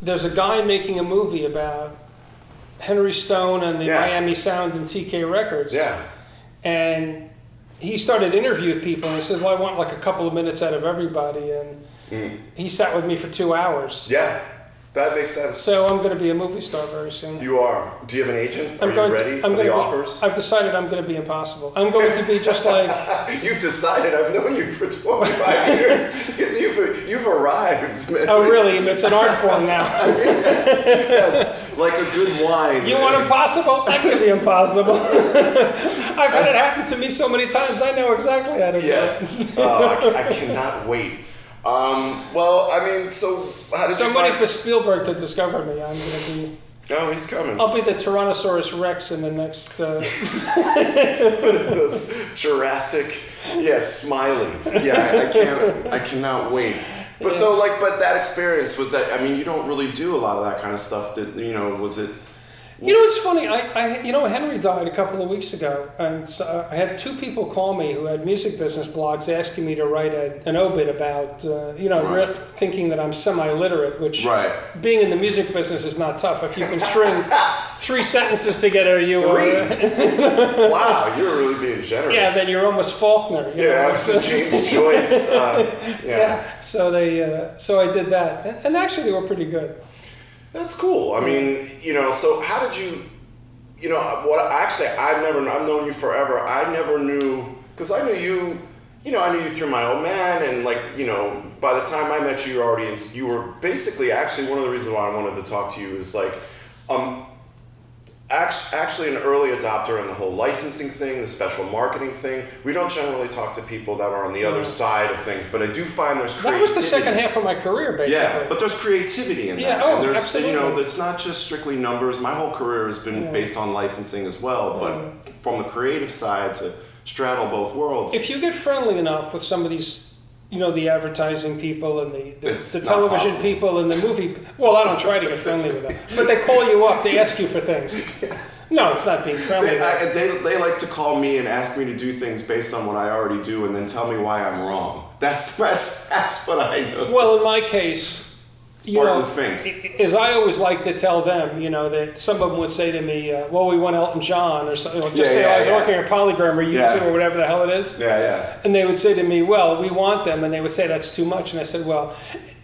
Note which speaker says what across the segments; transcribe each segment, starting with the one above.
Speaker 1: there's a guy making a movie about Henry Stone and the
Speaker 2: Yeah.
Speaker 1: Miami Sound and TK Records.
Speaker 2: Yeah.
Speaker 1: And he started interviewing people and he said, Well, I want like a couple of minutes out of everybody. And he sat with me for two hours.
Speaker 2: Hmm. Yeah. That makes sense.
Speaker 1: So I'm going to be a movie star very soon.
Speaker 2: You are. Do you have an agent? Are
Speaker 1: I'm
Speaker 2: you
Speaker 1: going
Speaker 2: ready
Speaker 1: I'm
Speaker 2: for the
Speaker 1: going
Speaker 2: offers?
Speaker 1: Be, I've decided I'm going to be impossible. I'm going to be just like
Speaker 2: You've decided. I've known you for 25 years. You've, you've arrived, man.
Speaker 1: oh really? It's an art form now.
Speaker 2: Yes, like a good wine.
Speaker 1: You want impossible? I can be impossible. I've had it happen to me so many times. I know exactly how to do it.
Speaker 2: Yes. Oh, I, ca- I cannot wait. Um, well, I mean, so how did
Speaker 1: Somebody
Speaker 2: you
Speaker 1: for
Speaker 2: find...
Speaker 1: Spielberg to discover me. I'm going to be.
Speaker 2: Oh, he's coming.
Speaker 1: I'll be the Tyrannosaurus Rex in the next. Uh,
Speaker 2: this Jurassic, yeah, smiling. Yeah, I, I can't. I cannot wait. But so, like, but that experience was that. I mean, you don't really do a lot of that kind of stuff. That you know, was it?
Speaker 1: you know what's funny? I, I you know Henry died a couple of weeks ago, and so uh, I had two people call me who had music business blogs asking me to write a, an obit about uh, you know
Speaker 2: Right.
Speaker 1: rip, thinking that I'm semi-literate, which
Speaker 2: Right.
Speaker 1: being in the music business is not tough. If you can string three sentences together, you are.
Speaker 2: Three. wow, you're really being generous.
Speaker 1: Yeah, then you're almost Faulkner. you know?
Speaker 2: Yeah, that's a James Joyce. Uh, yeah.
Speaker 1: Yeah. So they, uh, so I did that, and, and actually they were pretty good.
Speaker 2: That's cool. I mean, you know, so how did you, you know, what actually I've never, I've known you forever. I never knew, because I knew you, you know, I knew you through my old man, and like, you know, by the time I met you, you were already, in, you were basically actually one of the reasons why I wanted to talk to you is like, um, act- actually an early adopter in the whole licensing thing, the special marketing thing. We don't generally talk to people that are on the other side of things, but I do find there's
Speaker 1: Mm. That was the
Speaker 2: creativity.
Speaker 1: second half of my career, basically.
Speaker 2: Yeah, but there's creativity in that.
Speaker 1: Yeah, oh,
Speaker 2: and there's you know,
Speaker 1: absolutely. Mm.
Speaker 2: it's not just strictly numbers. My whole career has been based on licensing as well, but from the creative side to straddle both worlds.
Speaker 1: if you get friendly enough with some of these, you know, the advertising people and the, the,
Speaker 2: It's
Speaker 1: the
Speaker 2: not
Speaker 1: television
Speaker 2: possible.
Speaker 1: people and the movie. Well, I don't try to get friendly with them, but they call you up, they ask you for things. No, it's not being friendly.
Speaker 2: they, I, they, they like to call me and ask me to do things based on what I already do and then tell me why I'm wrong. That's that's that's what I know.
Speaker 1: well, in my case, you
Speaker 2: Barton
Speaker 1: know,
Speaker 2: Fink.
Speaker 1: i- i- as I always like to tell them, you know, that some of them would say to me, uh, "Well, we want Elton John," or something. Just
Speaker 2: Yeah,
Speaker 1: say
Speaker 2: yeah,
Speaker 1: I was
Speaker 2: yeah.
Speaker 1: working at Polygram or YouTube
Speaker 2: Yeah.
Speaker 1: or whatever the hell it is.
Speaker 2: yeah, yeah.
Speaker 1: And they would say to me, "Well, we want them," and they would say, "That's too much." And I said, "Well,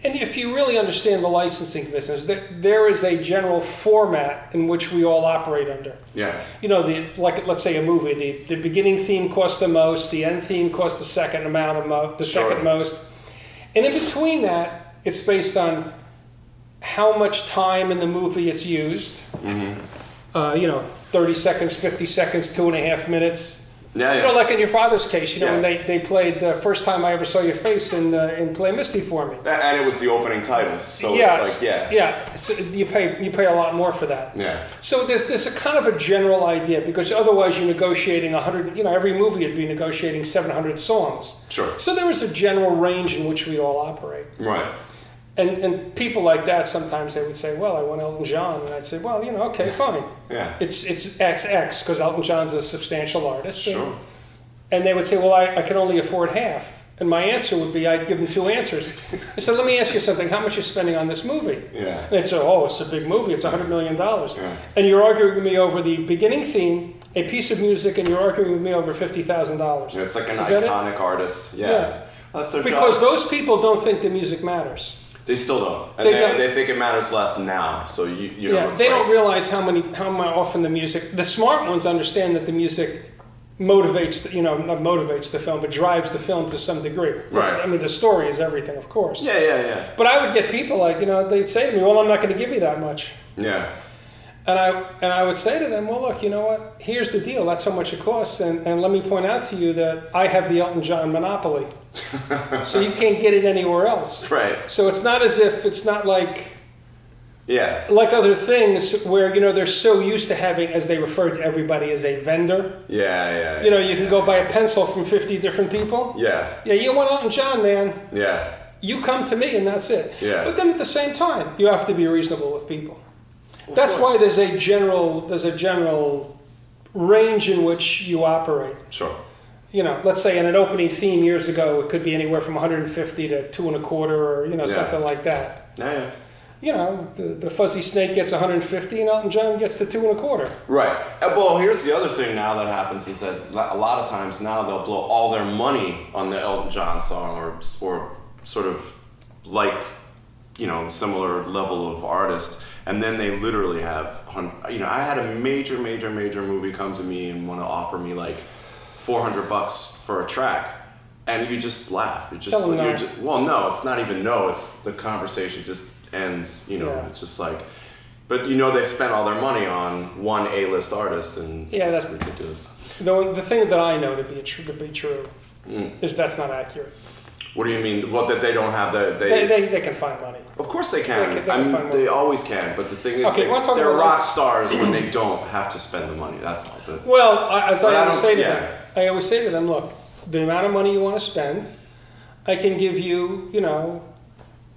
Speaker 1: and if you really understand the licensing business, there, there is a general format in which we all operate under.
Speaker 2: Yeah.
Speaker 1: You know, the like, let's say a movie, the, the beginning theme costs the most, the end theme costs the second amount of mo- the
Speaker 2: Sure.
Speaker 1: second most, and in between that, it's based on how much time in the movie it's used. Uh, you know, thirty seconds, fifty seconds, two and a half minutes."
Speaker 2: Yeah, yeah.
Speaker 1: You know, like in your father's case, you know,
Speaker 2: Yeah.
Speaker 1: when they, they played the first time I ever saw your face in uh, in Play Misty for me.
Speaker 2: A- and it was the opening titles, so it's like yeah.
Speaker 1: yeah. So you pay you pay a lot more for that.
Speaker 2: Yeah.
Speaker 1: So there's there's a kind of a general idea because otherwise you're negotiating hundred. You know, every movie would be negotiating seven hundred songs.
Speaker 2: Sure.
Speaker 1: So there is a general range in which we all operate.
Speaker 2: Right.
Speaker 1: And and people like that sometimes they would say, well, I want Elton John, and I'd say, well, you know, okay, fine.
Speaker 2: Yeah.
Speaker 1: It's it's XX because Elton John's a substantial artist. and-
Speaker 2: Sure.
Speaker 1: and they would say, Well, I, I can only afford half. And my answer would be, I'd give them two answers. I said, Let me ask you something. How much are you spending on this movie?
Speaker 2: Yeah.
Speaker 1: And they'd say, Oh, it's a big movie. It's $100 million.
Speaker 2: Yeah.
Speaker 1: And you're arguing with me over the beginning theme, a piece of music, and you're arguing with me over $50,000.
Speaker 2: It's like an
Speaker 1: Is that it?
Speaker 2: iconic artist. Yeah.
Speaker 1: Yeah.
Speaker 2: That's their job.
Speaker 1: Because those people don't think the music matters.
Speaker 2: They still don't. And
Speaker 1: They
Speaker 2: they,
Speaker 1: don't.
Speaker 2: they think it matters less now. So you, you know,
Speaker 1: Yeah,
Speaker 2: it's
Speaker 1: they
Speaker 2: like-
Speaker 1: don't realize how many how mu- often the music. The smart ones understand that the music motivates, the, you know, not motivates the film, but drives the film to some degree.
Speaker 2: Right.
Speaker 1: I mean, the story is everything, of course.
Speaker 2: Yeah, yeah, yeah,
Speaker 1: But I would get people like, you know, they'd say to me, "Well, I'm not going to give you that much,"
Speaker 2: yeah.
Speaker 1: and I and I would say to them, "Well, look, you know what? Here's the deal. That's how much it costs, and, and let me point out to you that I have the Elton John monopoly, so you can't get it anywhere else.
Speaker 2: Right.
Speaker 1: So it's not as if it's not like
Speaker 2: Yeah.
Speaker 1: like other things where you know they're so used to having, as they refer to everybody as a vendor.
Speaker 2: Yeah, yeah.
Speaker 1: You know, you can go buy a pencil from 50 different people.
Speaker 2: Yeah.
Speaker 1: Yeah, you want Elton John, man.
Speaker 2: Yeah.
Speaker 1: you come to me and that's it.
Speaker 2: Yeah.
Speaker 1: But then at the same time, you have to be reasonable with people. that's
Speaker 2: course.
Speaker 1: why there's a general there's a general range in which you operate.
Speaker 2: Sure.
Speaker 1: You know, let's say in an opening theme years ago, it could be anywhere from 150 to two and a quarter, or you know
Speaker 2: Yeah.
Speaker 1: something like that.
Speaker 2: Yeah, yeah.
Speaker 1: you know, the, the fuzzy snake gets 150 and Elton John gets the two and a quarter.
Speaker 2: Right. And, Well, here's the other thing now that happens is that lo- a lot of times now they'll blow all their money on the Elton John song or or sort of like you know similar level of artist, and then they literally have hun- you know I had a major major major movie come to me and want to offer me like four hundred bucks for a track. And you just laugh. You just,
Speaker 1: Tell them
Speaker 2: you're
Speaker 1: no.
Speaker 2: just well, no, it's not even no. It's the conversation just ends. You know,
Speaker 1: Yeah.
Speaker 2: it's just like, but you know, they've spent all their money on one A-list artist, and it's
Speaker 1: Yeah,
Speaker 2: just
Speaker 1: that's-
Speaker 2: ridiculous.
Speaker 1: The, one- the thing that I know to be true, to be true
Speaker 2: Mm.
Speaker 1: is that's not accurate.
Speaker 2: What do you mean? Well, that they don't have the they.
Speaker 1: They, they, they can find money.
Speaker 2: of course they can.
Speaker 1: They can- they
Speaker 2: I
Speaker 1: can
Speaker 2: mean,
Speaker 1: find
Speaker 2: they
Speaker 1: more.
Speaker 2: always can. But the thing is,
Speaker 1: Okay,
Speaker 2: they,
Speaker 1: we're talking
Speaker 2: are
Speaker 1: about
Speaker 2: rock
Speaker 1: those-
Speaker 2: stars when they don't have to spend the money. That's all. But,
Speaker 1: Well, I- as
Speaker 2: But I
Speaker 1: I always
Speaker 2: don't-
Speaker 1: say to
Speaker 2: yeah.
Speaker 1: them, I always say to them, look, the amount of money you want to spend, I can give you, you know,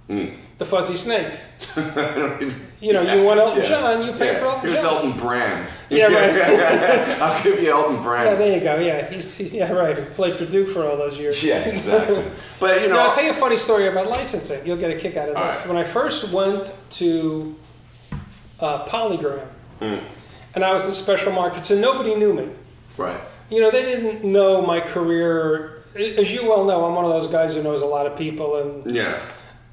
Speaker 2: Mm.
Speaker 1: the fuzzy snake. You know, you want Elton John, you pay for Elton
Speaker 2: Here's
Speaker 1: John.
Speaker 2: Elton Brand.
Speaker 1: Yeah, right.
Speaker 2: I'll give you Elton
Speaker 1: Yeah,
Speaker 2: Brand.
Speaker 1: there you go. Yeah, he's, he's yeah right. He played for Duke for all those years.
Speaker 2: yeah, exactly. But you know,
Speaker 1: Now, I'll tell you a funny story about licensing. You'll get a kick out of
Speaker 2: All
Speaker 1: this.
Speaker 2: right.
Speaker 1: When I first went to uh, Polygram,
Speaker 2: Mm.
Speaker 1: and I was in special markets, and nobody knew me.
Speaker 2: right.
Speaker 1: You know, they didn't know my career. As you well know, I'm one of those guys who knows a lot of people, and
Speaker 2: Yeah.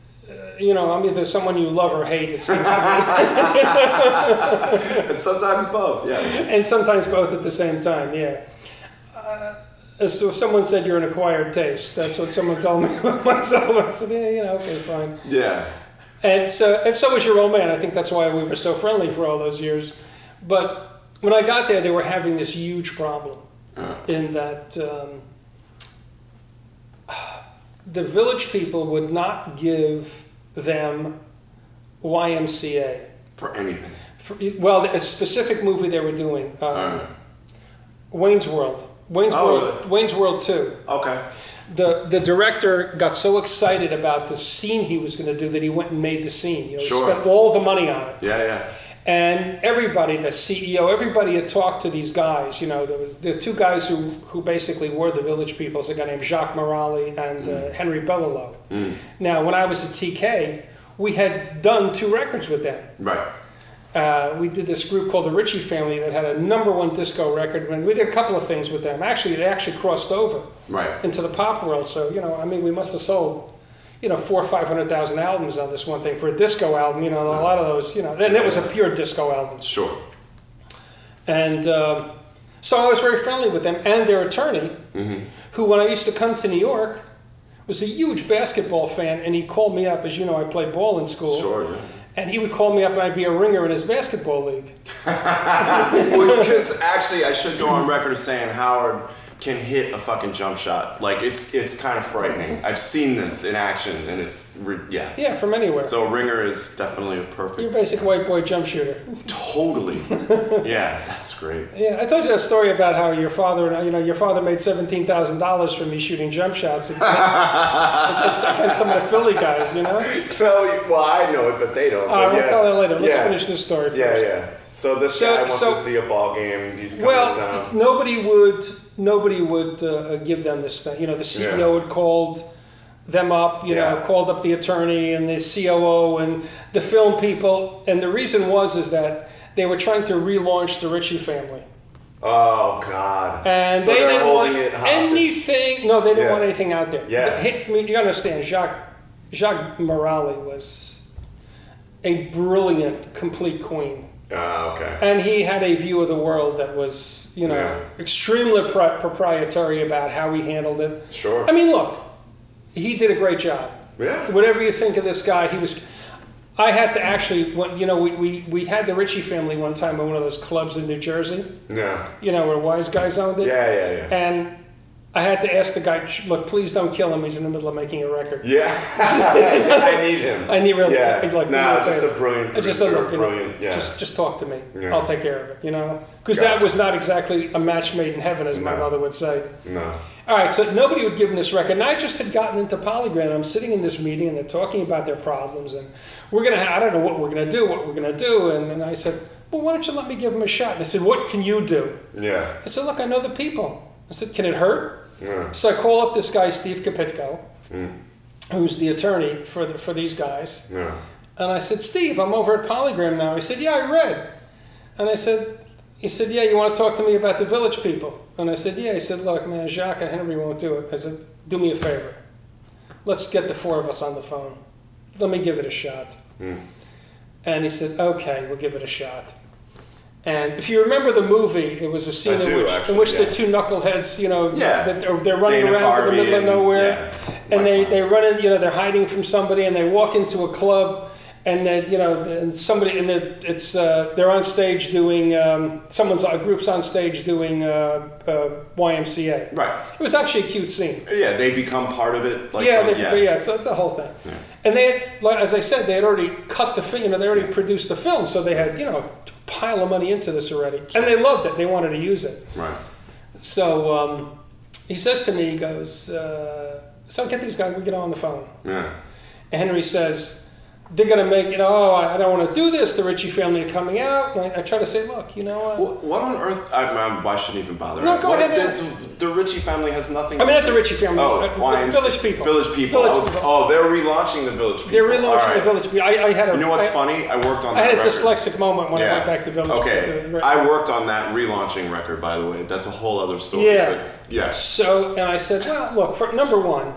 Speaker 1: you know, I'm either someone you love or hate. It's,
Speaker 2: And sometimes both, yeah.
Speaker 1: and sometimes both at the same time. Yeah. Uh, so if someone said you're an acquired taste, that's what someone told me about myself. I said, yeah, you know, okay, fine.
Speaker 2: Yeah.
Speaker 1: And so, and so was your old man. I think that's why we were so friendly for all those years. But when I got there, they were having this huge problem
Speaker 2: Uh,
Speaker 1: in that um, the village people would not give them YMCA.
Speaker 2: For anything.
Speaker 1: For, well, a specific movie they were doing, um,
Speaker 2: Alright.
Speaker 1: Wayne's World. Wayne's
Speaker 2: Oh,
Speaker 1: World.
Speaker 2: really?
Speaker 1: Wayne's World Two.
Speaker 2: Okay.
Speaker 1: The the director got so excited about the scene he was going to do that he went and made the scene. You know,
Speaker 2: Sure.
Speaker 1: he spent all the money on it.
Speaker 2: Yeah, yeah.
Speaker 1: And everybody, the CEO, everybody had talked to these guys. You know, there was the two guys who, who basically were the village peoples, a guy named Jacques Morali and uh, Henry Bellalo. Now, when I was at TK, we had done two records with them.
Speaker 2: Right.
Speaker 1: Uh, we did this group called the Ritchie Family that had a number one disco record. And we did a couple of things with them. Actually, they actually crossed over
Speaker 2: Right.
Speaker 1: into the pop world. So you know, I mean, we must have sold, you know, four or five hundred thousand albums on this one thing for a disco album. You know, a lot of those. You know, and it was a pure disco album.
Speaker 2: Sure.
Speaker 1: And um, so I was very friendly with them and their attorney,
Speaker 2: Mm-hmm.
Speaker 1: who, when I used to come to New York, was a huge basketball fan. And he called me up, as you know, I played ball in school.
Speaker 2: Sure, yeah.
Speaker 1: And he would call me up, and I'd be a ringer in his basketball league.
Speaker 2: Well, because actually I should go on record as saying Howard can hit a fucking jump shot. Like it's it's kind of frightening. I've seen this in action and it's re- yeah.
Speaker 1: Yeah, from anywhere.
Speaker 2: So ringer is definitely a
Speaker 1: You're a
Speaker 2: perfect.
Speaker 1: basic white boy jump shooter.
Speaker 2: Totally. Yeah, that's great.
Speaker 1: Yeah, I told you that story about how your father and you know your father made seventeen thousand dollars from me shooting jump shots against, against some of the Philly guys. You know, uh,
Speaker 2: No, you- well, I know it, but they don't. but
Speaker 1: we'll
Speaker 2: yeah.
Speaker 1: tell that later. Let's
Speaker 2: Yeah.
Speaker 1: finish this story. First.
Speaker 2: Yeah, yeah. So this
Speaker 1: So-
Speaker 2: guy wants
Speaker 1: so-
Speaker 2: to see a ball game. He's coming to
Speaker 1: Well,
Speaker 2: town.
Speaker 1: nobody would nobody would uh, give them this thing. You know, the CEO
Speaker 2: Yeah.
Speaker 1: had called them up. You
Speaker 2: Yeah.
Speaker 1: know, called up the attorney and the COO and the film people. And the reason was is that they were trying to relaunch the Ritchie family.
Speaker 2: Oh God!
Speaker 1: And
Speaker 2: so
Speaker 1: they
Speaker 2: are
Speaker 1: didn't
Speaker 2: holding
Speaker 1: want
Speaker 2: it hostage.
Speaker 1: anything. No, they didn't
Speaker 2: Yeah.
Speaker 1: want anything out there.
Speaker 2: Yeah.
Speaker 1: But hey, I mean, you understand, Jacques Jacques Morali was a brilliant, complete queen,
Speaker 2: Ah, okay.
Speaker 1: and he had a view of the world that was, you know,
Speaker 2: Yeah.
Speaker 1: extremely pro- proprietary about how he handled it.
Speaker 2: Sure.
Speaker 1: I mean, look, he did a great job.
Speaker 2: Yeah.
Speaker 1: Whatever you think of this guy, he was. I had to actually, when, you know, we, we, we had the Ritchie family one time at one of those clubs in New Jersey,
Speaker 2: Yeah.
Speaker 1: you know, where wise guys owned it.
Speaker 2: Yeah, yeah, yeah.
Speaker 1: And I had to ask the guy, look, please don't kill him. He's in the middle of making a record.
Speaker 2: Yeah. I need him.
Speaker 1: I need really
Speaker 2: Yeah.
Speaker 1: I'd like to
Speaker 2: nah,
Speaker 1: do
Speaker 2: just
Speaker 1: favor.
Speaker 2: a brilliant.
Speaker 1: I
Speaker 2: Producer,
Speaker 1: just said, look, you know,
Speaker 2: brilliant. yeah.
Speaker 1: just just talk to me.
Speaker 2: Yeah.
Speaker 1: I'll take care of it. You know, because that
Speaker 2: Gotcha.
Speaker 1: was not exactly a match made in heaven, as my
Speaker 2: No.
Speaker 1: mother would say.
Speaker 2: no.
Speaker 1: All right, so nobody would give him this record. And I just had gotten into Polygram. I'm sitting in this meeting and they're talking about their problems. And we're going to, I don't know what we're going to do, what we're going to do. And, and I said, well, why don't you let me give him a shot? And I said, what can you do?
Speaker 2: Yeah.
Speaker 1: I said, look, I know the people. I said, can it hurt?
Speaker 2: Yeah.
Speaker 1: So I call up
Speaker 2: Hmm.
Speaker 1: this guy, Steve Kapitko, who's the attorney for, the, for these guys.
Speaker 2: Yeah.
Speaker 1: Uh, And I said, Steve, I'm over at Polygram now. He said, Yeah, I read. And I said, He said, Yeah, you want to talk to me about the village people? And I said, Yeah. He said, Look, man, Jacques and Henry won't do it. I said, Do me a favor. Let's get the four of us on the phone. Let me give it a shot.
Speaker 2: Hmm.
Speaker 1: And he said, Okay, we'll give it a shot. And if you remember the movie, it was a scene
Speaker 2: do,
Speaker 1: in which,
Speaker 2: actually,
Speaker 1: in which
Speaker 2: yeah.
Speaker 1: the two knuckleheads, you know,
Speaker 2: Yeah.
Speaker 1: that they're, they're running
Speaker 2: Dana
Speaker 1: around in the
Speaker 2: Carvey
Speaker 1: middle
Speaker 2: and-
Speaker 1: of nowhere,
Speaker 2: yeah.
Speaker 1: and they, they run in, you know, they're hiding from somebody, and they walk into a club, and then you know, and somebody, and it, it's uh, they're on stage doing um, someone's a group's on stage doing uh, uh, YMCA.
Speaker 2: Right.
Speaker 1: It was actually a cute scene.
Speaker 2: Yeah, they become part of it. Like,
Speaker 1: yeah,
Speaker 2: uh,
Speaker 1: they, yeah, it's, it's a whole thing.
Speaker 2: Yeah.
Speaker 1: And they, had, like, as I said, they had already cut the film. You know, they already produced the film, so they had you know a pile of money into this already, and they loved it. They wanted to use it.
Speaker 2: Right.
Speaker 1: So um, he says to me, he goes, uh, "So get these guys. We get on the phone."
Speaker 2: Yeah.
Speaker 1: And Henry says, they're going to make, you know, oh, I I don't want to do this. The Ritchie family are coming out. And I, I try to say, look, you know, uh,
Speaker 2: What, what on earth? I, I, I shouldn't even bother.
Speaker 1: No, go
Speaker 2: What-
Speaker 1: ahead,
Speaker 2: does- The Ritchie family has nothing.
Speaker 1: I mean, not the Ritchie family.
Speaker 2: Oh,
Speaker 1: uh,
Speaker 2: YMC
Speaker 1: Village people.
Speaker 2: Village people. I
Speaker 1: Village
Speaker 2: was-
Speaker 1: people.
Speaker 2: oh, they're relaunching the village people.
Speaker 1: They're relaunching
Speaker 2: All right.
Speaker 1: the Village people. I, I had a,
Speaker 2: You know what's
Speaker 1: I-
Speaker 2: funny? I worked on.
Speaker 1: I had a
Speaker 2: that record.
Speaker 1: dyslexic moment when I
Speaker 2: Yeah.
Speaker 1: went back to Village
Speaker 2: Okay.
Speaker 1: People.
Speaker 2: I worked on that relaunching record, by the way. That's a whole other story.
Speaker 1: Yeah.
Speaker 2: but yes.
Speaker 1: So, and I said, well, look, for, number one,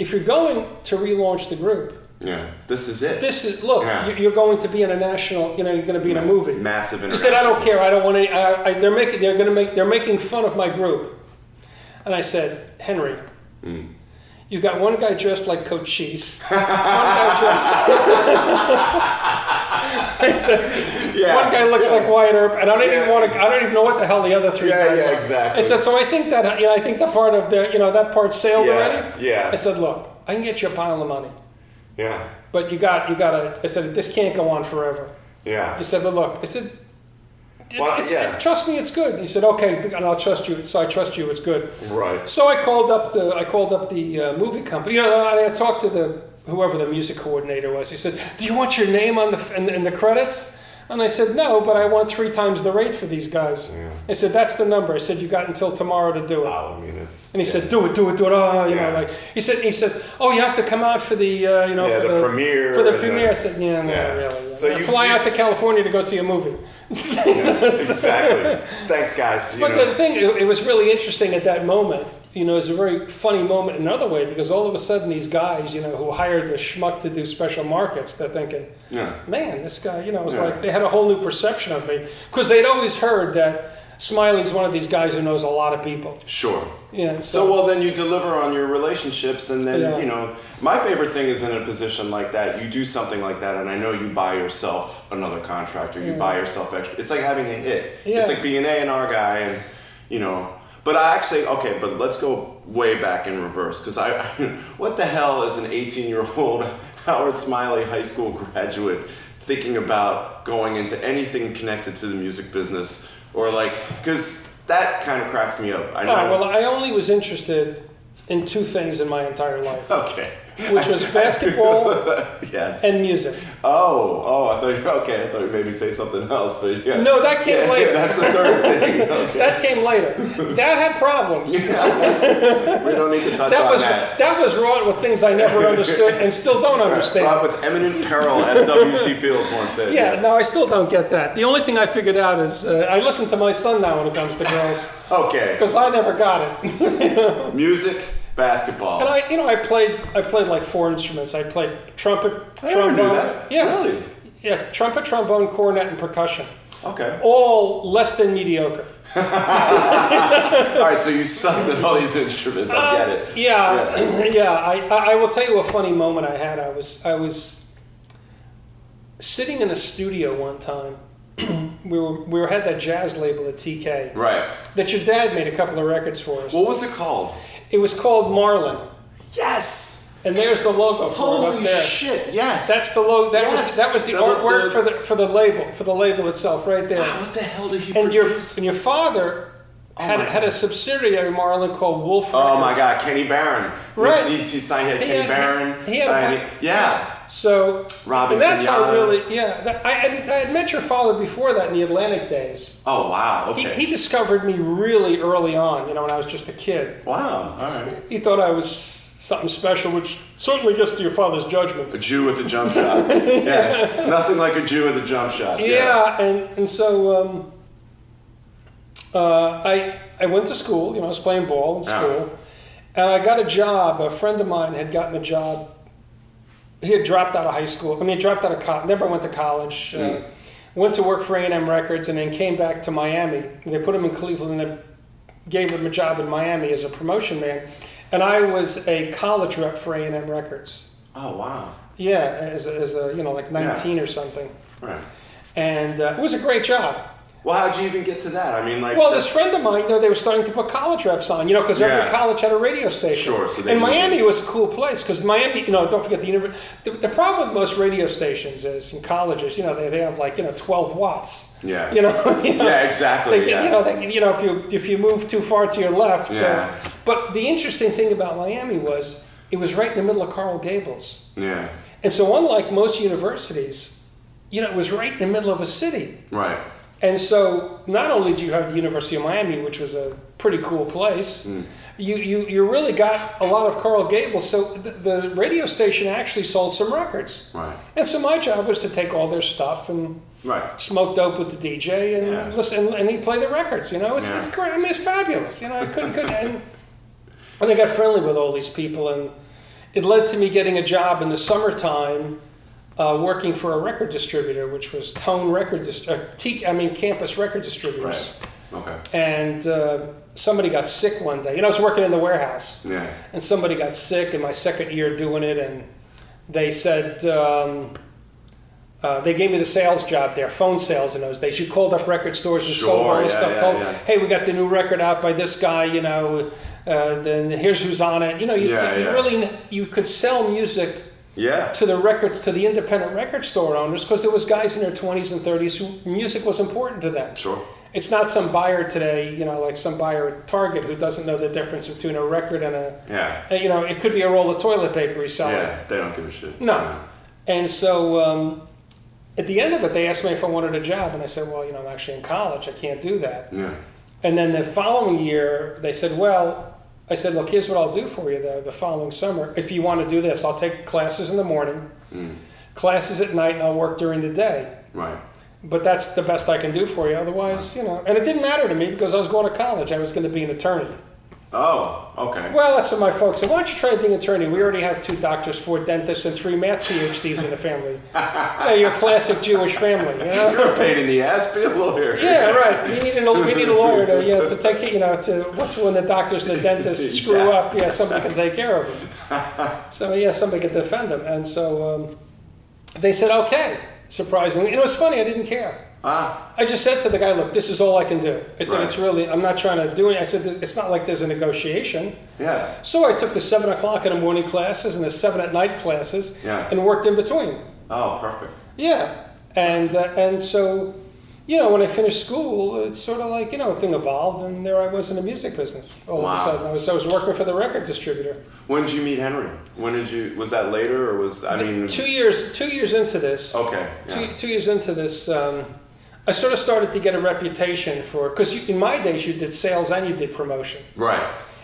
Speaker 1: if you're going to relaunch the group,
Speaker 2: Yeah. This is it.
Speaker 1: this is, look,
Speaker 2: Yeah.
Speaker 1: you- you're going to be in a national, you know, you're going to be in a movie.
Speaker 2: Massive.
Speaker 1: He said, "I don't care. I don't want any. I, I, they're making. They're going to make. They're making fun of my group." And I said, "Henry,
Speaker 2: Hmm.
Speaker 1: you got one guy dressed like Coach Cheese. One guy dressed. I said,
Speaker 2: Yeah,
Speaker 1: one guy looks
Speaker 2: yeah.
Speaker 1: like Wyatt Earp, and I don't even
Speaker 2: Yeah.
Speaker 1: want to. I don't even know what the hell the other three.
Speaker 2: Yeah,
Speaker 1: guys
Speaker 2: yeah,
Speaker 1: are.
Speaker 2: exactly.
Speaker 1: I said, so I think that you know, I think the part of the you know that part sailed
Speaker 2: Yeah,
Speaker 1: already.
Speaker 2: yeah.
Speaker 1: I said, look, I can get you a pile of money,
Speaker 2: Yeah.
Speaker 1: but you got you got to. I said, this can't go on forever.
Speaker 2: Yeah.
Speaker 1: He said, "But look," I said, it's,
Speaker 2: Well,
Speaker 1: it's,
Speaker 2: yeah.
Speaker 1: "Trust me, it's good." He said, "Okay," and I'll trust you. So I trust you. It's good.
Speaker 2: Right.
Speaker 1: So I called up the I called up the uh, movie company. You know, and I talked to the whoever the music coordinator was. He said, "Do you want your name on the f- in, in the credits?" And I said, "No, but I want three times the rate for these guys." I said, "That's the number." I said, "You got until tomorrow to do it."
Speaker 2: Wow. I mean, it's.
Speaker 1: And he said, "Do it, do it, do it!" Oh, you
Speaker 2: Yeah.
Speaker 1: know, like he said, he says, "Oh, you have to come out for the, uh, you know,
Speaker 2: Yeah,
Speaker 1: for
Speaker 2: the premiere
Speaker 1: for the
Speaker 2: and the-
Speaker 1: premiere." I said, "Yeah, no,
Speaker 2: Yeah.
Speaker 1: really. Yeah.
Speaker 2: So
Speaker 1: Yeah,
Speaker 2: you-
Speaker 1: fly
Speaker 2: you-
Speaker 1: out to California to go see a movie."
Speaker 2: exactly. Thanks, guys. You
Speaker 1: But
Speaker 2: know.
Speaker 1: the thing, it, it was really interesting at that moment. You know, it was a very funny moment in another way because all of a sudden these guys, you know, who hired the schmuck to do special markets, they're thinking,
Speaker 2: yeah.
Speaker 1: man, this guy, you know, it was
Speaker 2: Yeah.
Speaker 1: like they had a whole new perception of me because they'd always heard that Smiley's one of these guys who knows a lot of people.
Speaker 2: Sure.
Speaker 1: Yeah, and
Speaker 2: So well, then you deliver on your relationships, and then
Speaker 1: Yeah.
Speaker 2: you know. My favorite thing is in a position like that, you do something like that, and I know you buy yourself another contract, or you buy yourself extra. It's like having a hit.
Speaker 1: Yeah.
Speaker 2: It's like being an A and R guy, and you know. But I actually okay, but let's go way back in reverse because I, what the hell is an 18 year old Howard Smiley high school graduate thinking about going into anything connected to the music business or like because that kind of cracks me up. I know.
Speaker 1: All right, well, I only was interested in two things in my entire life,
Speaker 2: Okay.
Speaker 1: which was basketball
Speaker 2: yes.
Speaker 1: and music.
Speaker 2: oh, oh, I thought you okay. I thought you maybe say something else, but yeah.
Speaker 1: No, that came
Speaker 2: yeah,
Speaker 1: later.
Speaker 2: That's the third thing. Okay.
Speaker 1: That came later. That had problems.
Speaker 2: we don't need to touch
Speaker 1: That
Speaker 2: on
Speaker 1: was
Speaker 2: that.
Speaker 1: that was wrought with things I never understood and still don't
Speaker 2: Brought
Speaker 1: understand.
Speaker 2: with eminent peril, as W.C. Fields once said.
Speaker 1: Yeah, no, I still don't get that. The only thing I figured out is uh, I listen to my son now when it comes to girls
Speaker 2: Okay.
Speaker 1: because I never got it.
Speaker 2: Music, basketball.
Speaker 1: And I, you know, I played I played like four instruments. I played trumpet,
Speaker 2: I never
Speaker 1: trombone,
Speaker 2: knew that.
Speaker 1: yeah,
Speaker 2: Really?
Speaker 1: yeah, trumpet, trombone, cornet, and percussion.
Speaker 2: Okay.
Speaker 1: All less than mediocre.
Speaker 2: All right. So you sucked at all these instruments. I get it.
Speaker 1: Uh, Yeah, yeah. I, I, I will tell you a funny moment I had. I was I was sitting in a studio one time. we were we were, had that jazz label at TK
Speaker 2: Right.
Speaker 1: that your dad made a couple of records for us.
Speaker 2: What was it called?
Speaker 1: it was called Marlin,
Speaker 2: Yes.
Speaker 1: and there's the logo for it up
Speaker 2: Holy
Speaker 1: there.
Speaker 2: shit. Yes.
Speaker 1: That's the logo. That was
Speaker 2: Yes.
Speaker 1: that was the,
Speaker 2: The-
Speaker 1: artwork
Speaker 2: the- Oh,
Speaker 1: for the for the label for the label itself right there.
Speaker 2: What the hell did he
Speaker 1: and your
Speaker 2: produce?
Speaker 1: and your father had
Speaker 2: Oh my
Speaker 1: had a subsidiary Marlin called Wolf.
Speaker 2: Oh my
Speaker 1: Records.
Speaker 2: God, Kenny Barron.
Speaker 1: Right.
Speaker 2: He, he signed it,
Speaker 1: He
Speaker 2: Kenny
Speaker 1: had-
Speaker 2: Barron.
Speaker 1: he had a-
Speaker 2: I mean, yeah.
Speaker 1: So
Speaker 2: Robin
Speaker 1: and that's how
Speaker 2: Pinata.
Speaker 1: really yeah. That, I, had, I had met your father before that in the Atlantic days.
Speaker 2: Oh wow.
Speaker 1: He,
Speaker 2: Okay.
Speaker 1: he discovered me really early on. You know, when I was just a kid,
Speaker 2: wow. All right.
Speaker 1: he thought I was something special, which certainly gets to your father's judgment.
Speaker 2: A Jew at the jump shot. yes. Nothing like a Jew at the jump shot.
Speaker 1: Yeah, and and so um, uh, I I went to school. You know, I was playing ball in
Speaker 2: Yeah.
Speaker 1: school, and I got a job. A friend of mine had gotten a job. He had dropped out of high school. I mean, he dropped out of college. Never went to college. Uh, went to work for A and M Records, and then came back to Miami. And they put him in Cleveland, and they gave him a job in Miami as a promotion man. And I was a college rep for A and M Records.
Speaker 2: Oh wow.
Speaker 1: Yeah, as a, as a you know like
Speaker 2: Yeah.
Speaker 1: nineteen or something,
Speaker 2: Right.
Speaker 1: and uh, it was a great job.
Speaker 2: Well, how'd you even get to that? I mean, like.
Speaker 1: Well, this friend of mine, you know, they were starting to put college reps on, you know, because
Speaker 2: Yeah.
Speaker 1: every college had a radio station.
Speaker 2: Sure, so they
Speaker 1: and
Speaker 2: knew-
Speaker 1: Miami was a cool place because Miami, you know, don't forget the university. The, the problem with most radio stations is in colleges, you know, they, they have like you know twelve watts.
Speaker 2: Yeah.
Speaker 1: You know. you know,
Speaker 2: Yeah, exactly.
Speaker 1: they-
Speaker 2: yeah.
Speaker 1: You know, they, you know, if you if you move too far to your left. uh,
Speaker 2: Yeah.
Speaker 1: but the interesting thing about Miami was it was right in the middle of Carl Gables,
Speaker 2: yeah.
Speaker 1: and so unlike most universities, you know, it was right in the middle of a city.
Speaker 2: Right.
Speaker 1: And so, not only do you have the University of Miami, which was a pretty cool place, you, you you really got a lot of Carl Gables. So the, the radio station actually sold some records,
Speaker 2: Right.
Speaker 1: and so my job was to take all their stuff and
Speaker 2: Right.
Speaker 1: smoke dope with the DJ and
Speaker 2: Yeah.
Speaker 1: listen, and, he played the records. You know, it's,
Speaker 2: Yeah.
Speaker 1: it's great. I mean, it's fabulous. You know, I couldn't couldn't. And, and I got friendly with all these people, and it led to me getting a job in the summertime. Uh, working for a record distributor, which was Tone Record, Dist- uh, T- I mean Campus Record Distributors,
Speaker 2: Right. Okay.
Speaker 1: and uh, somebody got sick one day. You know, I was working in the warehouse,
Speaker 2: Yeah.
Speaker 1: and somebody got sick in my second year doing it, and they said um, uh, they gave me the sales job there, phone sales in those days. You called up record stores and sold
Speaker 2: Sure,
Speaker 1: all this
Speaker 2: yeah,
Speaker 1: stuff.
Speaker 2: yeah,
Speaker 1: told,
Speaker 2: yeah.
Speaker 1: hey, we got the new record out by this guy. You know, uh, then here's who's on it. You know, you,
Speaker 2: Yeah,
Speaker 1: you
Speaker 2: yeah.
Speaker 1: really kn- you could sell music
Speaker 2: Yeah.
Speaker 1: to the records to the independent record store owners because there was guys in their 20s and 30s who music was important to them.
Speaker 2: Sure.
Speaker 1: It's not some buyer today, you know, like some buyer at Target who doesn't know the difference between a record and a,
Speaker 2: Yeah.
Speaker 1: Uh, you know, it could be a roll of toilet paper he's selling.
Speaker 2: Yeah. They don't give a shit.
Speaker 1: No. And so um, at the end of it, they asked me if I wanted a job, and I said, well, you know, I'm actually in college, I can't do that.
Speaker 2: Yeah.
Speaker 1: And then the following year, they said, well, I said, look, here's what I'll do for you the, the following summer. If you want to do this, I'll take classes in the morning, classes at night, and I'll work during the day.
Speaker 2: Right.
Speaker 1: But that's the best I can do for you. Otherwise, you know, and it didn't matter to me because I was going to college. I was going to be an attorney.
Speaker 2: Oh. Okay.
Speaker 1: Well, that's what my folks said. Why don't you try being an attorney? We already have two doctors, four dentists, and three math PhDs in the family. you know, your classic Jewish family, you know?
Speaker 2: You're a pain in the ass. Be a lawyer.
Speaker 1: Yeah, right. We need a we need a lawyer to you know to take it, you know to what's when the doctors and the dentists screw
Speaker 2: Yeah.
Speaker 1: up. Yeah, somebody can take care of them. So yeah, somebody can defend them. And so um, they said okay. Surprisingly, and it was funny. I didn't care.
Speaker 2: Ah.
Speaker 1: I just said to the guy, "Look, this is all I can do." I said,
Speaker 2: Right.
Speaker 1: "It's really. I'm not trying to do it." I said, "This- "It's not like there's a negotiation."
Speaker 2: Yeah.
Speaker 1: So I took the seven o'clock in the morning classes and the seven at night classes,
Speaker 2: Yeah.
Speaker 1: and worked in between.
Speaker 2: Oh. Perfect.
Speaker 1: Yeah, and uh, and so, you know, when I finished school, it's sort of like you know, a thing evolved, and there I was in the music business. All of a
Speaker 2: Wow.
Speaker 1: sudden, I was I was working for the record distributor.
Speaker 2: When did you meet Henry? When did you? Was that later or was I mean?
Speaker 1: Two years, two years into this,
Speaker 2: okay.
Speaker 1: two,
Speaker 2: Mm. Oh, Yeah.
Speaker 1: two years into this, um, I sort of started to get a reputation for because in my days you did sales and you did promotion.
Speaker 2: Right.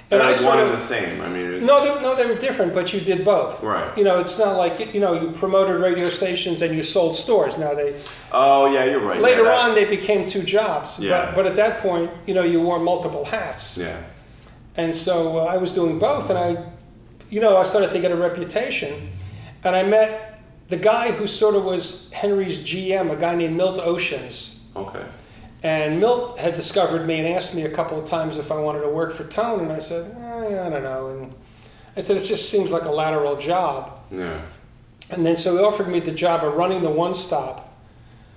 Speaker 1: And
Speaker 2: And
Speaker 1: I Mm.
Speaker 2: I was one
Speaker 1: sort
Speaker 2: and
Speaker 1: of-
Speaker 2: the same. I mean. it-
Speaker 1: No, they, no, they were different, but you did both.
Speaker 2: Right.
Speaker 1: You know, it's not like you know you promoted radio stations and you sold stores. Now they
Speaker 2: Oh yeah, you're right.
Speaker 1: Later
Speaker 2: yeah, that-
Speaker 1: on, they became two jobs.
Speaker 2: Yeah.
Speaker 1: But, but at that point, you know, you wore multiple hats.
Speaker 2: Yeah.
Speaker 1: And so uh, I was doing both, and I, you know, I started to get a reputation. And I met the guy who sort of was Henry's GM, a guy named Milt Oceans.
Speaker 2: Okay.
Speaker 1: And Milt had discovered me and asked me a couple of times if I wanted to work for Tone, and I said, eh, I don't know. And I said, it just seems like a lateral job.
Speaker 2: Yeah.
Speaker 1: And then so he offered me the job of running the one stop,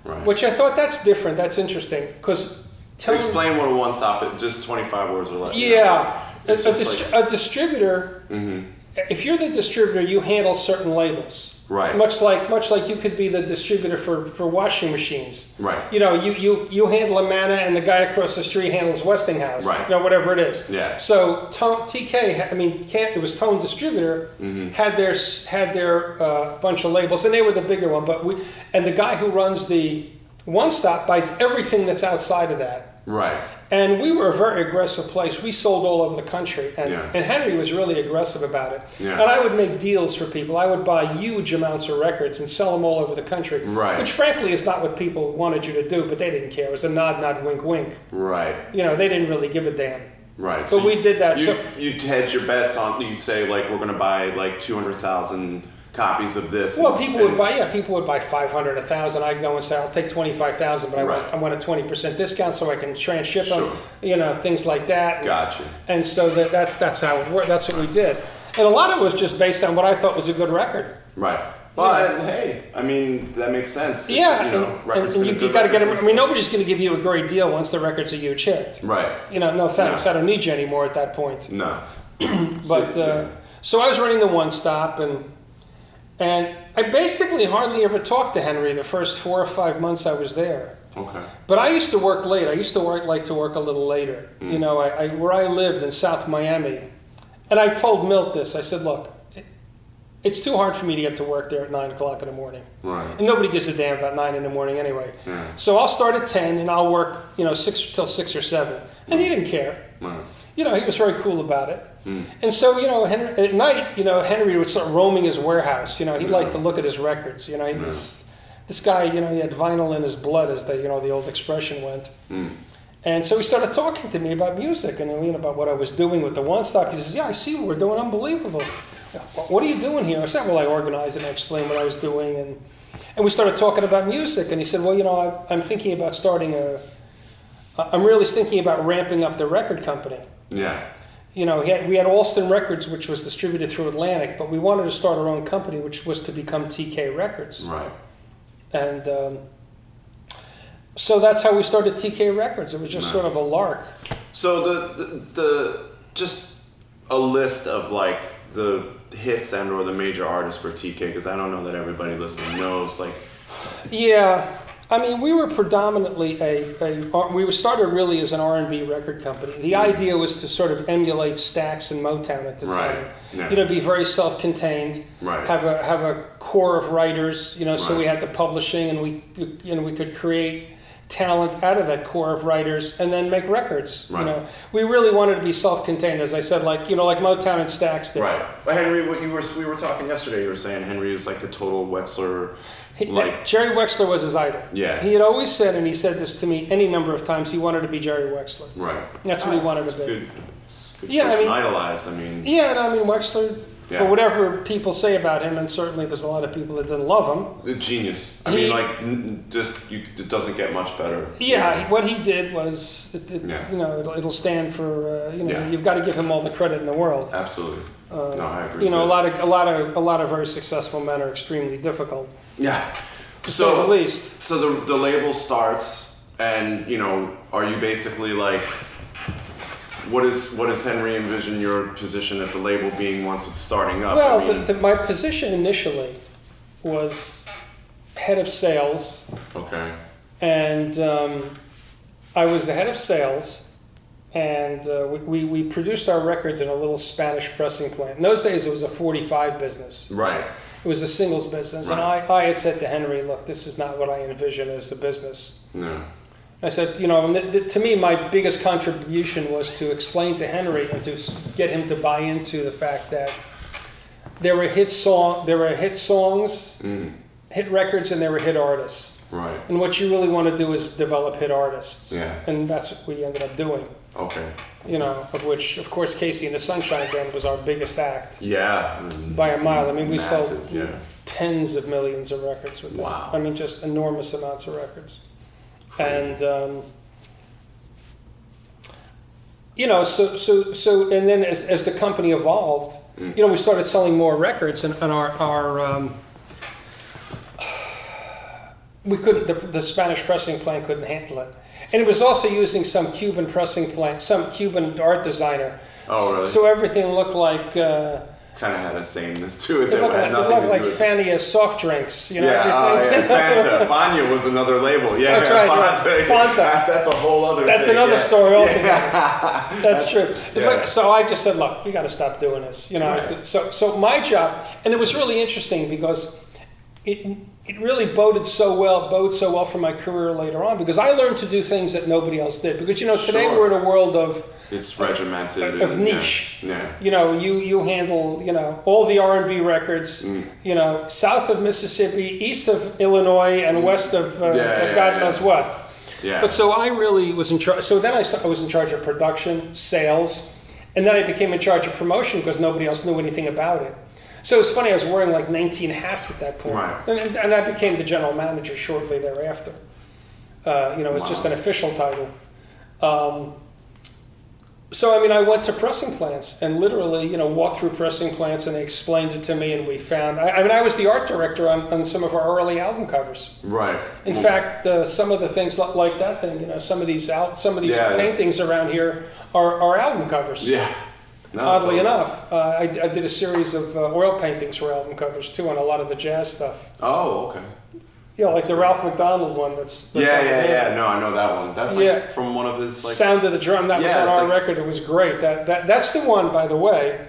Speaker 2: Right.
Speaker 1: which I thought that's different. That's interesting because Tone.
Speaker 2: Explain what a one stop is. Just 25 words or less.
Speaker 1: Yeah. A,
Speaker 2: It's
Speaker 1: a
Speaker 2: just Mm-hmm.
Speaker 1: distri- a distributor, if you're the distributor, you handle certain labels.
Speaker 2: Right.
Speaker 1: Much like much like you could be the distributor for, for washing machines.
Speaker 2: Right.
Speaker 1: You know, you, you, you handle Amana and the guy across the street handles Westinghouse.
Speaker 2: Right.
Speaker 1: You know, whatever it is.
Speaker 2: Yeah.
Speaker 1: So Tone, TK, ha- I mean, can't, it was Tone Distributor,
Speaker 2: Mm-hmm.
Speaker 1: had their s- had their uh, bunch of labels, and they were the bigger one. But we and the guy who runs the one stop buys everything that's outside of that.
Speaker 2: Right.
Speaker 1: And we were a very aggressive place. We sold all over the country. And,
Speaker 2: Yeah.
Speaker 1: and Henry was really aggressive about it.
Speaker 2: Yeah.
Speaker 1: And I would make deals for people. I would buy huge amounts of records and sell them all over the country.
Speaker 2: Right.
Speaker 1: Which, frankly, is not what people wanted you to do, but they didn't care. It was a nod, nod, wink, wink.
Speaker 2: Right.
Speaker 1: You know, they didn't really give a damn.
Speaker 2: Right.
Speaker 1: But we did that,
Speaker 2: You,
Speaker 1: so-
Speaker 2: you'd hedge your bets on. You'd say like we're going to buy like two hundred thousand copies of this.
Speaker 1: Well,
Speaker 2: and-
Speaker 1: people
Speaker 2: and-
Speaker 1: would buy, yeah, people would buy 500, 1,000. I'd go and say, I'll take 25,000, but I,
Speaker 2: Right.
Speaker 1: want, I want a 20% discount so I can transship
Speaker 2: Sure.
Speaker 1: them, you know, things like that.
Speaker 2: Gotcha.
Speaker 1: And so that, that's, that's how it worked. That's what we did. And a lot of it was just based on what I thought was a good record.
Speaker 2: Right. Well,
Speaker 1: Yeah.
Speaker 2: and hey, I mean that makes sense.
Speaker 1: Yeah,
Speaker 2: You
Speaker 1: and-
Speaker 2: know,
Speaker 1: and,
Speaker 2: records
Speaker 1: and
Speaker 2: been
Speaker 1: you,
Speaker 2: a good
Speaker 1: got to get
Speaker 2: record
Speaker 1: them. I
Speaker 2: for-
Speaker 1: mean, nobody's going to give you a great deal once the record's a huge hit.
Speaker 2: Right.
Speaker 1: You know, no thanks.
Speaker 2: No.
Speaker 1: I don't need you anymore at that point.
Speaker 2: No.
Speaker 1: But
Speaker 2: So,
Speaker 1: uh, so I was running the one stop, and and I basically hardly ever talked to Henry the first four or five months I was there.
Speaker 2: yeah. okay.
Speaker 1: But I used to work late. I used to work like to work a little later. You know, I, I where I lived in South Miami, and I told Milt this. I said, "Look, it, it's too hard for me to get to work there at nine o'clock in the morning,
Speaker 2: Right.
Speaker 1: and nobody gives a damn about nine in the morning anyway.
Speaker 2: Yeah.
Speaker 1: So I'll start at ten, and I'll work, you know, six till six or seven. And he didn't care.
Speaker 2: Right. Hmm.
Speaker 1: You know, he was very cool about it. And so, you know, Henry, at night, you know, Henry would start roaming his warehouse. You know, he liked to look at his records. You know, he was, this guy, you know, he had vinyl in his blood, as the you know the old expression went. And so he started talking to me about music and you know, about what I was doing with the One Stop. He says, "Yeah, I see what we're doing. Unbelievable. What are you doing here?" I said, "Well, I organized and I explained what I was doing." And and we started talking about music. And he said, "Well, you know, I, I'm thinking about starting a. I'm really thinking about ramping up the record company."
Speaker 2: Yeah.
Speaker 1: you know, he had, we had Alston Records, which was distributed through Atlantic, but we wanted to start our own company, which was to become TK Records.
Speaker 2: Right.
Speaker 1: And um, so that's how we started TK Records. It was just sort of a lark.
Speaker 2: So the, the the just a list of like the hits and or the major artists for TK because I don't know that everybody listening knows like
Speaker 1: Yeah, I mean, we were predominantly a, a uh, we were started really as an R and B record company. The idea was to sort of emulate Stax and Motown at the
Speaker 2: Mm-hmm. Right,
Speaker 1: time.
Speaker 2: yeah.
Speaker 1: You know, be very self-contained.
Speaker 2: Right.
Speaker 1: Have a have a core of writers. You know, so
Speaker 2: Right.
Speaker 1: we had the publishing, and we you know we could create talent out of that core of writers and then make records
Speaker 2: Right.
Speaker 1: you know we really wanted to be self-contained as i said like you know like motown and stax did
Speaker 2: right. But Henry, what you were we were talking yesterday, you were saying Henry is like a total Wexler,
Speaker 1: He-
Speaker 2: like
Speaker 1: Jerry Wexler was his idol.
Speaker 2: Yeah.
Speaker 1: He had always said, and he said this to me any number of times, he wanted to be Jerry Wexler.
Speaker 2: right.
Speaker 1: That's what he wanted to
Speaker 2: It's
Speaker 1: be.
Speaker 2: Ah, good. it's good
Speaker 1: Yeah, I
Speaker 2: person
Speaker 1: mean-
Speaker 2: idolize. I mean,
Speaker 1: Yeah, and I mean, Wexler,
Speaker 2: Yeah.
Speaker 1: for whatever people say about him, and certainly there's a lot of people that didn't love him.
Speaker 2: the genius. I
Speaker 1: He-
Speaker 2: mean, like n- just you, it doesn't get much better.
Speaker 1: Yeah, he- what he did was, it, it,
Speaker 2: Yeah.
Speaker 1: you know, it'll, it'll stand for, uh, you know,
Speaker 2: Yeah.
Speaker 1: you've got to give him all the credit in the world.
Speaker 2: absolutely. no, I agree.
Speaker 1: Uh, You know, a
Speaker 2: with
Speaker 1: lot of a lot of a lot of very successful men are extremely difficult,
Speaker 2: that. Yeah.
Speaker 1: to
Speaker 2: So
Speaker 1: say the least.
Speaker 2: So the, the label starts, and you know, are you basically like, what is what does Henry envision your position at the label being once it's starting up?
Speaker 1: Well,
Speaker 2: I mean,
Speaker 1: the, the, my position initially was head of sales.
Speaker 2: okay,
Speaker 1: and um, I was the head of sales, and uh, we, we, we produced our records in a little Spanish pressing plant. In those days, it was a 45 business.
Speaker 2: right,
Speaker 1: It was a singles business,
Speaker 2: Right.
Speaker 1: and I, I had said to Henry, "Look, this is not what I envision as a business."
Speaker 2: no,
Speaker 1: I said, you know, and th- th- to me, my biggest contribution was to explain to Henry and to s- get him to buy into the fact that there were hit song, there were hit songs, hit records, and there were hit artists.
Speaker 2: Mm-hmm. right,
Speaker 1: And what you really want to do is develop hit artists.
Speaker 2: Yeah.
Speaker 1: And that's what we ended up doing.
Speaker 2: okay,
Speaker 1: You know, of which, of course, Casey and the Sunshine Band was our biggest act
Speaker 2: yeah, Mm-hmm.
Speaker 1: by a mile. I mean, we
Speaker 2: massive,
Speaker 1: sold
Speaker 2: yeah,
Speaker 1: tens of millions of records with them.
Speaker 2: Wow.
Speaker 1: I mean, just enormous amounts of records. And, um, you know, so, so, so, and then as, as the company evolved,
Speaker 2: Mm.
Speaker 1: you know, we started selling more records and, and our, our, um, we couldn't, the, the Spanish pressing plant couldn't handle it. And it was also using some Cuban pressing plant, some Cuban art designer.
Speaker 2: Oh, really?
Speaker 1: So everything looked like, uh,
Speaker 2: kind of had a sameness to it
Speaker 1: it
Speaker 2: that
Speaker 1: looked
Speaker 2: had
Speaker 1: like, it
Speaker 2: nothing
Speaker 1: looked
Speaker 2: to
Speaker 1: like
Speaker 2: do with.
Speaker 1: Fania soft drinks, you know.
Speaker 2: yeah, uh,
Speaker 1: everything.
Speaker 2: yeah, Fanta. Fania was another label. Yeah,
Speaker 1: That's
Speaker 2: yeah,
Speaker 1: right, yeah.
Speaker 2: Fanta.
Speaker 1: Fanta.
Speaker 2: That- that's a whole other.
Speaker 1: That's
Speaker 2: thing,
Speaker 1: another
Speaker 2: yeah.
Speaker 1: story altogether. That's,
Speaker 2: That's-
Speaker 1: true. But
Speaker 2: yeah.
Speaker 1: so I just said, look, we got to stop doing this, you know. I
Speaker 2: Right.
Speaker 1: said- So so my job, and it was really interesting because it it really boded so well, bode so well for my career later on because I learned to do things that nobody else did. Because you know, today
Speaker 2: Sure.
Speaker 1: we're in a world of
Speaker 2: It's regimented.
Speaker 1: of
Speaker 2: and- yeah,
Speaker 1: niche.
Speaker 2: Yeah.
Speaker 1: you know, you you handle you know all the R and B records,
Speaker 2: Mm.
Speaker 1: you know, south of Mississippi, east of Illinois, and west of uh,
Speaker 2: Mm. Yeah, yeah,
Speaker 1: God
Speaker 2: yeah.
Speaker 1: knows what.
Speaker 2: Yeah.
Speaker 1: But so I really was in charge. So then I, st- I was in charge of production, sales, and then I became in charge of promotion because nobody else knew anything about it. So it's funny. I was wearing like 19 hats at that point,
Speaker 2: Right.
Speaker 1: and, and and I became the general manager shortly thereafter. Uh, you know, it's just
Speaker 2: Wow.
Speaker 1: an official title. Um, so I mean, I went to pressing plants and literally, you know, walked through pressing plants, and they explained it to me, and we found. I, I mean, I was the art director on, on some of our early album covers.
Speaker 2: right.
Speaker 1: In fact, uh, some of the things li- like that thing, you know, some of these out, some of these
Speaker 2: Yeah.
Speaker 1: paintings around here are, are album covers.
Speaker 2: Yeah. No,
Speaker 1: Oddly
Speaker 2: totally.
Speaker 1: enough, uh, I, I did a series of uh, oil paintings for album covers too on a lot of the jazz stuff.
Speaker 2: Oh, okay.
Speaker 1: Yeah, like the Ralph McDonald one. That's, that's
Speaker 2: yeah,
Speaker 1: on the
Speaker 2: yeah,
Speaker 1: band.
Speaker 2: yeah. No, I know that one. That's like
Speaker 1: Yeah.
Speaker 2: from one of his like.
Speaker 1: Sound of the Drum. That was
Speaker 2: Yeah,
Speaker 1: on
Speaker 2: it's
Speaker 1: our
Speaker 2: like-
Speaker 1: record. It was great. That, that that's the one, by the way,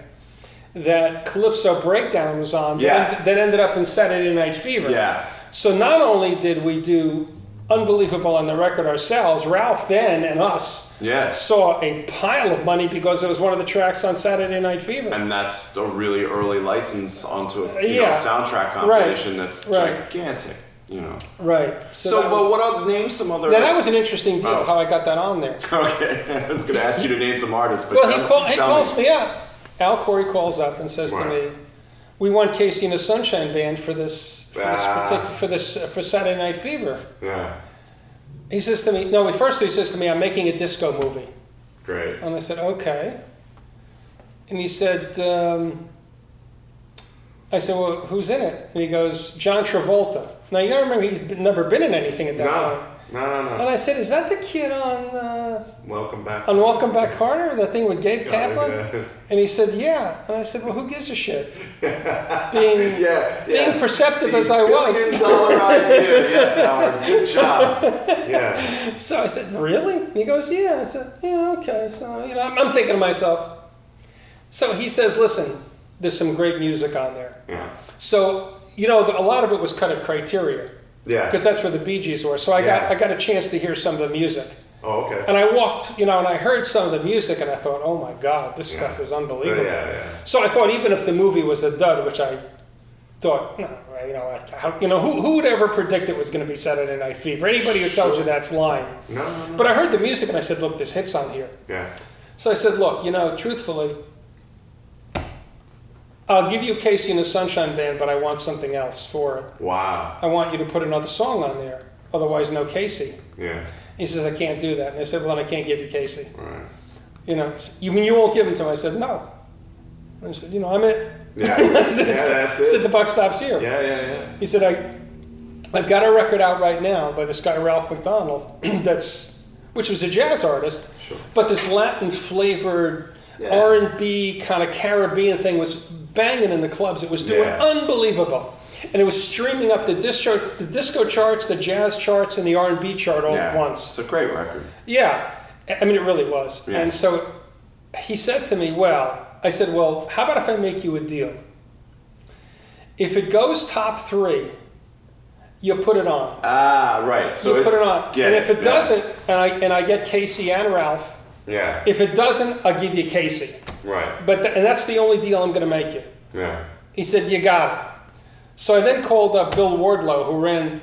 Speaker 1: that Calypso Breakdown was on. that
Speaker 2: Yeah.
Speaker 1: en- that ended up in Saturday Night Fever.
Speaker 2: yeah.
Speaker 1: So not only did we do unbelievable on the record ourselves, Ralph then and us
Speaker 2: Yeah.
Speaker 1: saw a pile of money because it was one of the tracks on Saturday Night Fever.
Speaker 2: And that's a really early license onto a you know,
Speaker 1: Yeah.
Speaker 2: soundtrack
Speaker 1: Right.
Speaker 2: compilation that's
Speaker 1: Right.
Speaker 2: gigantic. You know. So,
Speaker 1: right. So, that,
Speaker 2: but
Speaker 1: was,
Speaker 2: what other name some other?
Speaker 1: now that was an interesting deal
Speaker 2: Oh.
Speaker 1: how I got that on there.
Speaker 2: okay. I was going to ask you to name some artists, but
Speaker 1: Well, he,
Speaker 2: tell-
Speaker 1: call, he
Speaker 2: tell me.
Speaker 1: calls me. up. Al Corey calls up and says
Speaker 2: Wow.
Speaker 1: to me, "We want Casey and the Sunshine Band for this for this,
Speaker 2: Ah.
Speaker 1: particu- for this for Saturday Night Fever."
Speaker 2: Yeah.
Speaker 1: He says to me, "No." First, he says to me, "I'm making a disco movie."
Speaker 2: Great.
Speaker 1: And I said, okay. And he said, um, I said, well, who's in it? And he goes, John Travolta. Now, you gotta remember, he's b- never been in anything at that
Speaker 2: No.
Speaker 1: time.
Speaker 2: No. No.
Speaker 1: And
Speaker 2: No.
Speaker 1: I said, is that the kid on, uh,
Speaker 2: Welcome back.
Speaker 1: on Welcome Back Carter, that thing with Gabe Kaplan?
Speaker 2: yeah.
Speaker 1: And he said, yeah. And I said, well, who gives a shit? Being,
Speaker 2: Yeah.
Speaker 1: being
Speaker 2: yes.
Speaker 1: perceptive
Speaker 2: The
Speaker 1: as I was.
Speaker 2: Billion dollar idea. Yes, Howard. Good job. Yeah.
Speaker 1: So I said, really? And he goes, yeah. I said, yeah, okay. So, you know, I'm, I'm thinking to myself. So he says, listen, there's some great music on there.
Speaker 2: Yeah.
Speaker 1: So you know, the, a lot of it was cut at Criteria
Speaker 2: Yeah.
Speaker 1: because that's where the Bee Gees were. So I
Speaker 2: Yeah.
Speaker 1: got I got a chance to hear some of the music,
Speaker 2: Oh, okay.
Speaker 1: and I walked, you know, and I heard some of the music, and I thought, oh my God, this stuff
Speaker 2: Yeah.
Speaker 1: is
Speaker 2: Yeah,
Speaker 1: unbelievable.
Speaker 2: Oh, yeah,
Speaker 1: So I thought, even if the movie was a dud, which I thought, no, you know, I- how, you know, who, who would ever predict it was going to be Saturday Night Fever? Anybody who tells you that's lying.
Speaker 2: yeah. No, no, no.
Speaker 1: But I heard the music, and I said, look, there's hits on here.
Speaker 2: Yeah.
Speaker 1: So I said, look, you know, truthfully, I'll give you Casey and the Sunshine Band, but I want something else for it.
Speaker 2: Wow.
Speaker 1: I want you to put another song on there. Otherwise, no Casey.
Speaker 2: Yeah.
Speaker 1: He says, I can't do that. And I said, well, then I can't give you Casey.
Speaker 2: Right.
Speaker 1: You know, you mean you won't give him to him? I said, no. And I said, you know, I'm it.
Speaker 2: Yeah. yeah,
Speaker 1: I said,
Speaker 2: that's
Speaker 1: I said, the
Speaker 2: it.
Speaker 1: buck stops here.
Speaker 2: Yeah, yeah, yeah.
Speaker 1: He said, I, I've got a record out right now by this guy, Ralph McDonald, that's, which was a jazz artist,
Speaker 2: Sure.
Speaker 1: but this Latin flavored
Speaker 2: Yeah.
Speaker 1: R&B kind of Caribbean thing was banging in the clubs. It was doing
Speaker 2: Yeah.
Speaker 1: unbelievable. And it was streaming up the disco, the disco charts, the jazz charts, and the R&B chart all
Speaker 2: yeah.
Speaker 1: at once.
Speaker 2: It's a great record.
Speaker 1: Yeah, I I mean, it really was.
Speaker 2: Yeah.
Speaker 1: And so he said to me, Well, I said, Well, how about if I make you a deal? If it goes top three, you put it on.
Speaker 2: Ah, right. So
Speaker 1: you put it on.
Speaker 2: Yeah,
Speaker 1: and if it
Speaker 2: yeah.
Speaker 1: doesn't, and I, and I get Casey and Ralph,
Speaker 2: Yeah.
Speaker 1: if it doesn't, I'll give you Casey.
Speaker 2: right.
Speaker 1: But th- and that's the only deal I'm going to make you.
Speaker 2: Yeah.
Speaker 1: He said, "You got it." So I then called up Bill Wardlow, who ran,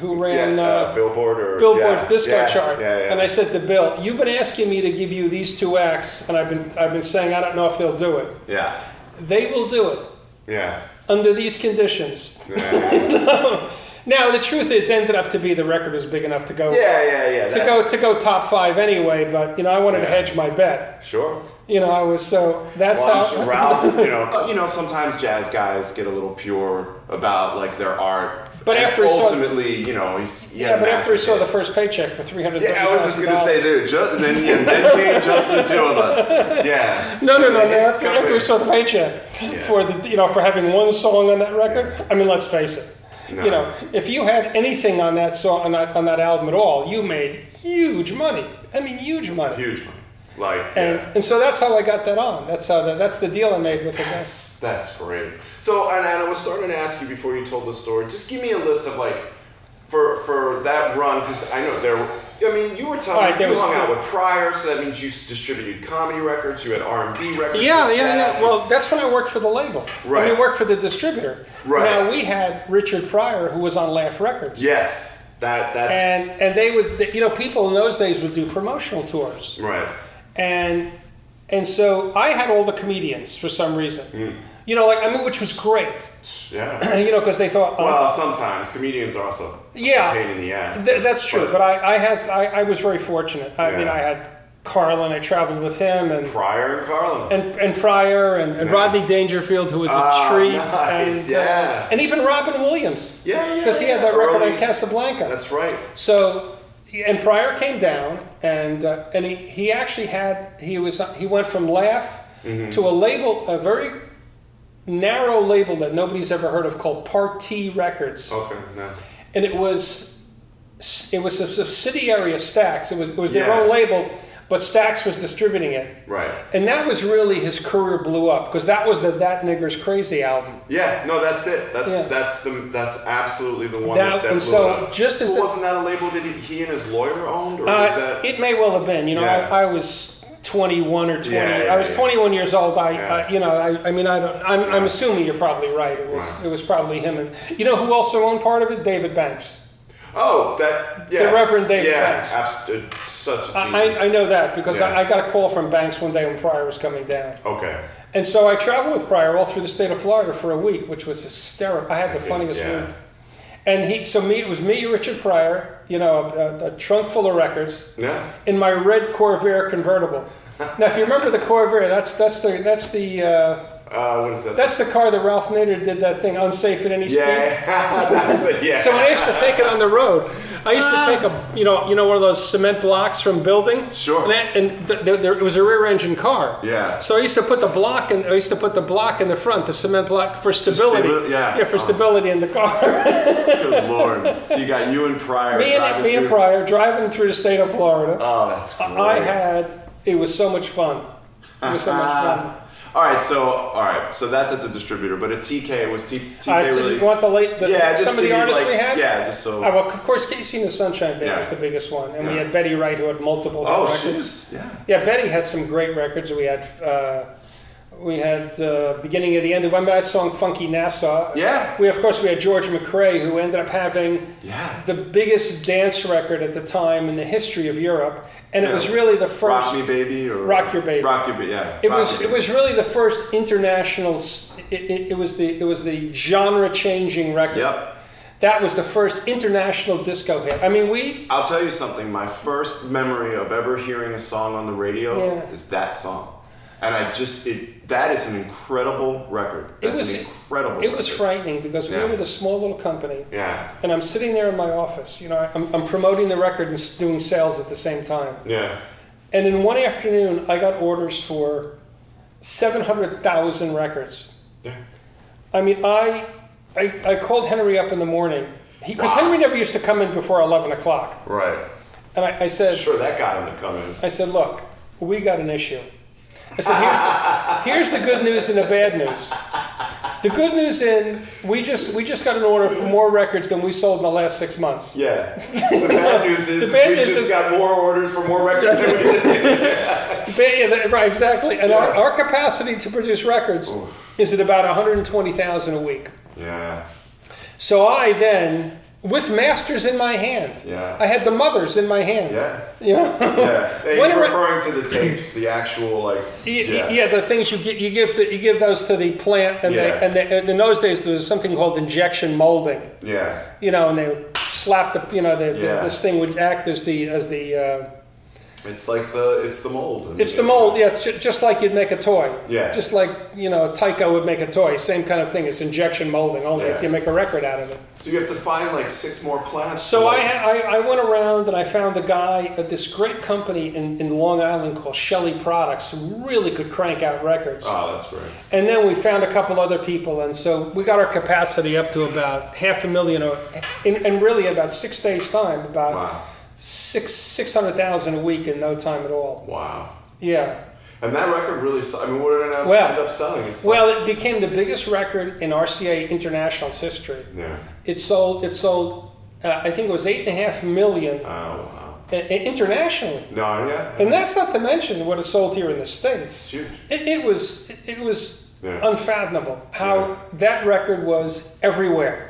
Speaker 1: who ran
Speaker 2: yeah.
Speaker 1: uh,
Speaker 2: Billboard or
Speaker 1: Billboard's
Speaker 2: yeah,
Speaker 1: disco
Speaker 2: yeah,
Speaker 1: chart.
Speaker 2: Yeah, yeah.
Speaker 1: And I said to Bill, "You've been asking me to give you these two acts, and I've been I've been saying I don't know if they'll do it.
Speaker 2: yeah.
Speaker 1: They will do it
Speaker 2: Yeah.
Speaker 1: under these conditions."
Speaker 2: Yeah.
Speaker 1: Now the truth is, ended up to be the record was big enough to go
Speaker 2: yeah, yeah, yeah.
Speaker 1: to
Speaker 2: that-
Speaker 1: go to go top five anyway. But you know, I wanted to
Speaker 2: Yeah.
Speaker 1: hedge my bet.
Speaker 2: Sure.
Speaker 1: You know, I was so that's
Speaker 2: Once
Speaker 1: how.
Speaker 2: Ralph, you know, you know, sometimes jazz guys get a little pure about like their art.
Speaker 1: But
Speaker 2: And
Speaker 1: after he saw-
Speaker 2: ultimately, you know, he's he had
Speaker 1: Yeah,
Speaker 2: a
Speaker 1: but after we
Speaker 2: massive
Speaker 1: saw the
Speaker 2: hit.
Speaker 1: first paycheck for three hundred,
Speaker 2: Yeah, I was just gonna say, dude. Just, and then, and then came just the two of us. Yeah.
Speaker 1: No, no, no.
Speaker 2: It's
Speaker 1: no after,
Speaker 2: coming.
Speaker 1: after we saw the paycheck for the, you know, for having one song on that record. I mean, let's face it.
Speaker 2: No.
Speaker 1: You know, if you had anything on that song on that, on that album at all, you made huge money. I mean, huge money.
Speaker 2: huge one. Like,
Speaker 1: And,
Speaker 2: yeah.
Speaker 1: and so that's how I got that on. That's how the, that's the deal I made with the guy.
Speaker 2: That's that's great. So, and, and I was starting to ask you before you told the story. Just give me a list of like for for that run because I know there. I mean, you were telling
Speaker 1: All right,
Speaker 2: me
Speaker 1: there
Speaker 2: you
Speaker 1: was-
Speaker 2: hung out with Pryor, so that means you s- distributed comedy records. You had R and B records.
Speaker 1: Yeah,
Speaker 2: you had
Speaker 1: yeah,
Speaker 2: jazz,
Speaker 1: yeah. Well, that's when I worked for the label. When
Speaker 2: Right.
Speaker 1: I worked for the distributor.
Speaker 2: Right.
Speaker 1: Now we had Richard Pryor, who was on Laugh Records.
Speaker 2: yes, that that's
Speaker 1: And and they would, you know, people in those days would do promotional tours.
Speaker 2: right.
Speaker 1: and and so I had all the comedians for some reason.
Speaker 2: Hmm.
Speaker 1: You know, like I mean, which was great.
Speaker 2: Yeah.
Speaker 1: You know, because they thought, oh,
Speaker 2: Well, sometimes comedians are also
Speaker 1: Yeah.
Speaker 2: a pain in the ass.
Speaker 1: th- that's true. But,
Speaker 2: But
Speaker 1: I, I had I, I was very fortunate. I mean,
Speaker 2: Yeah.
Speaker 1: I had Carlin. I traveled with him and
Speaker 2: Pryor and Carlin.
Speaker 1: and, and Pryor and, and
Speaker 2: Yeah.
Speaker 1: Rodney Dangerfield, who was a
Speaker 2: Ah,
Speaker 1: treat,
Speaker 2: nice,
Speaker 1: and uh,
Speaker 2: yeah.
Speaker 1: and even Robin Williams.
Speaker 2: Yeah, yeah,
Speaker 1: Because he had
Speaker 2: yeah.
Speaker 1: that record
Speaker 2: Early-
Speaker 1: on Casablanca.
Speaker 2: That's right.
Speaker 1: So, and Pryor came down, and uh, and he, he actually had he was he went from laugh to a label, a very narrow label that nobody's ever heard of called Party Records,
Speaker 2: Okay. No.
Speaker 1: and it was it was a subsidiary of Stax. It was it was their
Speaker 2: Yeah.
Speaker 1: own label, but Stax was distributing it.
Speaker 2: Right.
Speaker 1: And that was really his career blew up because that was the That Nigger's Crazy album.
Speaker 2: Yeah, no, that's it. That's
Speaker 1: Yeah.
Speaker 2: that's the that's absolutely the one
Speaker 1: That-
Speaker 2: that,
Speaker 1: and
Speaker 2: blew
Speaker 1: so
Speaker 2: it up.
Speaker 1: just as
Speaker 2: Well,
Speaker 1: the-
Speaker 2: wasn't that a label that he, he and his lawyer owned, or was
Speaker 1: Uh,
Speaker 2: that
Speaker 1: it may well have been. You know,
Speaker 2: Yeah.
Speaker 1: I, I was 21 or 20.
Speaker 2: Yeah, yeah,
Speaker 1: I was
Speaker 2: yeah.
Speaker 1: 21 years old. I,
Speaker 2: Yeah.
Speaker 1: uh, you know, I, I mean, I don't. I'm, I'm assuming you're probably right. It was,
Speaker 2: Right.
Speaker 1: it was probably him. And you know who also owned part of it? David Banks.
Speaker 2: oh that yeah
Speaker 1: Reverend David
Speaker 2: yeah
Speaker 1: Banks.
Speaker 2: abs- uh, such a
Speaker 1: I,
Speaker 2: genius.
Speaker 1: I, I know that because
Speaker 2: Yeah.
Speaker 1: I, I got a call from Banks one day when Pryor was coming down,
Speaker 2: okay
Speaker 1: and so I traveled with Pryor all through the state of Florida for a week, which was hysterical. I had the
Speaker 2: Yeah.
Speaker 1: funniest week. And he, so me, it was me, Richard Pryor. You know, a, a trunk full of records.
Speaker 2: yeah
Speaker 1: in my red Corvair convertible. Now, if you remember the Corvair, that's that's the that's the uh,
Speaker 2: uh, what is that
Speaker 1: that's the car that Ralph Nader did that thing unsafe at any speed.
Speaker 2: yeah that's the yeah
Speaker 1: So when I used to take it on the road, I used to take a you know you know one of those cement blocks from building.
Speaker 2: Sure.
Speaker 1: And, that, and th- there, there, it was a rear engine car.
Speaker 2: Yeah.
Speaker 1: So I used to put the block in. I used to put the block in the front, the cement block for stability.
Speaker 2: stabi- yeah. Uh-huh.
Speaker 1: Yeah, for stability in the car.
Speaker 2: good lord so you got you and Pryor
Speaker 1: me and
Speaker 2: driving
Speaker 1: me and
Speaker 2: through-
Speaker 1: Pryor driving through the state of Florida.
Speaker 2: oh that's great.
Speaker 1: I had it was so much fun. It was so much fun.
Speaker 2: Ah. all right so all right so that's at the distributor but a TK was T, TK
Speaker 1: Uh, so
Speaker 2: really
Speaker 1: you want the late the,
Speaker 2: yeah just
Speaker 1: some of the
Speaker 2: to be,
Speaker 1: artists
Speaker 2: like,
Speaker 1: we had?
Speaker 2: yeah just so
Speaker 1: Oh, well, of course, Casey and the Sunshine Band
Speaker 2: Yeah.
Speaker 1: was the biggest one, and we
Speaker 2: Yeah.
Speaker 1: had Betty Wright who had multiple hit
Speaker 2: oh
Speaker 1: records.
Speaker 2: she's yeah
Speaker 1: Yeah, Betty had some great records. We had uh, we had uh, beginning of the end. Remember that song "Funky Nassau"?
Speaker 2: Yeah.
Speaker 1: We of course we had George McRae who ended up having
Speaker 2: yeah
Speaker 1: the biggest dance record at the time in the history of Europe, and it
Speaker 2: Yeah.
Speaker 1: was really the first.
Speaker 2: Rock Me Baby or
Speaker 1: Rock Your Baby.
Speaker 2: Rock Your Baby, yeah.
Speaker 1: It
Speaker 2: Rock
Speaker 1: was
Speaker 2: Your
Speaker 1: it
Speaker 2: Baby.
Speaker 1: was really the first international. s- It, it, it was the it was the genre changing record.
Speaker 2: Yep.
Speaker 1: That was the first international disco hit. I mean, we
Speaker 2: I'll tell you something. My first memory of ever hearing a song on the radio
Speaker 1: Yeah.
Speaker 2: is that song, and I just it that is an incredible record.
Speaker 1: It
Speaker 2: That's
Speaker 1: was-
Speaker 2: an incredible.
Speaker 1: it was
Speaker 2: record.
Speaker 1: frightening because
Speaker 2: Yeah.
Speaker 1: we were the small little company,
Speaker 2: Yeah,
Speaker 1: and I'm sitting there in my office. You know, I'm, I'm promoting the record and s- doing sales at the same time.
Speaker 2: yeah.
Speaker 1: And in one afternoon, I got orders for seven hundred thousand records.
Speaker 2: Yeah.
Speaker 1: I mean, I, I I called Henry up in the morning because
Speaker 2: Wow.
Speaker 1: Henry never used to come in before eleven o'clock.
Speaker 2: Right.
Speaker 1: And I, I said,
Speaker 2: Sure, that got him to come in.
Speaker 1: I said, look, we got an issue. I said, here's the, here's the good news and the bad news. The good news in we just we just got an order for more records than we sold in the last six months.
Speaker 2: Yeah. The bad news is, is
Speaker 1: bad
Speaker 2: we
Speaker 1: news
Speaker 2: just
Speaker 1: is-
Speaker 2: got more orders for more records than we did.
Speaker 1: Ba- yeah, that- right, exactly. And our,
Speaker 2: Yeah.
Speaker 1: our capacity to produce records is at about 120,000 a week.
Speaker 2: Yeah.
Speaker 1: So I then, with masters in my hand,
Speaker 2: Yeah.
Speaker 1: I had the mothers in my hand.
Speaker 2: Yeah.
Speaker 1: You know?
Speaker 2: Yeah. Hey,
Speaker 1: When
Speaker 2: he's
Speaker 1: are-
Speaker 2: referring to the tapes, the actual like.
Speaker 1: Y- y-
Speaker 2: Yeah.
Speaker 1: yeah, the things you give, you give the, you give those to the plant, and,
Speaker 2: Yeah.
Speaker 1: they, and, they, and in those days there was something called injection molding.
Speaker 2: Yeah.
Speaker 1: you know, and they would slap the, you know, the, the-
Speaker 2: Yeah.
Speaker 1: this thing would act as the, as the, uh,
Speaker 2: It's like the it's the mold.
Speaker 1: it's the mold, yeah, ju- just like you'd make a toy.
Speaker 2: Yeah.
Speaker 1: Just like, you know, Tyco would make a toy, same kind of thing, it's injection molding, only
Speaker 2: Yeah.
Speaker 1: you make a record out of it.
Speaker 2: So you have to find like six more plants.
Speaker 1: So
Speaker 2: to,
Speaker 1: I,
Speaker 2: like-
Speaker 1: ha- I, I went around and I found a guy at this great company in, in Long Island called Shelley Products who really could crank out records.
Speaker 2: Oh, that's great.
Speaker 1: And then we found a couple other people, and so we got our capacity up to about half a million, or, in, and really about six days' time, about
Speaker 2: Wow.
Speaker 1: six six hundred thousand a week in no time at all.
Speaker 2: Wow.
Speaker 1: Yeah.
Speaker 2: And that record really, s- I mean, what did it end up-
Speaker 1: Well-
Speaker 2: end up selling? It's
Speaker 1: Well, it became the biggest record in RCA International's history.
Speaker 2: yeah.
Speaker 1: It sold. It sold. Uh, I think it was eight and a half million
Speaker 2: Oh, wow.
Speaker 1: uh, internationally,
Speaker 2: No, yeah.
Speaker 1: and that's not to mention what it sold here in the
Speaker 2: It's
Speaker 1: states.
Speaker 2: huge.
Speaker 1: It, it was. It was
Speaker 2: Yeah.
Speaker 1: unfathomable how
Speaker 2: Yeah.
Speaker 1: that record was everywhere.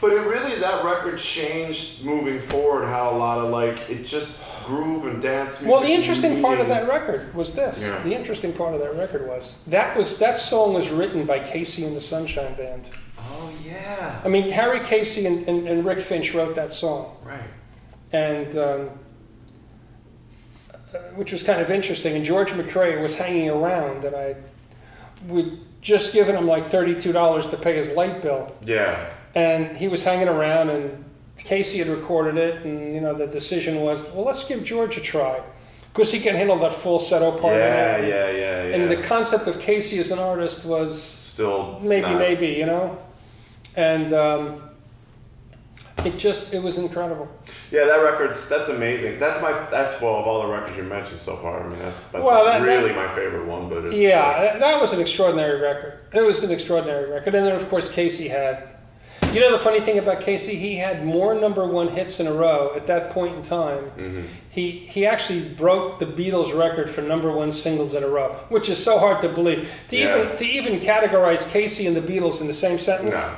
Speaker 2: But it really, that record changed moving forward how a lot of like, it just groove and dance music.
Speaker 1: Well, the interesting part of
Speaker 2: meaning-
Speaker 1: that record was this.
Speaker 2: Yeah.
Speaker 1: The interesting part of that record was that was that song was written by Casey and the Sunshine Band.
Speaker 2: Oh, yeah.
Speaker 1: I mean, Harry Casey and, and, and Rick Finch wrote that song,
Speaker 2: Right.
Speaker 1: and um, uh, which was kind of interesting. And George McRae was hanging around, and I would just given him like thirty-two dollars to pay his light bill,
Speaker 2: Yeah.
Speaker 1: and he was hanging around, and Casey had recorded it, and you know the decision was, well, let's give George a try, because he can handle that falsetto part. of
Speaker 2: Yeah,
Speaker 1: it.
Speaker 2: yeah, yeah, yeah.
Speaker 1: And the concept of Casey as an artist was
Speaker 2: Still.
Speaker 1: maybe
Speaker 2: not-
Speaker 1: maybe you know and um, it just it was incredible
Speaker 2: Yeah, that record's that's amazing. That's my that's well of all the records you mentioned so far. I mean, that's that's
Speaker 1: Well, that-
Speaker 2: really my favorite one. But it's,
Speaker 1: yeah that, that was an extraordinary record it was an extraordinary record and then of course casey had you know the funny thing about casey he had more number one hits in a row at that point in time he he actually broke the beatles record for number one singles in a row which is so hard to believe to
Speaker 2: Yeah.
Speaker 1: even to even categorize casey and the beatles in the same sentence
Speaker 2: no,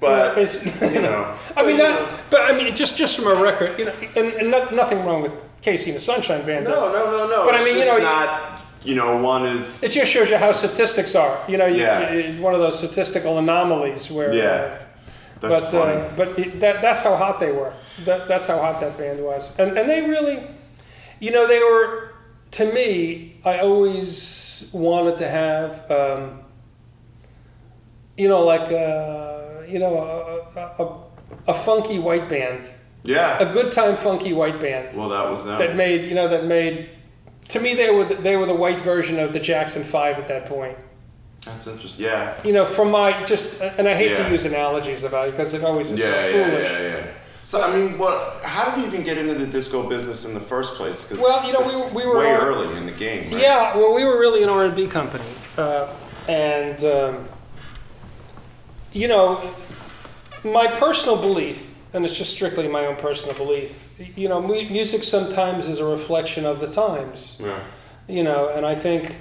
Speaker 2: but
Speaker 1: Yeah, it's-
Speaker 2: you know,
Speaker 1: I mean,
Speaker 2: but, you
Speaker 1: not, but I mean, just just from a record, you know, and, and not, nothing wrong with Casey and the Sunshine Band.
Speaker 2: know,
Speaker 1: though.
Speaker 2: no, no, no, no.
Speaker 1: But I
Speaker 2: it's
Speaker 1: mean, you
Speaker 2: just
Speaker 1: know, you-
Speaker 2: not you know, one is
Speaker 1: It just shows you how statistics are. You know, you,
Speaker 2: Yeah.
Speaker 1: you- one of those statistical anomalies where.
Speaker 2: yeah. That's
Speaker 1: But
Speaker 2: funny.
Speaker 1: uh, but it, that that's how hot they were. That, that's how hot that band was, and and they really, you know, they were. To me, I always wanted to have, um, you know, like uh, you know, a, a, a, a funky white band, a
Speaker 2: yeah.
Speaker 1: good time funky white band.
Speaker 2: Well, that was them.
Speaker 1: that made you know that made to me they were the, they were the white version of the Jackson Five at that point.
Speaker 2: that's interesting. Yeah.
Speaker 1: You know, from my just and I hate
Speaker 2: Yeah.
Speaker 1: to use analogies about it because it always is
Speaker 2: Yeah,
Speaker 1: so
Speaker 2: yeah, yeah,
Speaker 1: foolish.
Speaker 2: yeah, So I mean, what? How did we even get into the disco business in the first place? 'Cause
Speaker 1: Well, you know, we
Speaker 2: it's
Speaker 1: were- we were
Speaker 2: way
Speaker 1: all-
Speaker 2: early in the game. Right?
Speaker 1: Yeah, well, we were really an R and B company, uh, and um, you know, my personal belief, and it's just strictly my own personal belief. You know, mu- music sometimes is a reflection of the times.
Speaker 2: Yeah.
Speaker 1: you know, and I think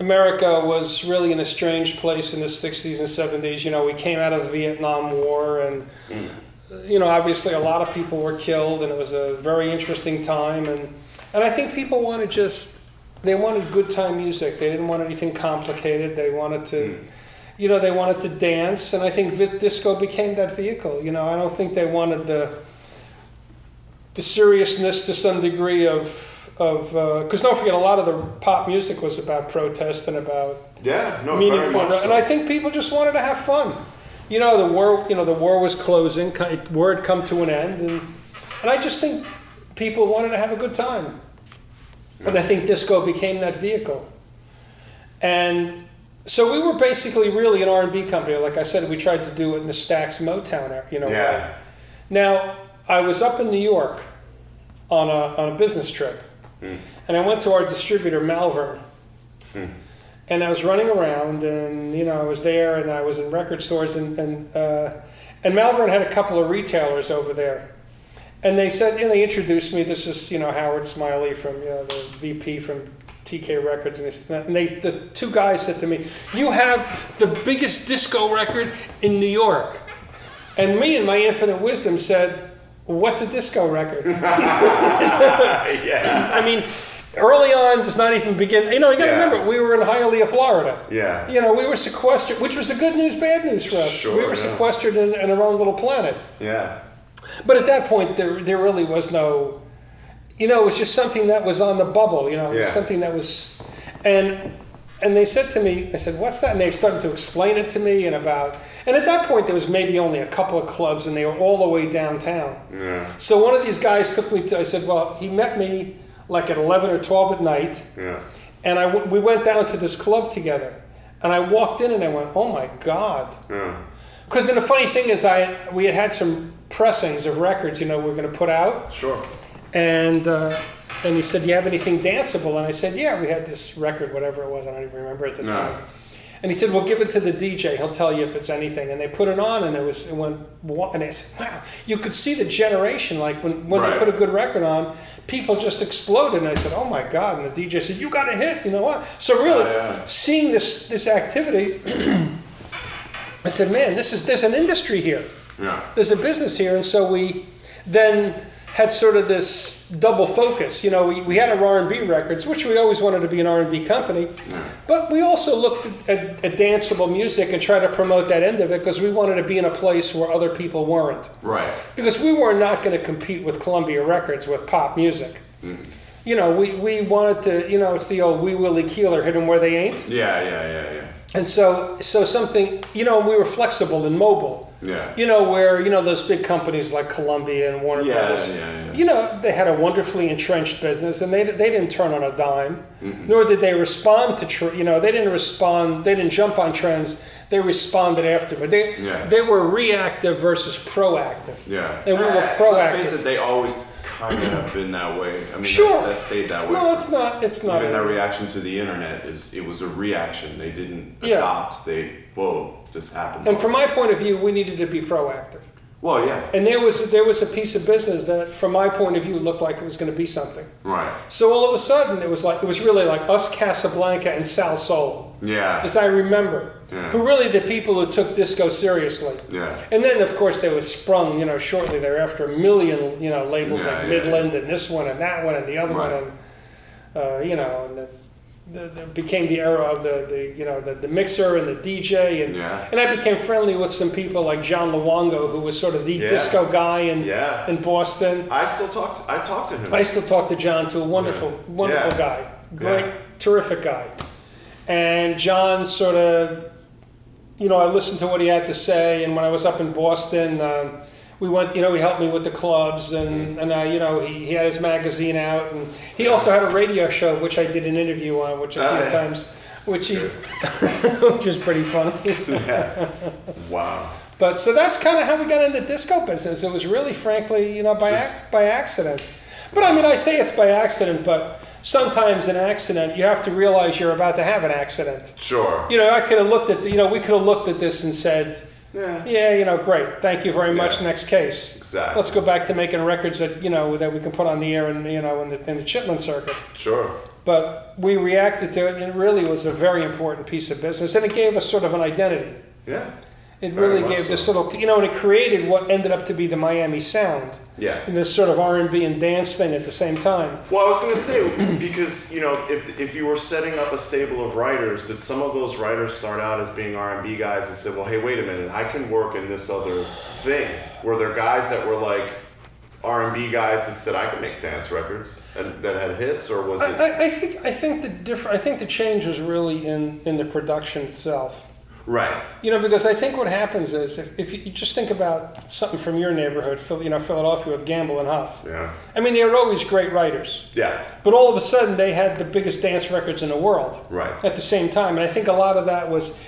Speaker 1: America was really in a strange place in the 60s and 70s. You know, we came out of the Vietnam War, and, you know, obviously a lot of people were killed, and it was a very interesting time. And, and I think people wanted just, they wanted good time music. They didn't want anything complicated. They wanted to. You know, they wanted to dance, and I think vi- disco became that vehicle. You know, I don't think they wanted the the seriousness to some degree of of because don't forget a lot of the pop music was about protest and about
Speaker 2: Yeah. No. Oh, very
Speaker 1: meaningful
Speaker 2: much so.
Speaker 1: and I think people just wanted to have fun. You know the war. You know the war was closing. ki- it- War had come to an end, and and I just think people wanted to have a good time. And I think disco became that vehicle. And so we were basically really an R and B company. Like I said, we tried to do it in the Stax Motown. era, You know.
Speaker 2: Yeah.
Speaker 1: Now, I was up in New York on a, on a business trip, and I went to our distributor, Malvern. And I was running around, and you know, I was there, and I was in record stores, and and, uh, and Malvern had a couple of retailers over there, and they said, and they introduced me. This is you know Howard Smiley from you know the VP from TK Records, and they, said- and they the two guys said to me, "You have the biggest disco record in New York." And me, in my infinite wisdom, said, "What's a disco record?"
Speaker 2: yeah.
Speaker 1: I mean, early on does not even begin. You know, you got to
Speaker 2: Yeah.
Speaker 1: remember we were in Hialeah, Florida.
Speaker 2: Yeah.
Speaker 1: You know, we were sequestered, which was the good news, bad news for us.
Speaker 2: Sure,
Speaker 1: we were
Speaker 2: yeah.
Speaker 1: sequestered in, in our own little planet.
Speaker 2: Yeah.
Speaker 1: But at that point, there there really was no, you know, it was just something that was on the bubble. You know, it was
Speaker 2: Yeah.
Speaker 1: something that was, and and they said to me, I said, "What's that?" And they started to explain it to me and about. And at that point, there was maybe only a couple of clubs, and they were all the way downtown.
Speaker 2: Yeah.
Speaker 1: So one of these guys took me to. I said, "Well, he met me like at eleven or twelve at night."
Speaker 2: Yeah.
Speaker 1: And I w- we went down to this club together. And I walked in and I went, oh my God.
Speaker 2: Yeah.
Speaker 1: Because then the funny thing is, I we had had some pressings of records, you know, we are going to put out.
Speaker 2: Sure.
Speaker 1: And, uh, and he said, "Do you have anything danceable?" And I said, "Yeah, we had this record, whatever it was. I don't even remember at the
Speaker 2: No.
Speaker 1: time." And he said, "Well, give it to the DJ. He'll tell you if it's anything." And they put it on, and it was it went. wa- And I said, "Wow, you could see the generation. Like when when
Speaker 2: Right.
Speaker 1: they put a good record on, people just exploded." And I said, "Oh my God!" And the DJ said, "You got a hit. You know what?" So really,
Speaker 2: Oh, yeah.
Speaker 1: seeing this this activity, I said, "Man, this is there's an industry here."
Speaker 2: Yeah.
Speaker 1: there's a business here, and so we then had sort of this double focus. You know, we, we had our R&B records, which we always wanted to be an R&B company, but we also looked at, at danceable music and tried to promote that end of it because we wanted to be in a place where other people weren't.
Speaker 2: Right.
Speaker 1: Because we were not going to compete with Columbia Records with pop music. You know, we, we wanted to, you know, it's the old Wee Willie Keeler, hit 'em where they ain't.
Speaker 2: Yeah, yeah, yeah, yeah.
Speaker 1: And so, so something, you know, we were flexible and mobile.
Speaker 2: Yeah.
Speaker 1: You know, where, you know, those big companies like Columbia and Warner
Speaker 2: Yeah,
Speaker 1: Brothers,
Speaker 2: yeah, yeah.
Speaker 1: you know, they had a wonderfully entrenched business and they, they didn't turn on a dime, nor did they respond to, tr- you know, they didn't respond, they didn't jump on trends, they responded after. But they,
Speaker 2: Yeah.
Speaker 1: they were reactive versus proactive.
Speaker 2: Yeah.
Speaker 1: And we were
Speaker 2: Eh, Let's face
Speaker 1: proactive.
Speaker 2: it, they always kind of have been that way. I mean,
Speaker 1: Sure.
Speaker 2: that, that stayed that way.
Speaker 1: No, it's not, it's not.
Speaker 2: Even their reaction to the internet is it was a reaction. They didn't
Speaker 1: Yeah.
Speaker 2: adopt. They whoa, just happened.
Speaker 1: and from my point of view, we needed to be proactive.
Speaker 2: well, yeah,
Speaker 1: And there was, there was a piece of business that, from my point of view, looked like it was going to be something.
Speaker 2: right,
Speaker 1: So all of a sudden, it was like it was really like us, Casablanca, and Sal Soul,
Speaker 2: yeah,
Speaker 1: as I remember,
Speaker 2: Yeah.
Speaker 1: who really the people who took disco seriously.
Speaker 2: yeah,
Speaker 1: And then, of course, they were sprung, you know, shortly thereafter, a million, you know, labels
Speaker 2: Yeah,
Speaker 1: like
Speaker 2: yeah,
Speaker 1: Midland and this one and that one and the other
Speaker 2: Right.
Speaker 1: one, and uh, you know, and the, the, the became the era of the, the you know the, the mixer and the DJ, and
Speaker 2: Yeah.
Speaker 1: and I became friendly with some people like John Luongo, who was sort of the
Speaker 2: Yeah.
Speaker 1: disco guy in
Speaker 2: Yeah.
Speaker 1: in Boston.
Speaker 2: I still talked. I talked to him.
Speaker 1: I still talk to John, to a wonderful,
Speaker 2: Yeah.
Speaker 1: wonderful
Speaker 2: Yeah.
Speaker 1: guy, great,
Speaker 2: Yeah.
Speaker 1: terrific guy. And John sort of, you know, I listened to what he had to say. And when I was up in Boston, um, we went, you know, he helped me with the clubs,
Speaker 2: Mm-hmm.
Speaker 1: and and I, you know, he, he had his magazine out, and he also had a radio show which I did an interview on, which a
Speaker 2: Oh,
Speaker 1: few
Speaker 2: yeah.
Speaker 1: times, which he,
Speaker 2: That's
Speaker 1: which is pretty funny.
Speaker 2: yeah. Wow.
Speaker 1: But so that's kind of how we got into disco business. It was really, frankly, you know, by ac- by accident. But I mean, I say it's by accident, but sometimes an accident, you have to realize you're about to have an accident.
Speaker 2: Sure.
Speaker 1: You know, I could have looked at, you know, we could have looked at this and said,
Speaker 2: Yeah.
Speaker 1: yeah, you know, great, thank you very much.
Speaker 2: Yeah.
Speaker 1: Next case.
Speaker 2: Exactly.
Speaker 1: Let's go back to making records that you know that we can put on the air and you know in the in the Chitlin circuit.
Speaker 2: Sure.
Speaker 1: But we reacted to it, and it really was a very important piece of business, and it gave us sort of an identity.
Speaker 2: Yeah.
Speaker 1: It
Speaker 2: Very
Speaker 1: really
Speaker 2: much
Speaker 1: gave
Speaker 2: so.
Speaker 1: this little, you know, and it created what ended up to be the Miami sound,
Speaker 2: Yeah.
Speaker 1: and this sort of R and B and dance thing at the same time.
Speaker 2: Well, I was gonna say because you know if if you were setting up a stable of writers, did some of those writers start out as being R and B guys and said, "Well, hey, wait a minute, I can work in this other thing"? Were there guys that were like R and B guys that said, "I can make dance records" and that had hits, or was
Speaker 1: I,
Speaker 2: it
Speaker 1: I, I think I think the diff- I think the change was really in in the production itself.
Speaker 2: right?
Speaker 1: You know, because I think what happens is if, if you you just think about something from your neighborhood, Phil- you know, Philadelphia with Gamble and Huff.
Speaker 2: Yeah.
Speaker 1: I mean, they were always great writers,
Speaker 2: Yeah.
Speaker 1: but all of a sudden they had the biggest dance records in the world.
Speaker 2: Right.
Speaker 1: at the same time. And I think a lot of that was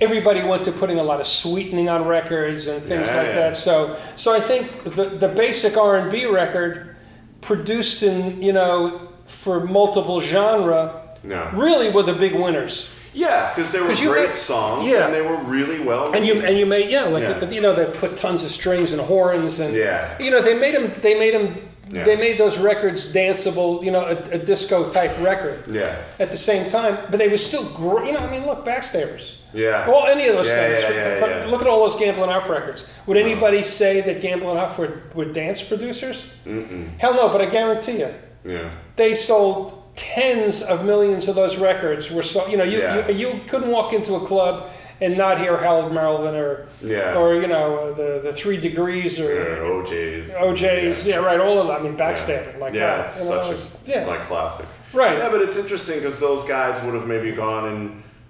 Speaker 1: everybody went to putting a lot of sweetening on records and things
Speaker 2: Yeah,
Speaker 1: like
Speaker 2: yeah.
Speaker 1: that. So so I think the the basic R and B record produced in you know for multiple genre
Speaker 2: Yeah.
Speaker 1: really were the big winners.
Speaker 2: Yeah, because they were
Speaker 1: 'Cause you
Speaker 2: great
Speaker 1: make-
Speaker 2: songs
Speaker 1: yeah.
Speaker 2: and they were really well.
Speaker 1: And you
Speaker 2: made.
Speaker 1: and you made yeah like
Speaker 2: Yeah.
Speaker 1: you know they put tons of strings and horns and
Speaker 2: Yeah.
Speaker 1: you know they made them they made them
Speaker 2: Yeah.
Speaker 1: they made those records danceable you know a, a disco type record
Speaker 2: yeah.
Speaker 1: at the same time, but they were still great. You know, I mean, look, Backstabbers.
Speaker 2: Yeah.
Speaker 1: Well, any of those
Speaker 2: Yeah,
Speaker 1: things.
Speaker 2: yeah, yeah,
Speaker 1: Fuck,
Speaker 2: yeah.
Speaker 1: Look at all those Gamble and Huff records. Would anybody say that Gamble and Huff were, were dance producers? Mm-mm. Hell no, but I guarantee you,
Speaker 2: Yeah.
Speaker 1: they sold tens of millions of those records. Were so you know you,
Speaker 2: Yeah.
Speaker 1: you, you couldn't walk into a club and not hear Harold Melvin or
Speaker 2: Yeah.
Speaker 1: or you know uh, the the Three Degrees or.
Speaker 2: Yeah, OJ's.
Speaker 1: OJ's, yeah. right, all of that. I mean,
Speaker 2: Yeah.
Speaker 1: backstabbing like
Speaker 2: yeah,
Speaker 1: that.
Speaker 2: it's
Speaker 1: You know,
Speaker 2: such
Speaker 1: it
Speaker 2: a
Speaker 1: was- yeah.
Speaker 2: like classic.
Speaker 1: Right.
Speaker 2: Yeah, but it's interesting because those guys would have maybe gone in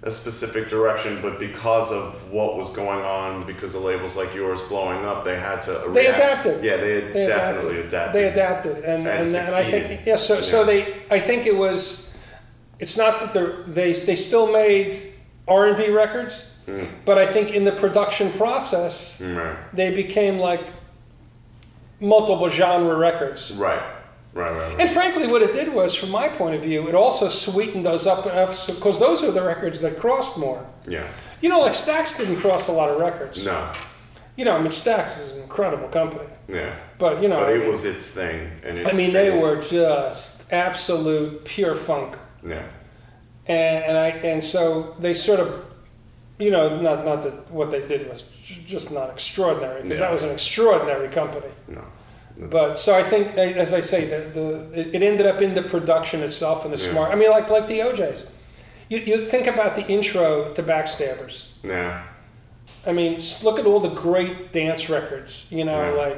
Speaker 2: a specific direction, but because of what was going on, because of labels like yours blowing up, they had to.
Speaker 1: They
Speaker 2: react.
Speaker 1: adapted.
Speaker 2: Yeah, they, had
Speaker 1: They
Speaker 2: definitely adapted.
Speaker 1: They adapted, and and,
Speaker 2: And
Speaker 1: and I
Speaker 2: succeeded.
Speaker 1: think yeah. So so
Speaker 2: Yeah.
Speaker 1: they I think it was. It's not that they're, they they still made R and B records,
Speaker 2: Hmm.
Speaker 1: but I think in the production process
Speaker 2: Mm,
Speaker 1: they became like multiple genre records.
Speaker 2: Right. Right, right, right.
Speaker 1: And frankly, what it did was, from my point of view, it also sweetened those up enough because those are the records that crossed more.
Speaker 2: yeah.
Speaker 1: You know, like Stax didn't cross a lot of records.
Speaker 2: No.
Speaker 1: You know, I mean, Stax was an incredible company,
Speaker 2: Yeah.
Speaker 1: but you know,
Speaker 2: But
Speaker 1: I
Speaker 2: it
Speaker 1: mean-
Speaker 2: was its thing. And
Speaker 1: I
Speaker 2: its
Speaker 1: mean, they
Speaker 2: thing.
Speaker 1: were just absolute pure funk,
Speaker 2: Yeah.
Speaker 1: and, and I and so they sort of, you know, not not that what they did was j- just not extraordinary because
Speaker 2: Yeah.
Speaker 1: that was an extraordinary company.
Speaker 2: No. That's-
Speaker 1: But so I think, a- as I say, the, the it- it ended up in the production itself and the
Speaker 2: Yeah.
Speaker 1: smart. I mean, like like the OJ's. You, you think about the intro to Backstabbers.
Speaker 2: Yeah.
Speaker 1: I mean, s- look at all the great dance records. You know,
Speaker 2: Yeah.
Speaker 1: like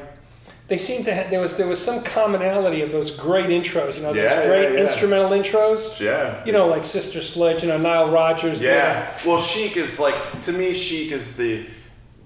Speaker 1: they seem to have, there was there was some commonality of those great intros. You know,
Speaker 2: Yeah,
Speaker 1: those
Speaker 2: yeah,
Speaker 1: great
Speaker 2: yeah.
Speaker 1: instrumental intros.
Speaker 2: Yeah.
Speaker 1: You know, like Sister Sledge. You know, Nile Rodgers. you know.
Speaker 2: Yeah. Well, Chic is like to me, Chic is the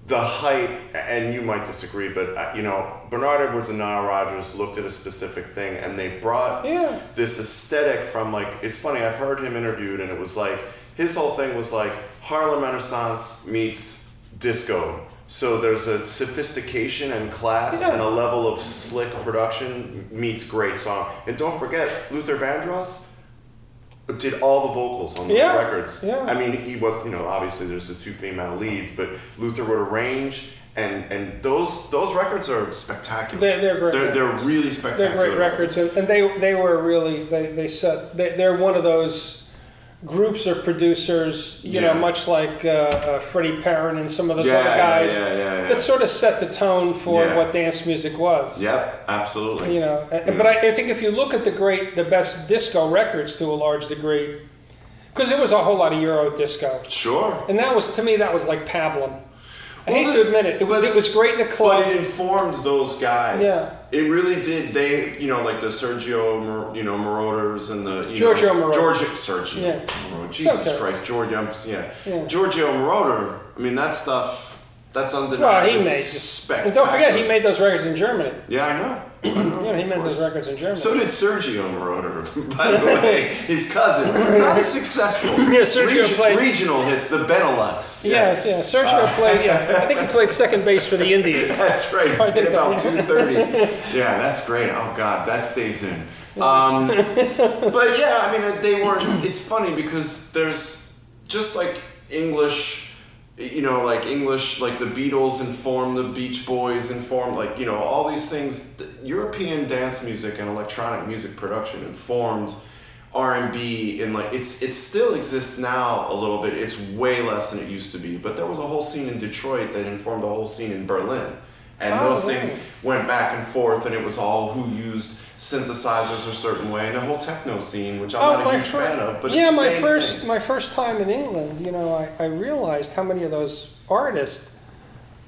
Speaker 2: the height, and you might disagree, but uh, you know, Bernard Edwards and Nile Rodgers looked at a specific thing, and they brought
Speaker 1: Yeah.
Speaker 2: this aesthetic from like. It's funny. I've heard him interviewed, and it was like his whole thing was like Harlem Renaissance meets disco. So there's a sophistication and class
Speaker 1: Yeah.
Speaker 2: and a level of slick production meets great song. And don't forget, Luther Vandross did all the vocals on the
Speaker 1: Yeah,
Speaker 2: records.
Speaker 1: yeah.
Speaker 2: I mean, he was, you know, obviously there's the two female leads, but Luther would arrange, and and those those records are spectacular.
Speaker 1: They're- they're great
Speaker 2: They're, they're
Speaker 1: records.
Speaker 2: really spectacular.
Speaker 1: They're great records, and, and they they were really they they set they, they're one of those groups of producers, you
Speaker 2: Yeah.
Speaker 1: know, much like uh, uh, Freddie Perrin and some of those
Speaker 2: Yeah,
Speaker 1: other guys
Speaker 2: yeah, yeah, yeah.
Speaker 1: that sort of set the tone for
Speaker 2: Yeah.
Speaker 1: what dance music was.
Speaker 2: Yep, absolutely.
Speaker 1: You know, and, but I, I think if you look at the great, the best disco records to a large degree, because there was a whole lot of Euro disco,
Speaker 2: Sure.
Speaker 1: and that was to me that was like pablum. I hate
Speaker 2: Well,
Speaker 1: to admit it, it was
Speaker 2: but-
Speaker 1: it was great in a club.
Speaker 2: But it informed those guys.
Speaker 1: Yeah.
Speaker 2: It really did. They, you know, like the Sergio, Mor- you know, Marauders and the you
Speaker 1: Giorgio
Speaker 2: know,
Speaker 1: Moroder.
Speaker 2: Giorgio Sergio.
Speaker 1: Yeah.
Speaker 2: Moroder. Jesus
Speaker 1: okay.
Speaker 2: Christ, Giorgio. I'm- Yeah.
Speaker 1: Yeah.
Speaker 2: Giorgio Moroder. I mean, that stuff. That's undeniable.
Speaker 1: well, he
Speaker 2: It's
Speaker 1: made
Speaker 2: spectacular.
Speaker 1: and don't forget he made those records in Germany.
Speaker 2: Yeah, I know. I know,
Speaker 1: Yeah, he
Speaker 2: of
Speaker 1: made those
Speaker 2: course.
Speaker 1: records in Germany.
Speaker 2: So did Sergio Moroder, by the way, his cousin. Not as successful. Yeah,
Speaker 1: Sergio played-
Speaker 2: regional hits, the Benelux.
Speaker 1: Yes, yeah. Sergio
Speaker 2: Uh,
Speaker 1: played. Yeah, I think he played second base for the Indians.
Speaker 2: That's right.
Speaker 1: I
Speaker 2: At
Speaker 1: did
Speaker 2: about
Speaker 1: that.
Speaker 2: two thirty. Yeah, that's great. Oh God, that stays in. Um, but yeah, I mean, they were. It's funny because there's just like English, you know, like English, like the Beatles informed the Beach Boys informed, like you know, all these things. European dance music and electronic music production informed. R&B and like it's it still exists now a little bit. It's way less than it used to be, but there was a whole scene in Detroit that informed a whole scene in Berlin. And
Speaker 1: Oh,
Speaker 2: those
Speaker 1: right.
Speaker 2: things went back and forth and it was all who used synthesizers a certain way and the whole techno scene, which I'm not a huge
Speaker 1: Oh, fir-
Speaker 2: fan of, but
Speaker 1: yeah,
Speaker 2: it's the
Speaker 1: my
Speaker 2: same
Speaker 1: first
Speaker 2: thing.
Speaker 1: my first time in England, you know, I, I realized how many of those artists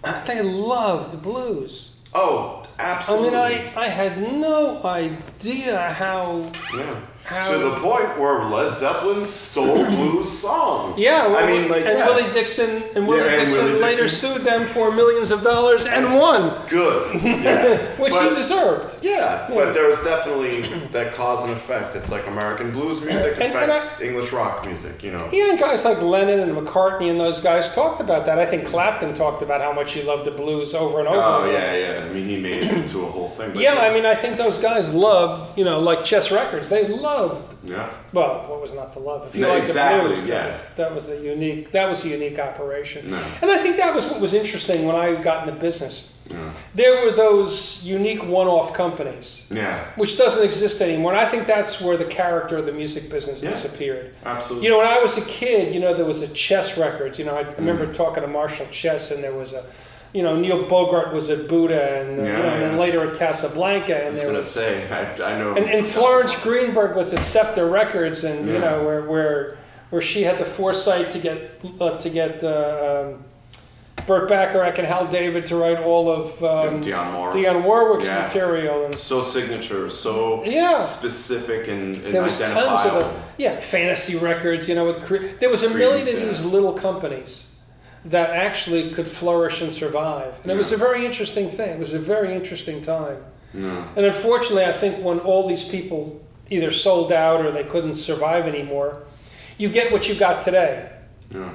Speaker 1: they love the blues.
Speaker 2: Oh,
Speaker 1: I
Speaker 2: absolutely.
Speaker 1: mean, I, I had no idea how
Speaker 2: yeah.
Speaker 1: How-
Speaker 2: To the point where Led Zeppelin stole blues songs.
Speaker 1: yeah.
Speaker 2: I
Speaker 1: well,
Speaker 2: mean, like,
Speaker 1: and
Speaker 2: yeah.
Speaker 1: Willie Dixon and Willie
Speaker 2: Yeah, and
Speaker 1: Dixon
Speaker 2: Willie
Speaker 1: later
Speaker 2: Dixon.
Speaker 1: sued them for millions of dollars and won,
Speaker 2: good. Yeah.
Speaker 1: which
Speaker 2: But-
Speaker 1: he deserved.
Speaker 2: Yeah, but there was definitely that cause and effect. It's like American blues music
Speaker 1: And- and
Speaker 2: affects English rock music, you know.
Speaker 1: Yeah, and guys like Lennon and McCartney and those guys talked about that. I think Clapton talked about how much he loved the blues over and over.
Speaker 2: Oh
Speaker 1: again.
Speaker 2: yeah, yeah. I mean, he made it into a whole thing. But
Speaker 1: Yeah, I mean, I think those guys loved, you know, like Chess Records. They loved.
Speaker 2: yeah,
Speaker 1: Well, what was not to love? If you
Speaker 2: No,
Speaker 1: like
Speaker 2: exactly,
Speaker 1: the blues,
Speaker 2: yeah.
Speaker 1: that, was, that was a unique. That was a unique operation.
Speaker 2: No.
Speaker 1: And I think that was what was interesting when I got in the business. There were those unique one-off companies,
Speaker 2: yeah,
Speaker 1: which doesn't exist anymore. And I think that's where the character of the music business
Speaker 2: Yeah.
Speaker 1: disappeared.
Speaker 2: absolutely.
Speaker 1: You know, when I was a kid, you know, there was a chess records. You know, I
Speaker 2: Mm-hmm.
Speaker 1: remember talking to Marshall Chess, and there was a, you know, Neil Bogart was at Buddha, and, uh, you know,
Speaker 2: Yeah,
Speaker 1: and then
Speaker 2: yeah.
Speaker 1: later at Casablanca,
Speaker 2: I
Speaker 1: and
Speaker 2: was
Speaker 1: there
Speaker 2: gonna
Speaker 1: was,
Speaker 2: say, I, I know.
Speaker 1: and, and Florence Greenberg was at Scepter Records, and
Speaker 2: Yeah.
Speaker 1: you know, where where where she had the foresight to get uh, to get uh, um, Burt Bacharach and Hal David to write all of um,
Speaker 2: Dionne Warwick.
Speaker 1: Dionne Warwick's
Speaker 2: Yeah.
Speaker 1: material, and
Speaker 2: so signature, so
Speaker 1: Yeah.
Speaker 2: specific and, and
Speaker 1: there was tons of
Speaker 2: identifiable.
Speaker 1: them. Yeah, fantasy records. You know, with cre- there was a million of
Speaker 2: yeah.
Speaker 1: these little companies that actually could flourish and survive, and it was
Speaker 2: Yeah.
Speaker 1: a very interesting thing. It was a very interesting time,
Speaker 2: Yeah.
Speaker 1: and unfortunately, I think when all these people either sold out or they couldn't survive anymore, you get what you got today.
Speaker 2: Yeah.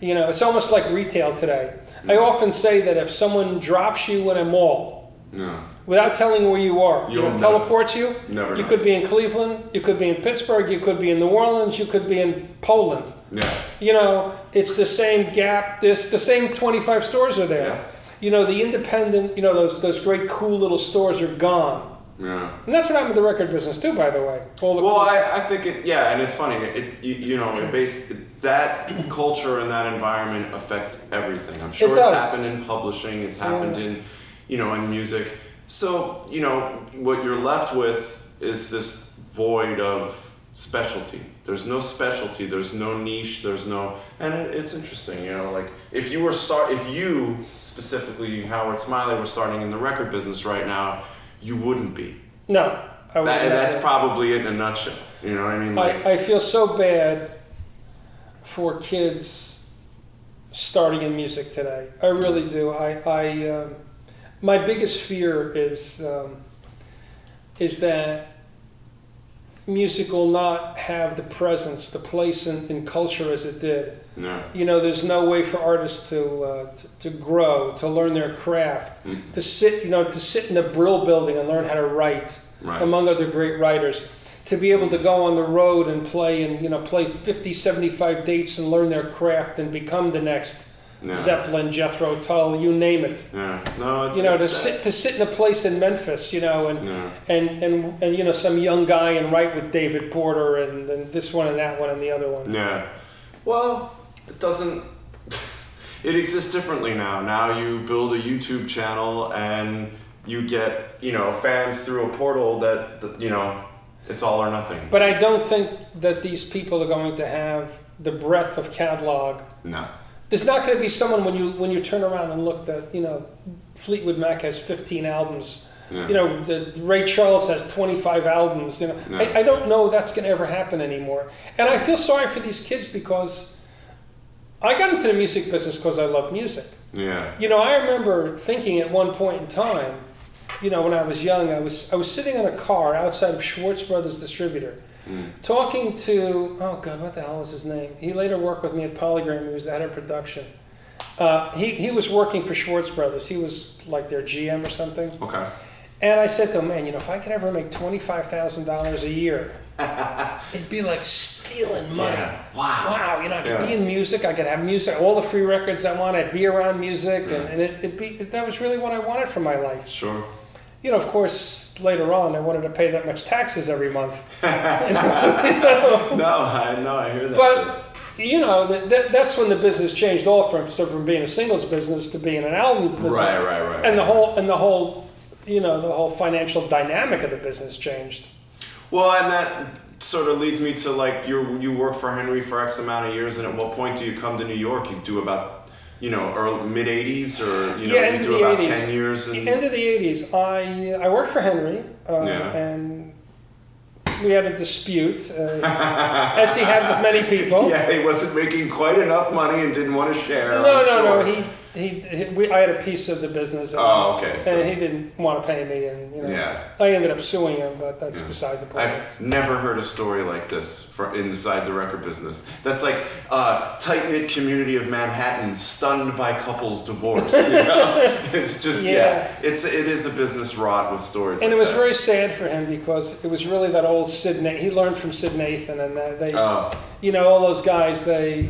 Speaker 1: You know, it's almost like retail today. I often say that if someone drops you in a mall
Speaker 2: Yeah.
Speaker 1: without telling where you are.
Speaker 2: You'll
Speaker 1: you know,
Speaker 2: never-
Speaker 1: teleports you.
Speaker 2: never
Speaker 1: You
Speaker 2: know.
Speaker 1: could be in Cleveland. You could be in Pittsburgh. You could be in New Orleans. You could be in Poland.
Speaker 2: Yeah.
Speaker 1: You know, it's the same Gap. This the same twenty-five stores are there.
Speaker 2: Yeah.
Speaker 1: You know, the independent. You know, those those great cool little stores are gone.
Speaker 2: Yeah.
Speaker 1: And that's what happened to the record business too, by the way. All the
Speaker 2: Well,
Speaker 1: cool-
Speaker 2: I, I think it, yeah, and it's funny. It, you, you know, it base, that culture and that environment affects everything. I'm sure
Speaker 1: does.
Speaker 2: it's happened in publishing, it's happened in, you know, in music. So, you know, what you're left with is this void of specialty. There's no specialty, there's no niche, there's no, and it, it's interesting, you know, like if you were start, if you specifically, Howard Smiley, were starting in the record business right now, you wouldn't be.
Speaker 1: no, I would
Speaker 2: That, and
Speaker 1: never.
Speaker 2: that's probably it in a nutshell. You know what I mean? Like,
Speaker 1: I, I feel so bad for kids starting in music today. I really do. I, I um, my biggest fear is um, is that music will not have the presence, the place in, in culture as it did.
Speaker 2: no.
Speaker 1: You know, there's no way for artists to uh, to, to grow, to learn their craft, to sit, you know, to sit in a Brill building and learn how to write
Speaker 2: Right.
Speaker 1: among other great writers to be able to go on the road and play and you know play 50 75 dates and learn their craft and become the next
Speaker 2: No.
Speaker 1: zeppelin jethro tull you name it
Speaker 2: Yeah. No. It's,
Speaker 1: you know to
Speaker 2: it's-
Speaker 1: sit to sit in a place in memphis you know and
Speaker 2: No.
Speaker 1: and, and and you know some young guy and write with david porter and, and this one and that one and the other one
Speaker 2: Yeah. Well, it doesn't. It exists differently now. Now you build a YouTube channel and you get you know fans through a portal that that, you know it's all or nothing.
Speaker 1: but i don't think that these people are going to have the breadth of catalog
Speaker 2: No.
Speaker 1: There's not going to be someone when you when you turn around and look that you know Fleetwood Mac has 15 albums.
Speaker 2: Yeah.
Speaker 1: You know, the, Ray Charles has 25 albums. You know,
Speaker 2: Yeah.
Speaker 1: I, I don't know that's going to ever happen anymore. And I feel sorry for these kids because I got into the music business because I love music.
Speaker 2: Yeah.
Speaker 1: You know, I remember thinking at one point in time, you know, when I was young, I was I was sitting in a car outside of Schwartz Brothers Distributor, talking to oh god, what the hell was his name? He later worked with me at Polygram. He was the head of production. Uh, he he was working for Schwartz Brothers. He was like their GM or something.
Speaker 2: Okay.
Speaker 1: And I said to him, man, you know, if I could ever make twenty five thousand dollars a year, it'd be like stealing money
Speaker 2: Yeah. Wow.
Speaker 1: wow, you know, I could
Speaker 2: Yeah.
Speaker 1: be in music, I could have music, all the free records I want, I'd be around music, and, and it, it'd be, that was really what I wanted for my life.
Speaker 2: Sure.
Speaker 1: You know, of course, later on, I wanted to pay that much taxes every month. You know?
Speaker 2: No. I no. I hear that.
Speaker 1: But, you know, that, that, that's when the business changed all from, so from being a singles business to being an album business.
Speaker 2: Right, right, right.
Speaker 1: And the whole, and the whole, you know, the whole financial dynamic of the business changed.
Speaker 2: Well, and that sort of leads me to like you you work for Henry for X amount of years, and at what point do you come to New York? You do about you know early mid '80s, or you know
Speaker 1: Yeah,
Speaker 2: you
Speaker 1: end
Speaker 2: do
Speaker 1: of the
Speaker 2: about
Speaker 1: 80s.
Speaker 2: ten years.
Speaker 1: The
Speaker 2: And,
Speaker 1: end of the 80s, I, I worked for Henry, uh,
Speaker 2: Yeah.
Speaker 1: and we had a dispute, uh, as he had with many people.
Speaker 2: yeah, he wasn't making quite enough money and didn't want to share.
Speaker 1: No,
Speaker 2: I'm
Speaker 1: no,
Speaker 2: sure.
Speaker 1: no. He, he, he we, I had a piece of the business, and,
Speaker 2: Oh, okay, so-
Speaker 1: and he didn't want to pay me, and you know,
Speaker 2: Yeah.
Speaker 1: I ended up suing him, but that's beside the point.
Speaker 2: I've never heard a story like this for inside the record business. That's like uh, tight knit community of Manhattan stunned by couple's divorce. You know? it's just yeah.
Speaker 1: Yeah.
Speaker 2: it's it is a business wrought with stories.
Speaker 1: and it
Speaker 2: like
Speaker 1: was
Speaker 2: that.
Speaker 1: very sad for him because it was really that old Sid. Na- he learned from Sid Nathan, and that they,
Speaker 2: Oh.
Speaker 1: you know, all those guys. They,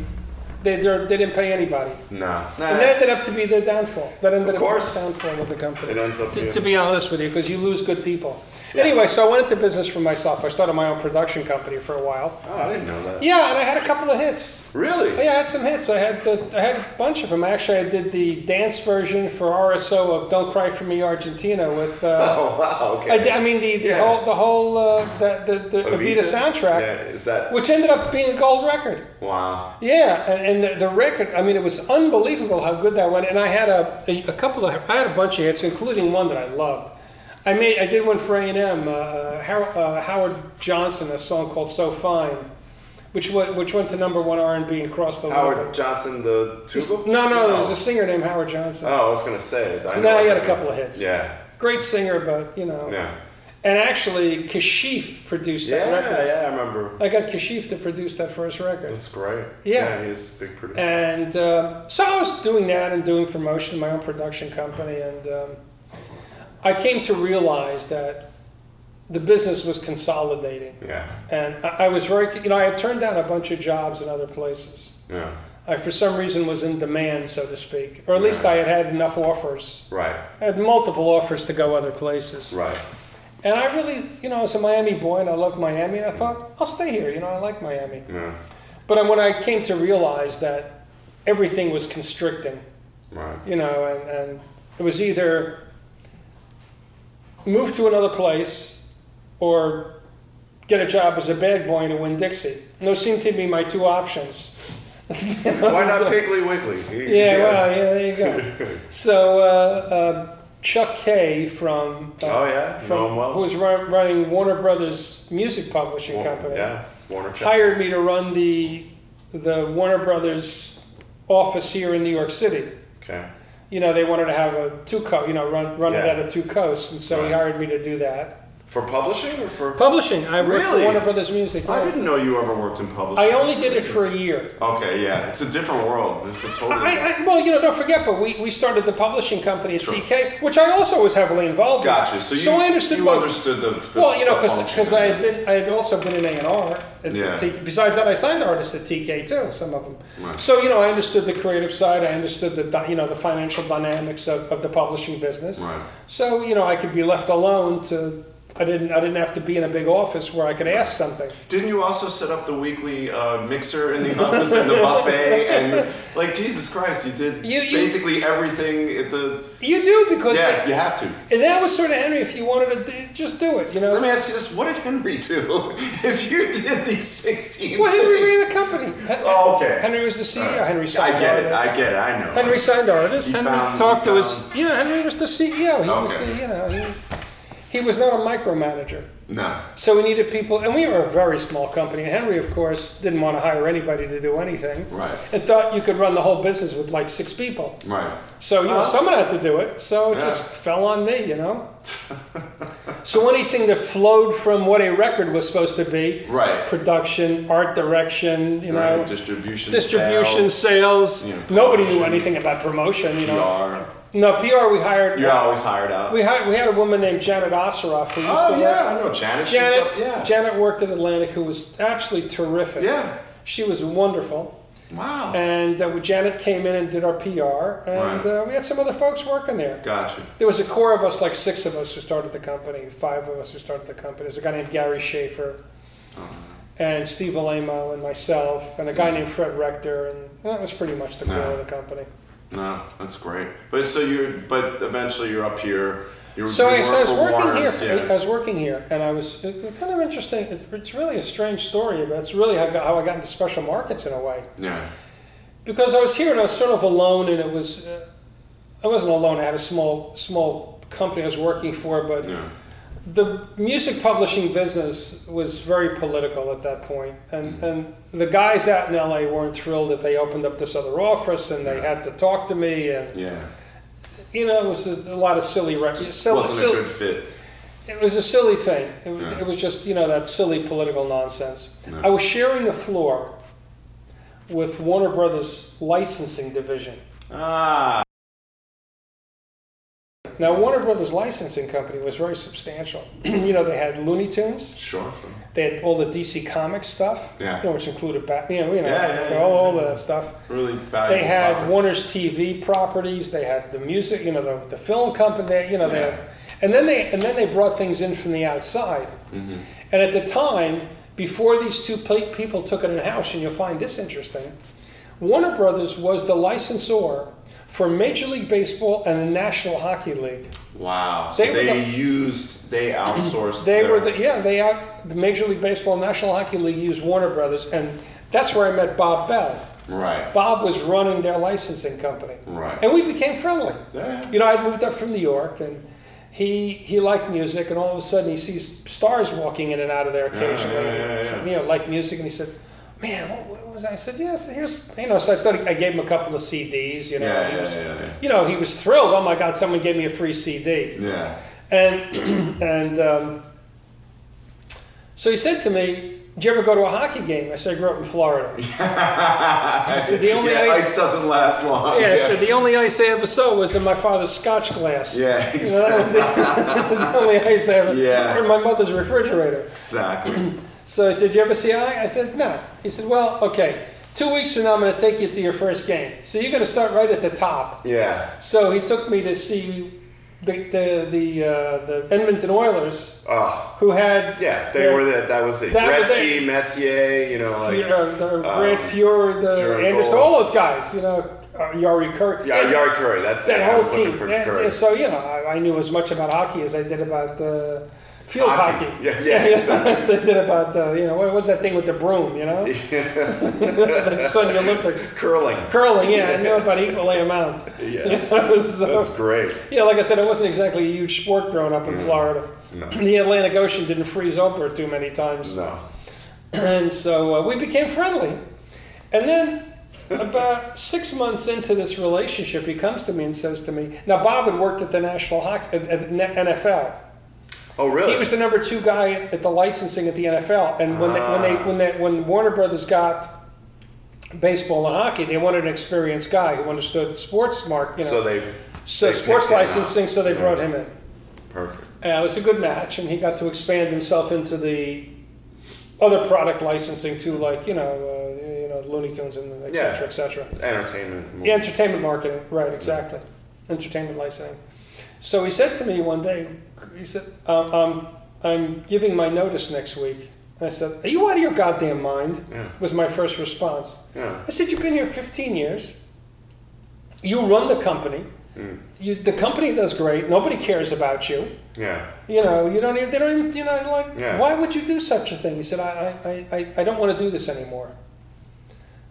Speaker 1: they, they're- they didn't pay anybody.
Speaker 2: No.
Speaker 1: And that ended up to be the downfall. That ended
Speaker 2: Of
Speaker 1: up being
Speaker 2: course.
Speaker 1: the downfall of the company.
Speaker 2: It ends up
Speaker 1: to,
Speaker 2: being-
Speaker 1: to be honest with you, because you lose good people. Anyway, so I went into business for myself. I started my own production company for a while.
Speaker 2: Oh, I didn't know that.
Speaker 1: Yeah, and I had a couple of hits.
Speaker 2: Really?
Speaker 1: Yeah, I had some hits. I had the, I had a bunch of them. Actually, I did the dance version for RSO of "Don't Cry for Me, Argentina" with. Uh,
Speaker 2: Oh wow. Okay.
Speaker 1: I, di- I mean the, the
Speaker 2: Yeah.
Speaker 1: whole the whole uh, the, the, the Evita soundtrack,
Speaker 2: Yeah. Is that
Speaker 1: which ended up being a gold record.
Speaker 2: wow?
Speaker 1: Yeah, and, and the, the record, I mean, it was unbelievable how good that went. And I had a, a, couple of, I had a bunch of hits, including one that I loved. I made, I did one for A&M, uh, uh, Har- uh, Howard Johnson, a song called So Fine, which went, which went to number one R&B and crossed the
Speaker 2: Howard
Speaker 1: world.
Speaker 2: Johnson, the tuba?
Speaker 1: No, no, there was a singer named Howard Johnson.
Speaker 2: Oh, I was gonna say. I
Speaker 1: No,
Speaker 2: know
Speaker 1: he had
Speaker 2: I
Speaker 1: a
Speaker 2: didn't-
Speaker 1: couple of hits.
Speaker 2: Yeah.
Speaker 1: Great singer, but, you know.
Speaker 2: Yeah.
Speaker 1: And actually, Kashif produced that
Speaker 2: Yeah.
Speaker 1: record.
Speaker 2: Yeah. I remember.
Speaker 1: I got Kashif to produce that first record.
Speaker 2: That's great.
Speaker 1: Yeah.
Speaker 2: he is a big producer.
Speaker 1: And um, so I was doing that and doing promotion, my own production company, and um, I came to realize that the business was consolidating.
Speaker 2: Yeah.
Speaker 1: And I, I was very, you know, I had turned down a bunch of jobs in other places.
Speaker 2: Yeah.
Speaker 1: I, for some reason, was in demand, so to speak, or at least I had had enough offers.
Speaker 2: Right.
Speaker 1: I had multiple offers to go other places.
Speaker 2: Right.
Speaker 1: And I really, you know, I was a Miami boy and I loved Miami and I thought, I'll stay here, you know, I like Miami.
Speaker 2: Yeah.
Speaker 1: But when I came to realize that everything was constricting,
Speaker 2: Right.
Speaker 1: you know, and, and it was either move to another place or get a job as a bag boy in a Winn Dixie. And those seemed to be my two options.
Speaker 2: Why not Piggly Wiggly? He-
Speaker 1: Yeah, well, yeah, there you go. so uh, uh, Chuck Kay from uh,
Speaker 2: Oh, yeah,
Speaker 1: from
Speaker 2: know him well.
Speaker 1: who was run, running Warner Brothers Music Publishing
Speaker 2: Warner-
Speaker 1: Company,
Speaker 2: Yeah. Warner Chapel.
Speaker 1: hired me to run the the Warner Brothers office here in New York City.
Speaker 2: Okay.
Speaker 1: You know, they wanted to have a two co, you know, run run it
Speaker 2: Yeah.
Speaker 1: out of two coasts, and so he
Speaker 2: Right.
Speaker 1: hired me to do that.
Speaker 2: For publishing or for?
Speaker 1: Publishing, I worked for
Speaker 2: Really?
Speaker 1: Warner Brothers Music.
Speaker 2: I
Speaker 1: yeah.
Speaker 2: didn't know you ever worked in publishing.
Speaker 1: I only did it for a year.
Speaker 2: Okay. Yeah. It's a different world. It's a totally.
Speaker 1: I, I, well, you know, don't forget, but we, we started the publishing company at
Speaker 2: Sure.
Speaker 1: CK, which I also was heavily involved
Speaker 2: Gotcha.
Speaker 1: in.
Speaker 2: So you,
Speaker 1: I understood.
Speaker 2: you
Speaker 1: both.
Speaker 2: understood the, the
Speaker 1: well, you know,
Speaker 2: the function.
Speaker 1: because I had been, I had also been in A and
Speaker 2: Yeah.
Speaker 1: R. Besides that, I signed artists at TK too. Some of them.
Speaker 2: Right.
Speaker 1: So you know, I understood the creative side. I understood the dy- you know the financial dynamics of, of the publishing business.
Speaker 2: Right.
Speaker 1: So you know, I could be left alone to. I didn't. I didn't have to be in a big office where I could ask something.
Speaker 2: Didn't you also set up the weekly uh, mixer in the office and the buffet and like Jesus Christ, you did
Speaker 1: You- you-
Speaker 2: basically everything at the
Speaker 1: You do because
Speaker 2: yeah. You have to.
Speaker 1: and that was sort of Henry. If you wanted to do, just do it, you know.
Speaker 2: Let me ask you this: What did Henry do if you did these sixteen?
Speaker 1: Well, Henry
Speaker 2: things?
Speaker 1: ran the company. Hen-
Speaker 2: Oh, okay.
Speaker 1: Henry was the CEO.
Speaker 2: Alright.
Speaker 1: Henry signed
Speaker 2: I get it.
Speaker 1: artists.
Speaker 2: I get it. I know.
Speaker 1: Henry signed artists.
Speaker 2: He
Speaker 1: Henry
Speaker 2: found-
Speaker 1: talked
Speaker 2: he
Speaker 1: to his. Yeah, Henry was the CEO. He was
Speaker 2: Okay.
Speaker 1: the, you know, he, he was not a micromanager.
Speaker 2: No.
Speaker 1: So we needed people, and we were a very small company. And Henry, of course, didn't want to hire anybody to do anything.
Speaker 2: Right.
Speaker 1: And thought you could run the whole business with like six people.
Speaker 2: Right.
Speaker 1: So you know,
Speaker 2: Huh?
Speaker 1: someone had to do it. So it
Speaker 2: Yeah.
Speaker 1: just fell on me, you know. so anything that flowed from what a record was supposed to be,
Speaker 2: Right.
Speaker 1: production, art direction, you know,
Speaker 2: right. Distribution.
Speaker 1: distribution,
Speaker 2: sales,
Speaker 1: sales.
Speaker 2: you know,
Speaker 1: Nobody knew
Speaker 2: promotion.
Speaker 1: anything about promotion, you
Speaker 2: PR.
Speaker 1: know. No PR. We hired.
Speaker 2: You're always hired out.
Speaker 1: We had we had a woman named Janet Osseroff who used
Speaker 2: oh
Speaker 1: to
Speaker 2: yeah,
Speaker 1: work.
Speaker 2: I know Janet. she's
Speaker 1: Janet,
Speaker 2: up- yeah.
Speaker 1: Janet worked at Atlantic, who was absolutely terrific.
Speaker 2: yeah.
Speaker 1: She was wonderful.
Speaker 2: Wow.
Speaker 1: And uh, Janet came in and did our PR, and
Speaker 2: Right.
Speaker 1: uh, we had some other folks working there.
Speaker 2: gotcha.
Speaker 1: There was a core of us, like six of us, who started the company. Five of us who started the company. There's a guy named Gary Schaefer,
Speaker 2: Uh-huh.
Speaker 1: and Steve Alamo, and myself, and a guy named Fred Rector, and that was pretty much the core
Speaker 2: Yeah.
Speaker 1: of the company.
Speaker 2: No, that's great. But so you, but eventually you're up here. You're,
Speaker 1: So
Speaker 2: you
Speaker 1: I, so I was
Speaker 2: for
Speaker 1: working
Speaker 2: Warner's,
Speaker 1: here. I
Speaker 2: Yeah.
Speaker 1: was working here, and I was it, it's kind of interesting. It, it's really a strange story, but it's really how, I got- how I got into special markets in a way
Speaker 2: yeah.
Speaker 1: because I was here and I was sort of alone, and it was uh, I wasn't alone. I had a small small company I was working for, but
Speaker 2: Yeah.
Speaker 1: the music publishing business was very political at that point, and
Speaker 2: Mm-hmm.
Speaker 1: and the guys out in LA weren't thrilled that they opened up this other office, and they had to talk to me, and
Speaker 2: Yeah.
Speaker 1: you know it was a, a lot of silly records. Silly,
Speaker 2: Wasn't
Speaker 1: silly-
Speaker 2: a good fit.
Speaker 1: it was a silly thing. It was,
Speaker 2: Yeah.
Speaker 1: it was just, you know, that silly political nonsense.
Speaker 2: Yeah.
Speaker 1: I was sharing the floor with Warner Brothers licensing division.
Speaker 2: Ah.
Speaker 1: Now, Warner Brothers licensing company was very substantial. you know, they had Looney Tunes.
Speaker 2: Sure.
Speaker 1: They had all the DC Comics stuff,
Speaker 2: Yeah.
Speaker 1: you know, which included Batman, you know, you know
Speaker 2: Yeah, yeah, yeah,
Speaker 1: all, all
Speaker 2: yeah.
Speaker 1: of that stuff.
Speaker 2: Really valuable.
Speaker 1: They had
Speaker 2: property.
Speaker 1: Warner's TV properties. They had the music, you know, the, the film company. they- You know, they
Speaker 2: Yeah.
Speaker 1: had, and then they and then they brought things in from the outside.
Speaker 2: Mm-hmm.
Speaker 1: And at the time, before these two pe- people took it in house, and you'll find this interesting, Warner Brothers was the licensor for Major League Baseball and the National Hockey League.
Speaker 2: Wow. So
Speaker 1: They
Speaker 2: they,
Speaker 1: were
Speaker 2: used. They outsourced.
Speaker 1: They
Speaker 2: their-
Speaker 1: were the yeah they out the Major League Baseball, National Hockey League used Warner Brothers, and that's where I met Bob Bell.
Speaker 2: Right.
Speaker 1: Bob was running their licensing company,
Speaker 2: Right.
Speaker 1: and we became friendly.
Speaker 2: Yeah.
Speaker 1: You know, I'd moved up from New York and he he liked music and all of a sudden he sees stars walking in and out of there occasionally.
Speaker 2: yeah, yeah,
Speaker 1: And he said,
Speaker 2: yeah.
Speaker 1: You know, liked music and he said, Man, what, what was I? I said, Yes, here's you know, so I started I gave him a couple of CDs, you know.
Speaker 2: Yeah,
Speaker 1: he
Speaker 2: yeah,
Speaker 1: was,
Speaker 2: yeah, yeah.
Speaker 1: You know, he was thrilled. Oh my god, someone gave me a free CD.
Speaker 2: Yeah.
Speaker 1: And and um, so he said to me, Did you ever go to a hockey game? I said, I grew up in Florida.
Speaker 2: I
Speaker 1: said, the only
Speaker 2: yeah,
Speaker 1: ice-
Speaker 2: ice doesn't last long.
Speaker 1: Yeah, so the only ice I ever saw was in my father's scotch glass.
Speaker 2: Yeah,
Speaker 1: You know, that was the, that was the only ice I ever
Speaker 2: Yeah.
Speaker 1: or in my mother's refrigerator.
Speaker 2: exactly.
Speaker 1: So I said, "You ever see I?" I said, "No." He said, "Well, okay. Two weeks from now, I'm going to take you to your first game. So you're going to start right at the top."
Speaker 2: Yeah.
Speaker 1: So he took me to see the the the, uh, the Edmonton Oilers,
Speaker 2: Oh,
Speaker 1: who had
Speaker 2: yeah. They
Speaker 1: their-
Speaker 2: were the, that was the
Speaker 1: That was
Speaker 2: Gretzky, Messier. You know, like
Speaker 1: uh, the Grant
Speaker 2: um,
Speaker 1: Fuhrer, the
Speaker 2: Fuhrer
Speaker 1: Anderson,
Speaker 2: goal.
Speaker 1: all those guys. You know, uh, Yari Curry.
Speaker 2: yeah, Yard Curry. That's
Speaker 1: that
Speaker 2: the- I
Speaker 1: whole
Speaker 2: was looking
Speaker 1: team.
Speaker 2: for
Speaker 1: Yeah,
Speaker 2: Curry.
Speaker 1: yeah, so you know, I, I knew as much about hockey as I did about uh, field
Speaker 2: Hockey.
Speaker 1: hockey.
Speaker 2: Yeah, yeah, exactly.
Speaker 1: as I did about uh, you know what was that thing with the broom? You know, the Sunday Olympics
Speaker 2: Curling.
Speaker 1: curling. Yeah, I knew about equally amount.
Speaker 2: Yeah,
Speaker 1: So,
Speaker 2: that's great.
Speaker 1: yeah, like I said, it wasn't exactly a huge sport growing up in Florida.
Speaker 2: No.
Speaker 1: The Atlantic Ocean didn't freeze over too many times,
Speaker 2: No.
Speaker 1: and so uh, we became friendly. And then. About six months into this relationship, he comes to me and says to me, "Now Bob had worked at the National Hockey at, at NFL,
Speaker 2: Oh, really?
Speaker 1: he was the number two guy at the licensing at the NFL, and when they,
Speaker 2: Ah.
Speaker 1: when they when they when Warner Brothers got baseball and hockey, they wanted an experienced guy who understood sports. Mark, you know,
Speaker 2: so they.
Speaker 1: so
Speaker 2: they
Speaker 1: sports
Speaker 2: picked him out.
Speaker 1: licensing, so they brought him in.
Speaker 2: Perfect.
Speaker 1: And it was a good match, and he got to expand himself into the other product licensing too, like you know, uh, you know, Looney Tunes and et cetera,
Speaker 2: Yeah.
Speaker 1: et cetera.
Speaker 2: Entertainment.
Speaker 1: Yeah, entertainment marketing, right, exactly. Entertainment licensing. So he said to me one day, he said, um, um, I'm giving my notice next week. And I said, Are you out of your goddamn mind?
Speaker 2: Yeah.
Speaker 1: Was my first response.
Speaker 2: Yeah.
Speaker 1: I said, You've been here 15 years. You run the company.
Speaker 2: Mm,
Speaker 1: You, the company does great. Nobody cares about you.
Speaker 2: Yeah.
Speaker 1: You know, you don't even, they don't even, you know, like,
Speaker 2: Yeah.
Speaker 1: why would you do such a thing? He said, I, I, I, I don't want to do this anymore.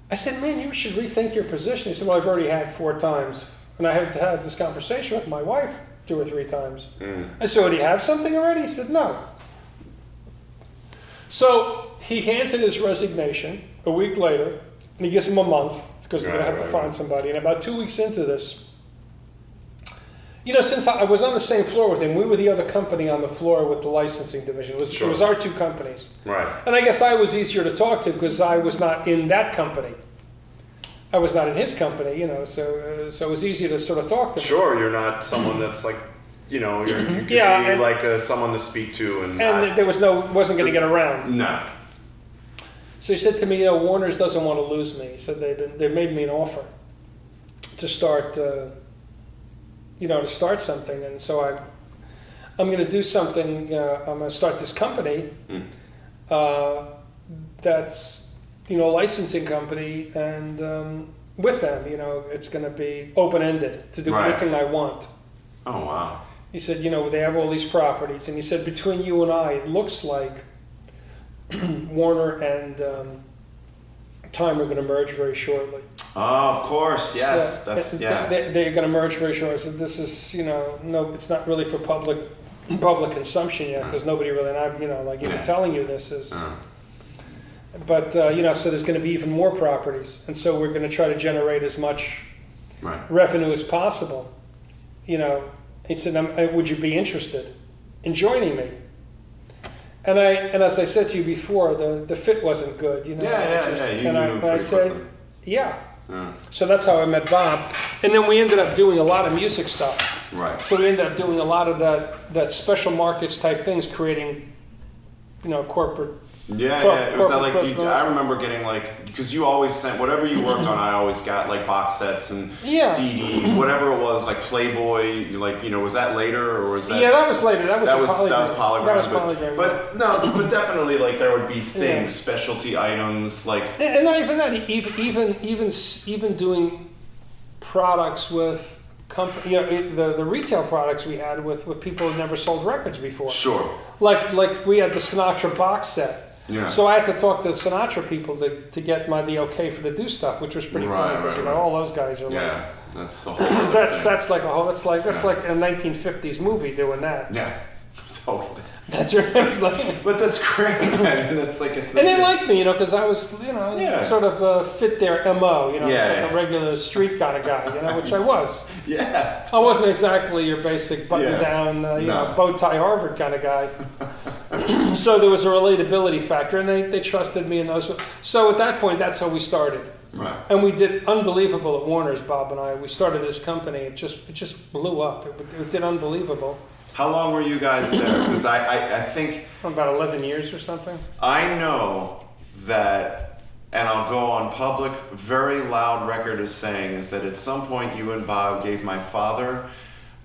Speaker 1: I said, man, you should rethink your position. He said, well, I've already had four times. And I have had this conversation with my wife two or three times.
Speaker 2: Mm,
Speaker 1: I said, well, do you have something already? He said, no. So he hands in his resignation a week later, and he gives him a month because they're going
Speaker 2: Right,
Speaker 1: to have to
Speaker 2: right,
Speaker 1: find
Speaker 2: right.
Speaker 1: somebody. And about two weeks into this, you know, since I I was on the same floor with him, we were the other company on the floor with the licensing division. It was,
Speaker 2: Sure.
Speaker 1: it was our two companies.
Speaker 2: Right.
Speaker 1: And I guess I was easier to talk to because I was not in that company. I was not in his company, you know, so uh, so it was easier to sort of talk to him.
Speaker 2: Sure, you're not someone that's like, you know, you're, you could
Speaker 1: Yeah,
Speaker 2: be
Speaker 1: and-
Speaker 2: like uh, someone to speak to and.
Speaker 1: And
Speaker 2: not,
Speaker 1: there was no, wasn't going to get around.
Speaker 2: no.
Speaker 1: So he said to me, you know, Warner's doesn't want to lose me. He said they've been, they've made me an offer to start, uh, you know, to start something. And so I, I'm going to do something. Uh, I'm going to start this company uh, that's, you know, a licensing company. And um, with them, you know, it's going to be open ended to do
Speaker 2: Right.
Speaker 1: anything I want.
Speaker 2: Oh wow.
Speaker 1: He said, you know, they have all these properties, and he said, between you and I, it looks like Warner and um, Time are going to merge very shortly.
Speaker 2: Oh, of course. Yes.
Speaker 1: So,
Speaker 2: that's
Speaker 1: th-
Speaker 2: yeah.
Speaker 1: They, they're going to merge very shortly. So this is, you know, no, it's not really for public public consumption yet because nobody really, and I'm, you know, like even
Speaker 2: Yeah.
Speaker 1: telling you this is.
Speaker 2: Oh.
Speaker 1: But uh, you know, so there's going to be even more properties, and so we're going to try to generate as much
Speaker 2: right.
Speaker 1: revenue as possible. You know, he said, "Um, uh, "Would you be interested in joining me?" And I, and as I said to you before, the, the fit wasn't good. You know,
Speaker 2: Yeah,
Speaker 1: It
Speaker 2: yeah,
Speaker 1: was
Speaker 2: yeah, you
Speaker 1: and I,
Speaker 2: knew
Speaker 1: and I
Speaker 2: pretty
Speaker 1: said,
Speaker 2: quickly.
Speaker 1: "Yeah."
Speaker 2: Yeah.
Speaker 1: So that's how I met Bob, and then we ended up doing a lot of music stuff.
Speaker 2: Right.
Speaker 1: So we ended up doing a lot of that that special markets type things, creating, you know, corporate.
Speaker 2: Yeah,
Speaker 1: Cor-
Speaker 2: yeah. It was that,
Speaker 1: corporate
Speaker 2: like you,
Speaker 1: press
Speaker 2: I remember getting like because you always sent whatever you worked on. I always got like box sets and
Speaker 1: Yeah.
Speaker 2: CD, whatever it was, like Playboy. Like you know, was that later or was that?
Speaker 1: yeah, that was later. That was
Speaker 2: that
Speaker 1: a
Speaker 2: was
Speaker 1: polygram.
Speaker 2: that was polygram.
Speaker 1: That was
Speaker 2: but-
Speaker 1: polygram.
Speaker 2: But, no, but definitely like there would be things,
Speaker 1: Yeah.
Speaker 2: specialty items, like
Speaker 1: And and not even that, e, even even even s- even doing products with company, you know, it, the the retail products we had with with people who never sold records before.
Speaker 2: sure,
Speaker 1: Like like we had the Sinatra box set.
Speaker 2: Yeah.
Speaker 1: So I had to talk to the Sinatra people to, to get my the okay for to do stuff, which was pretty
Speaker 2: Right,
Speaker 1: funny because you
Speaker 2: right,
Speaker 1: know all those guys are like
Speaker 2: yeah, that's the whole. other
Speaker 1: that's
Speaker 2: thing.
Speaker 1: that's like a whole that's like that's
Speaker 2: Yeah.
Speaker 1: like a 1950s movie doing that.
Speaker 2: yeah, totally.
Speaker 1: That's right. I was like,
Speaker 2: But that's great. man. that's like it's
Speaker 1: and they liked me, you know, because I was, you know,
Speaker 2: Yeah.
Speaker 1: sort of uh, fit their mo. You know,
Speaker 2: Yeah,
Speaker 1: I was like
Speaker 2: yeah.
Speaker 1: a regular street kind of guy, you know, which I was.
Speaker 2: yeah,
Speaker 1: I wasn't exactly your basic button-down, uh, you
Speaker 2: No.
Speaker 1: know, bow tie Harvard kind of guy. so there was a relatability factor, and they, they trusted me and those. So at that point, that's how we started.
Speaker 2: Right.
Speaker 1: And we did unbelievable at Warner's, Bob and I. We started this company. It just it just blew up. It, it did unbelievable.
Speaker 2: How long were you guys there? Because I, I, I think
Speaker 1: About 11 years or something.
Speaker 2: I know that, and I'll go on public, very loud record as saying is that at some point you and Bob gave my father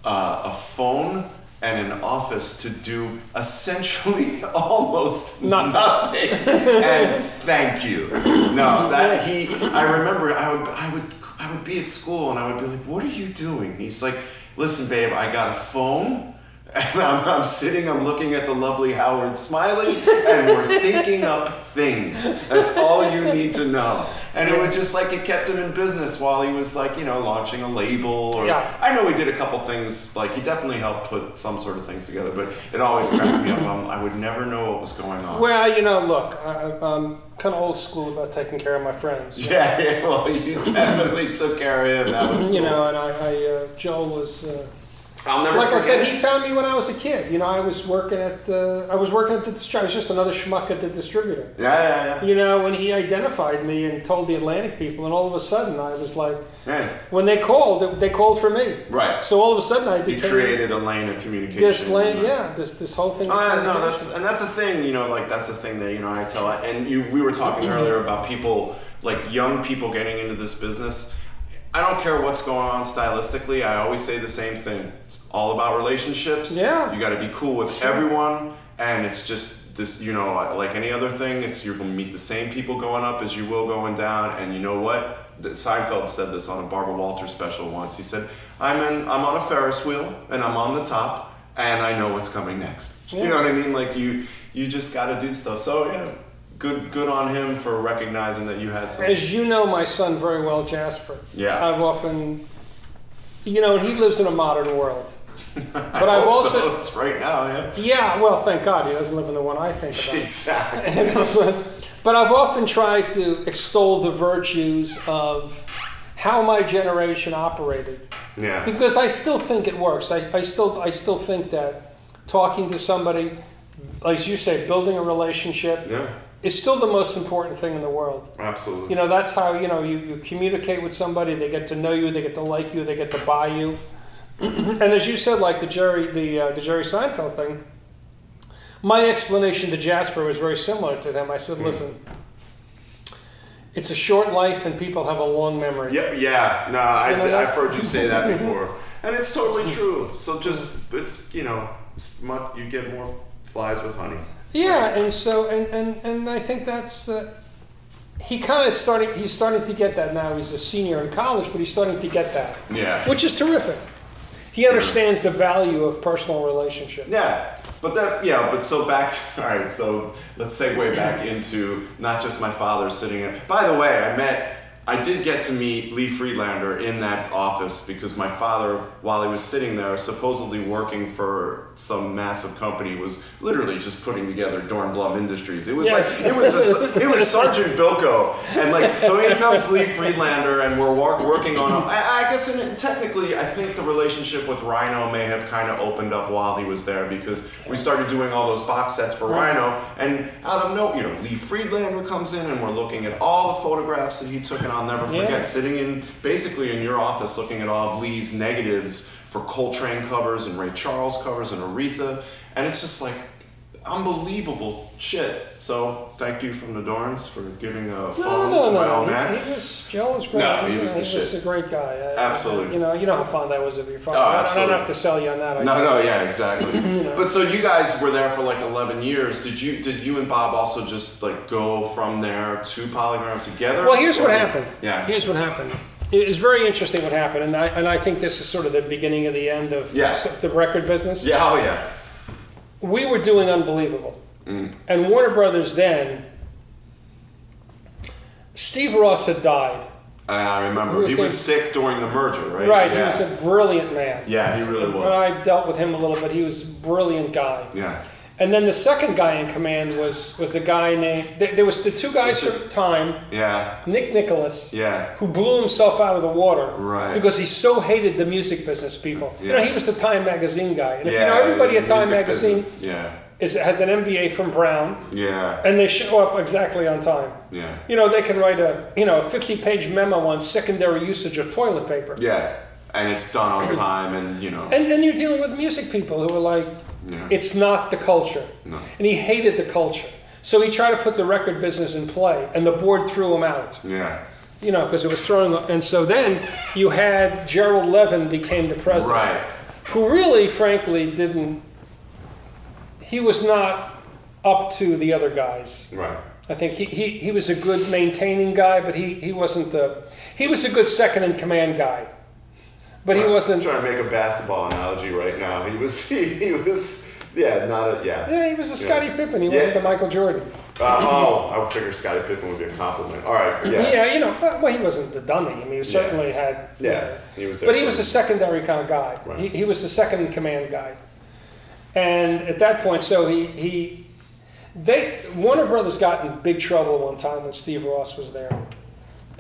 Speaker 2: uh, a phone and an office to do essentially almost
Speaker 1: Nothing.
Speaker 2: nothing. and thank you. No, that he. I remember I would I would I would be at school and I would be like, "What are you doing?" He's like, "Listen, babe, I got a phone." And I'm, I'm sitting, I'm looking at the lovely Howard smiling, and we're thinking up things. That's all you need to know. And it would just like it kept him in business while he was like, you know, launching a label or
Speaker 1: Yeah.
Speaker 2: I know he did a couple things, like he definitely helped put some sort of things together, but it always cracked me up. Um, I would never know what was going on.
Speaker 1: Well, you know, look, I, I'm kind of old school about taking care of my friends.
Speaker 2: Yeah, yeah, well, you definitely took care of him. That was
Speaker 1: You
Speaker 2: cool.
Speaker 1: know, and I, I uh, Joel was. Uh,
Speaker 2: I'll never
Speaker 1: like I
Speaker 2: forget
Speaker 1: said, he found me when I was a kid. You know, I was working at uh, I was working at the distri- I was just another schmuck at the distributor.
Speaker 2: it. Yeah, yeah, yeah.
Speaker 1: You know, when he identified me and told the Atlantic people, and all of a sudden I was like,
Speaker 2: yeah.
Speaker 1: when they called, they called for me.
Speaker 2: Right.
Speaker 1: So all of a sudden I
Speaker 2: He
Speaker 1: became
Speaker 2: created a lane of communication.
Speaker 1: this lane. Yeah, this this whole thing.
Speaker 2: Oh, yeah, no, that's and that's the thing, you know, like that's the thing that you know I tell. And you, we were
Speaker 1: Mm-hmm.
Speaker 2: talking earlier about people, like young people getting into this business. I don't care what's going on stylistically. I always say the same thing. It's all about relationships.
Speaker 1: Yeah.
Speaker 2: you got to be cool with everyone, and it's just this, you know, like any other thing. It's you're gonna meet the same people going up as you will going down, and you know what? Seinfeld said this on a Barbara Walters special once. He said, "I'm in, I'm on a Ferris wheel, and I'm on the top, and I know what's coming next." You know what I mean? Like you, you just got to do stuff. So yeah, good, good on him for recognizing that you had some.
Speaker 1: As you know, my son very well, Jasper.
Speaker 2: Yeah.
Speaker 1: I've often, you know, he lives in a modern world. But
Speaker 2: I
Speaker 1: I've
Speaker 2: hope so.
Speaker 1: also,
Speaker 2: it's right now, yeah.
Speaker 1: yeah. Well, thank God he doesn't live in the one I think about.
Speaker 2: Exactly.
Speaker 1: but I've often tried to extol the virtues of how my generation operated
Speaker 2: Yeah.
Speaker 1: because I still think it works. I, I still I still think that talking to somebody, as you say, building a relationship
Speaker 2: Yeah.
Speaker 1: is still the most important thing in the world.
Speaker 2: Absolutely.
Speaker 1: You know, that's how you know you, you communicate with somebody, they get to know you, they get to like you, they get to buy you. and as you said, like the Jerry the uh, the Jerry Seinfeld thing, my explanation to Jasper was very similar to them. I said, listen, it's a short life and people have a long memory.
Speaker 2: Yeah, yeah. No, I,
Speaker 1: You know,
Speaker 2: I've
Speaker 1: that's-
Speaker 2: heard you say that before, and it's totally true. So just it's you know, it's mu you get more flies with honey.
Speaker 1: Yeah, and so and and and I think that's uh, he kind of starting. He's starting to get that now. He's a senior in college, but he's starting to get that,
Speaker 2: Yeah.
Speaker 1: which is terrific. He understands the value of personal relationships.
Speaker 2: Yeah. But that yeah. But so back. To, all right. So let's segue back into not just my father sitting in. By the way, I met. I did get to meet Lee Friedlander in that office because my father, while he was sitting there, supposedly working for some massive company, was literally just putting together Dornblum Industries. It was
Speaker 1: Yes.
Speaker 2: like it was a, it was Sergeant Bilko, and like so in comes Lee Friedlander, and we're wor- working on. A, I, I guess in, technically, I think the relationship with Rhino may have kind of opened up while he was there because we started doing all those box sets for
Speaker 1: Right.
Speaker 2: Rhino, and out of no, you know, Lee Friedlander comes in, and we're looking at all the photographs that he took, and I'll never
Speaker 1: Yeah.
Speaker 2: forget sitting in basically in your office looking at all of Lee's negatives for Coltrane covers and Ray Charles covers and Aretha, and it's just like unbelievable shit. So thank you from the Dorns for giving a
Speaker 1: No,
Speaker 2: phone
Speaker 1: no,
Speaker 2: to my
Speaker 1: no.
Speaker 2: old man.
Speaker 1: He, he was Joe was great.
Speaker 2: No, he
Speaker 1: You
Speaker 2: was
Speaker 1: know,
Speaker 2: the
Speaker 1: he was
Speaker 2: shit.
Speaker 1: a great guy. I- I-
Speaker 2: Absolutely.
Speaker 1: you know, you know how fond I was of your father.
Speaker 2: Oh,
Speaker 1: I- I
Speaker 2: absolutely.
Speaker 1: don't have to sell you on that. I
Speaker 2: No, no, yeah, exactly. But so you guys were there for like eleven years. Did you did you and Bob also just like go from there to Polygram together?
Speaker 1: Well, here's what
Speaker 2: Or-
Speaker 1: happened.
Speaker 2: Yeah.
Speaker 1: Here's what happened. It is very interesting what happened, and I and I think this is sort of the beginning of the end of
Speaker 2: Yeah.
Speaker 1: the record business.
Speaker 2: yeah, oh yeah.
Speaker 1: we were doing unbelievable.
Speaker 2: Mm.
Speaker 1: And Warner Brothers then, Steve Ross had died.
Speaker 2: I remember.
Speaker 1: We
Speaker 2: He
Speaker 1: were
Speaker 2: was sick during the merger, right?
Speaker 1: Right,
Speaker 2: Yeah.
Speaker 1: he was a brilliant man.
Speaker 2: yeah, he really
Speaker 1: When
Speaker 2: was.
Speaker 1: I dealt with him a little bit, he was a brilliant guy.
Speaker 2: Yeah.
Speaker 1: And then the second guy in command was was the guy named there, there was the two guys
Speaker 2: Was it-
Speaker 1: at the time,
Speaker 2: Yeah.
Speaker 1: Nick Nicholas,
Speaker 2: Yeah.
Speaker 1: who blew himself out of the water
Speaker 2: Right.
Speaker 1: because he so hated the music business people. You know,
Speaker 2: Yeah.
Speaker 1: he was the Time magazine guy. And if
Speaker 2: yeah,
Speaker 1: you know everybody
Speaker 2: the
Speaker 1: at Time
Speaker 2: music
Speaker 1: magazine,
Speaker 2: business, Yeah.
Speaker 1: is has an MBA from Brown,
Speaker 2: Yeah.
Speaker 1: and they show up exactly on time.
Speaker 2: Yeah.
Speaker 1: You know, they can write a you know a 50-page memo on secondary usage of toilet paper.
Speaker 2: Yeah. And it's done on time, and you know.
Speaker 1: And then you're dealing with music people who are like,
Speaker 2: Yeah.
Speaker 1: it's not the culture.
Speaker 2: No.
Speaker 1: And he hated the culture. So he tried to put the record business in play, and the board threw him out,
Speaker 2: Yeah.
Speaker 1: you know, because it was throwing. And so then you had Gerald Levin became the president,
Speaker 2: Right.
Speaker 1: who really, frankly, didn't. He was not up to the other guys.
Speaker 2: Right.
Speaker 1: I think he, he, he was a good maintaining guy, but he, he wasn't the. He was a good second in command guy, but he wasn't.
Speaker 2: trying to make a basketball analogy right now. He was. He, he was. Yeah. Not a. Yeah.
Speaker 1: Yeah, he was a Scottie Pippen. He
Speaker 2: Yeah.
Speaker 1: wasn't the Michael Jordan.
Speaker 2: Uh, oh, I would figure Scottie Pippen would be a compliment. All right.
Speaker 1: Yeah,
Speaker 2: Yeah.
Speaker 1: you know, but, well, he wasn't the dummy. I mean, he certainly had.
Speaker 2: Yeah, he was there
Speaker 1: But he
Speaker 2: for-
Speaker 1: was a secondary kind of guy.
Speaker 2: Right.
Speaker 1: He, he was the second in command guy. And at that point, so he he, they Warner Brothers got in big trouble one time when Steve Ross was there,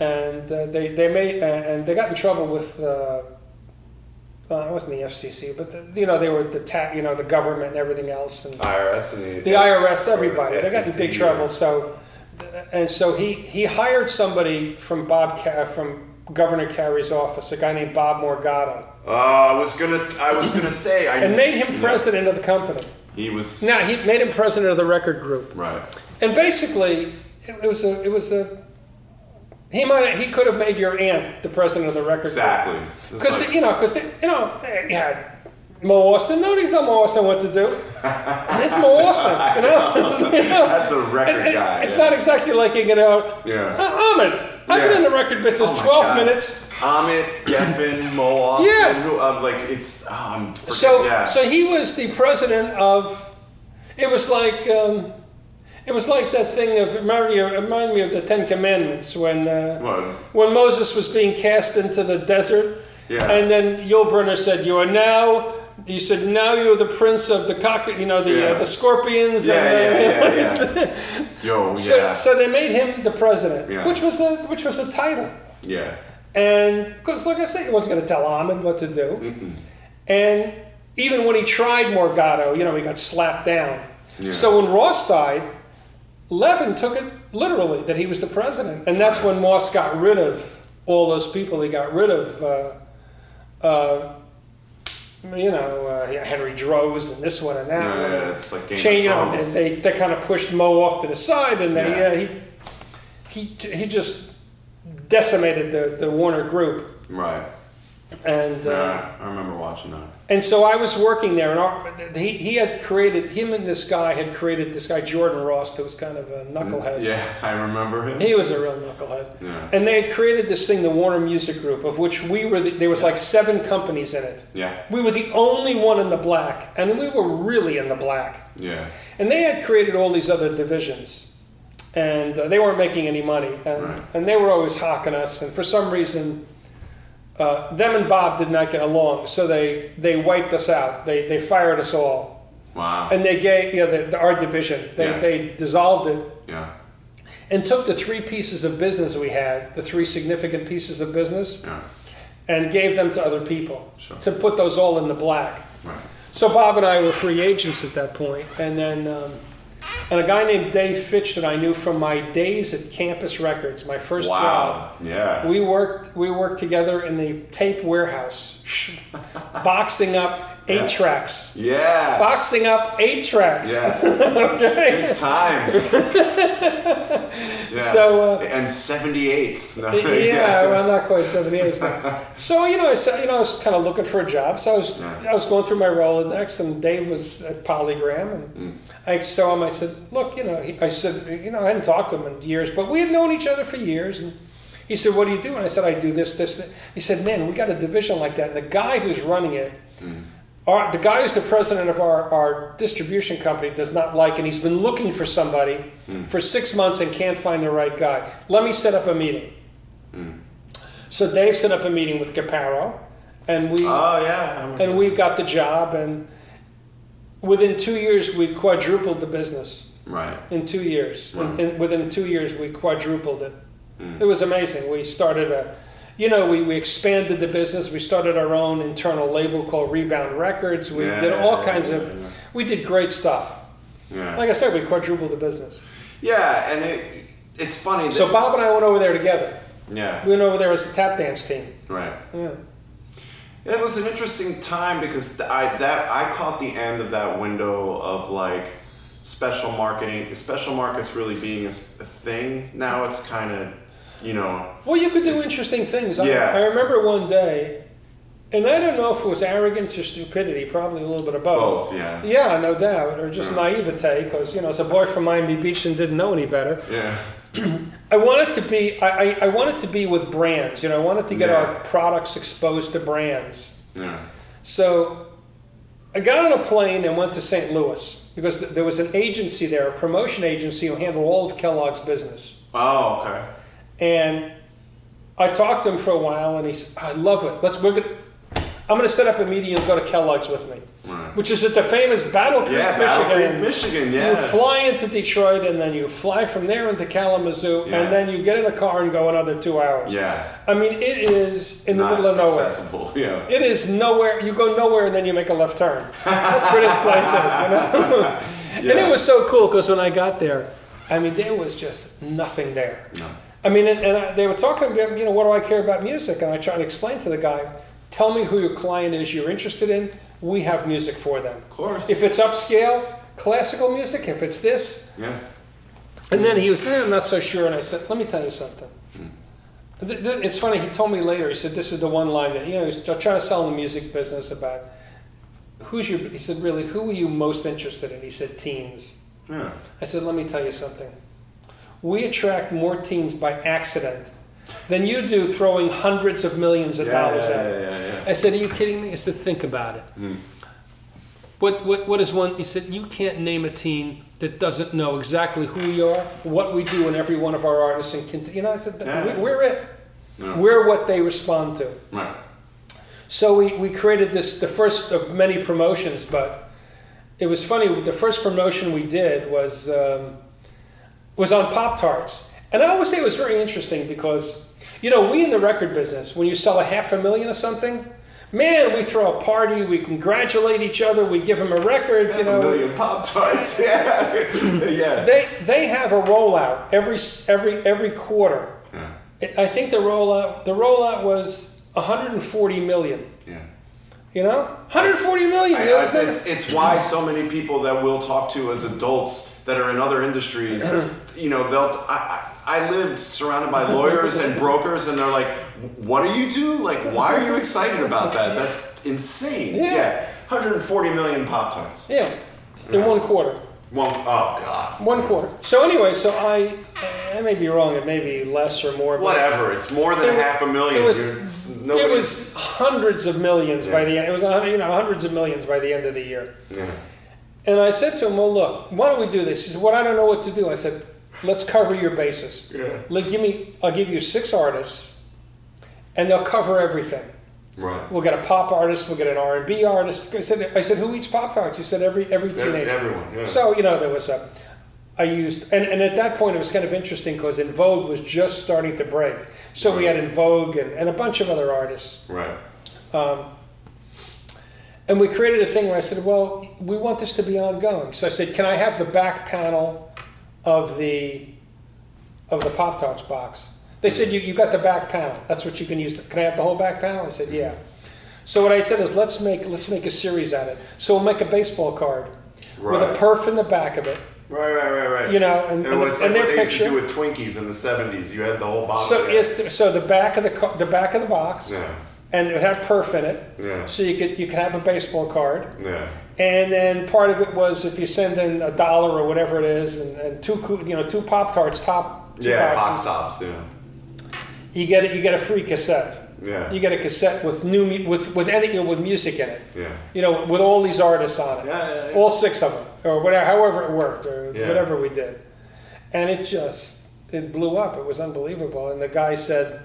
Speaker 1: and uh, they they made uh, and they got in trouble with. Uh, uh, it wasn't the FCC, but the, you know they were the ta- you know the government and everything else,
Speaker 2: Oh,
Speaker 1: and
Speaker 2: IRS and the, E
Speaker 1: the IRS, everybody. They got in
Speaker 2: SEC.
Speaker 1: big trouble. So, and so he he hired somebody from Bob Ca- from Governor Carey's office, a guy named Bob Morgado,
Speaker 2: Uh, I was gonna. I was gonna say. I
Speaker 1: and made him president of the company.
Speaker 2: He was.
Speaker 1: Now he made him president of the record group,
Speaker 2: Right.
Speaker 1: and basically it, it was a it was a. He might he could have made your aunt the president of the record
Speaker 2: Exactly. It's
Speaker 1: because
Speaker 2: like-
Speaker 1: you know because you know he had. Mo Austin, nobody's telling Mo Austin what to do. It's Mo Austin, you know. You know?
Speaker 2: that's a record
Speaker 1: And- and
Speaker 2: guy.
Speaker 1: It's
Speaker 2: yeah.
Speaker 1: not exactly like you get out.
Speaker 2: Yeah.
Speaker 1: Uh, Ahmed, I've
Speaker 2: Yeah.
Speaker 1: been in the record business
Speaker 2: Oh my
Speaker 1: 12
Speaker 2: God.
Speaker 1: minutes.
Speaker 2: Amit, Geffen, Mo Austin.
Speaker 1: Yeah.
Speaker 2: Who? I'm like. It's. Oh, I'm. freaking-
Speaker 1: So,
Speaker 2: yeah.
Speaker 1: so he was the president of. It was like. Um, it was like that thing of remind me, remind me of the Ten Commandments when uh,
Speaker 2: What?
Speaker 1: when Moses was being cast into the desert,
Speaker 2: Yeah.
Speaker 1: and then Yulbrunner said, "You are now." He said, "Now you are the prince of the cock, you know the
Speaker 2: Yeah.
Speaker 1: uh, the scorpions."
Speaker 2: Yeah, yeah,
Speaker 1: and, uh,
Speaker 2: yeah, Yo.
Speaker 1: So,
Speaker 2: Yeah.
Speaker 1: so they made him the president,
Speaker 2: Yeah.
Speaker 1: which was a which was a title.
Speaker 2: yeah.
Speaker 1: And because, like I said, he wasn't going to tell Ahmed what to do. And even when he tried Morgado, you know, he got slapped down.
Speaker 2: Yeah.
Speaker 1: So when Ross died, Levin took it literally that he was the president. And that's when Moss got rid of all those people. He got rid of, uh, uh, you know, uh, Henry Droz and this one and that
Speaker 2: Yeah,
Speaker 1: one.
Speaker 2: yeah, it's like Game of
Speaker 1: Change, Um, you know,
Speaker 2: Thrones.
Speaker 1: they, they kind of pushed Mo off to the side, and they,
Speaker 2: Yeah.
Speaker 1: uh, he, he, he just decimated the, the Warner Group.
Speaker 2: Right.
Speaker 1: And uh,
Speaker 2: Yeah. I remember watching that.
Speaker 1: and so I was working there, and our, he, he had created him and this guy had created this guy Jordan Ross, who was kind of a knucklehead.
Speaker 2: Mm, Yeah, I remember him.
Speaker 1: He was a real knucklehead.
Speaker 2: Yeah.
Speaker 1: And they had created this thing, the Warner Music Group, of which we were. The, there was like seven companies in it.
Speaker 2: Yeah.
Speaker 1: We were the only one in the black, and we were really in the black.
Speaker 2: Yeah.
Speaker 1: And they had created all these other divisions, and uh, they weren't making any money, and,
Speaker 2: Right.
Speaker 1: and they were always hawking us. And for some reason, uh, them and Bob did not get along, so they they wiped us out. They they fired us all,
Speaker 2: Wow.
Speaker 1: and they gave you know the, the, our division. They
Speaker 2: Yeah.
Speaker 1: they dissolved it
Speaker 2: yeah.
Speaker 1: and took the three pieces of business we had, the three significant pieces of business,
Speaker 2: Yeah.
Speaker 1: and gave them to other people
Speaker 2: Sure.
Speaker 1: to put those all in the black.
Speaker 2: Right.
Speaker 1: So Bob and I were free agents at that point, and then um, and a guy named Dave Fitch that I knew from my days at Campus Records, my first
Speaker 2: Wow.
Speaker 1: job.
Speaker 2: Yeah.
Speaker 1: We worked we worked together in the tape warehouse, boxing up eight
Speaker 2: Yeah.
Speaker 1: tracks,
Speaker 2: Yeah.
Speaker 1: boxing up eight tracks.
Speaker 2: Yes.
Speaker 1: okay.
Speaker 2: Good times. Yeah.
Speaker 1: So, uh,
Speaker 2: and 78s. No,
Speaker 1: Yeah, well, not quite 78. But, so you know, I said, you know, I was kind of looking for a job. So I was,
Speaker 2: Yeah.
Speaker 1: I was going through my Rolodex, and Dave was at Polygram, and I saw him. I said, "Look, you know," he, I said, "You know, I hadn't talked to him in years, but we had known each other for years." And he said, "What do you do?" And I said, "I do this, this." this. He said, "Man, we got a division like that, and the guy who's running it." Our, the guy who's the president of our, our distribution company does not like, and he's been looking for somebody for six months and can't find the right guy. Let me set up a meeting. So Dave set up a meeting with Caparo, and we
Speaker 2: Oh, yeah. I remember.
Speaker 1: and we got the job, and within two years we quadrupled the business.
Speaker 2: Right.
Speaker 1: In two years,
Speaker 2: Wow. Mm.
Speaker 1: in, in- within two years we quadrupled it. It was amazing. We started a, you know, we, we expanded the business. We started our own internal label called Rebound Records. We
Speaker 2: Yeah,
Speaker 1: did all
Speaker 2: yeah,
Speaker 1: kinds
Speaker 2: yeah,
Speaker 1: of,
Speaker 2: yeah.
Speaker 1: we did great stuff.
Speaker 2: Yeah.
Speaker 1: Like I said, we quadrupled the business.
Speaker 2: yeah, and it it's funny. That,
Speaker 1: So Bob and I went over there together. We
Speaker 2: yeah,
Speaker 1: went over there as a tap dance team.
Speaker 2: right.
Speaker 1: Yeah.
Speaker 2: It was an interesting time because th- I that I caught the end of that window of like special marketing, special markets really being a, s- a thing. Now it's kind of, you know,
Speaker 1: Well, you could do
Speaker 2: It's-
Speaker 1: interesting things.
Speaker 2: Yeah.
Speaker 1: I, I remember one day, and I don't know if it was arrogance or stupidity, probably a little bit of both.
Speaker 2: both. Yeah,
Speaker 1: Yeah, no doubt, or just naivete, because you know, as a boy from Miami Beach and didn't know any better,
Speaker 2: yeah,
Speaker 1: I wanted to be. I, I, I wanted to be with brands. You know, I wanted to get
Speaker 2: Yeah.
Speaker 1: our products exposed to brands.
Speaker 2: yeah.
Speaker 1: So, I got on a plane and went to St. Louis because th- there was an agency there, a promotion agency who handled all of Kellogg's business.
Speaker 2: Oh, okay.
Speaker 1: And I talked to him for a while, and he said, "I love it. Let's we're gonna, I'm going to set up a meeting. You'll go to Kellogg's with me,
Speaker 2: Right.
Speaker 1: which is at the famous Battle Creek,
Speaker 2: Yeah, Battle
Speaker 1: Michigan.
Speaker 2: Creek, Michigan. Yeah,
Speaker 1: You fly into Detroit, and then you fly from there into Kalamazoo,
Speaker 2: Yeah.
Speaker 1: and then you get in a car and go another two hours.
Speaker 2: yeah.
Speaker 1: I mean, it is in the
Speaker 2: Not
Speaker 1: middle of nowhere.
Speaker 2: accessible. Yeah.
Speaker 1: It is nowhere. You go nowhere, and then you make a left turn. That's where this place is, you know. And
Speaker 2: Yeah.
Speaker 1: it was so cool because when I got there, I mean, there was just nothing there.
Speaker 2: No.
Speaker 1: I mean, and, and I, they were talking about, you know, what do I care about music? And I tried to explain to the guy, tell me who your client is you're interested in. We have music for them.
Speaker 2: Of course.
Speaker 1: If it's upscale, classical music, if it's this.
Speaker 2: yeah.
Speaker 1: And then he was, eh, I'm not so sure. And I said, let me tell you something.
Speaker 2: Hmm.
Speaker 1: Th- th- It's funny, he told me later, he said, this is the one line that, you know, he's trying to sell in the music business about who's your, he said, really, who are you most interested in? He said, teens.
Speaker 2: Yeah.
Speaker 1: I said, let me tell you something. We attract more teens by accident than you do throwing hundreds of millions
Speaker 2: Yeah,
Speaker 1: of
Speaker 2: yeah,
Speaker 1: dollars at
Speaker 2: yeah,
Speaker 1: it.
Speaker 2: yeah, yeah.
Speaker 1: I said, are you kidding me? I said, think about it. What, what, what is one? He said, you can't name a teen that doesn't know exactly who we are, what we do, and every one of our artists. And cont-" you know, I said,
Speaker 2: Yeah.
Speaker 1: "We- we're it.
Speaker 2: No.
Speaker 1: We're what they respond to.
Speaker 2: Right.
Speaker 1: So we, we created this, the first of many promotions, but it was funny. The first promotion we did was, um, was on Pop Tarts. And I always say it was very interesting because, you know, we in the record business, when you sell a half a million of something, man, we throw a party, we congratulate each other, we give them a record, you
Speaker 2: A
Speaker 1: know.
Speaker 2: million Pop Tarts. Yeah. yeah.
Speaker 1: They, they have a rollout every, s- every, every quarter.
Speaker 2: Yeah.
Speaker 1: I I think the rollout, the rollout was 140 million.
Speaker 2: Yeah.
Speaker 1: You know, 140 million.
Speaker 2: I-
Speaker 1: you know,
Speaker 2: I-
Speaker 1: it's not-
Speaker 2: it's, it's why so many people that we'll talk to as adults that are in other industries, you know, they'll. I, I, I lived surrounded by lawyers and brokers, and they're like, "What do you do? Like, why are you excited about that? That's insane."
Speaker 1: Yeah.
Speaker 2: 140 million pop tarts.
Speaker 1: Yeah, in one quarter.
Speaker 2: Well, oh god,
Speaker 1: One quarter. So anyway, so I, I may be wrong. It may be less or more. But
Speaker 2: whatever. It's more than
Speaker 1: It was-
Speaker 2: half a million.
Speaker 1: It
Speaker 2: dude. It's-
Speaker 1: was, it
Speaker 2: nobody's-
Speaker 1: was hundreds of millions by
Speaker 2: Yeah.
Speaker 1: the end. It was a hun- you know hundreds of millions by the end of the year.
Speaker 2: Yeah.
Speaker 1: And I said to him, "Well, look, why don't we do this?" He said, "Well, I don't know what to do." I said, "Let's cover your bases.
Speaker 2: Yeah.
Speaker 1: Let, give me. I'll give you six artists, and they'll cover everything.
Speaker 2: Right.
Speaker 1: We'll get a pop artist. We'll get an R and B artist." I said, "I said who eats pop tarts?" He said, "Every every
Speaker 2: Ev-
Speaker 1: teenager."
Speaker 2: Everyone. Yeah.
Speaker 1: So you know there was a, I used and, and at that point it was kind of interesting because In Vogue was just starting to break, so we had In Vogue and, and a bunch of other artists,
Speaker 2: right.
Speaker 1: and we created a thing where I said, well, we want this to be ongoing. So I said, can I have the back panel of the, of the Pop Tarts box? They said, you you got the back panel. That's what you can use. Can I have the whole back panel? I said, yeah. So what I said is let's make let's make a series out of it. So we'll make a baseball card with
Speaker 2: Right.
Speaker 1: a perf in the back of it.
Speaker 2: Right, right, right, right.
Speaker 1: You know, and-
Speaker 2: it
Speaker 1: and-
Speaker 2: was
Speaker 1: and
Speaker 2: like what
Speaker 1: their
Speaker 2: they used to
Speaker 1: picture-
Speaker 2: do with Twinkies in the '70s. You had the whole box.
Speaker 1: So
Speaker 2: of it.
Speaker 1: it's so the back of the co- the back of the box,
Speaker 2: yeah,
Speaker 1: and it had perf in it.
Speaker 2: Yeah.
Speaker 1: So you could you could have a baseball card,
Speaker 2: yeah,
Speaker 1: and then part of it was if you send in a dollar or whatever it is, and, and two coo- you know two pop tarts top two
Speaker 2: yeah. Box
Speaker 1: boxes,
Speaker 2: tops. Yeah,
Speaker 1: you get it you get a free cassette.
Speaker 2: yeah,
Speaker 1: You get a cassette with new mu- with with any you know, with music in it.
Speaker 2: yeah.
Speaker 1: You know with all these artists on it.
Speaker 2: Yeah, yeah, yeah.
Speaker 1: All six of them, or whatever, however it worked, or
Speaker 2: Yeah.
Speaker 1: whatever we did, and it just it blew up. It was unbelievable. And the guy said,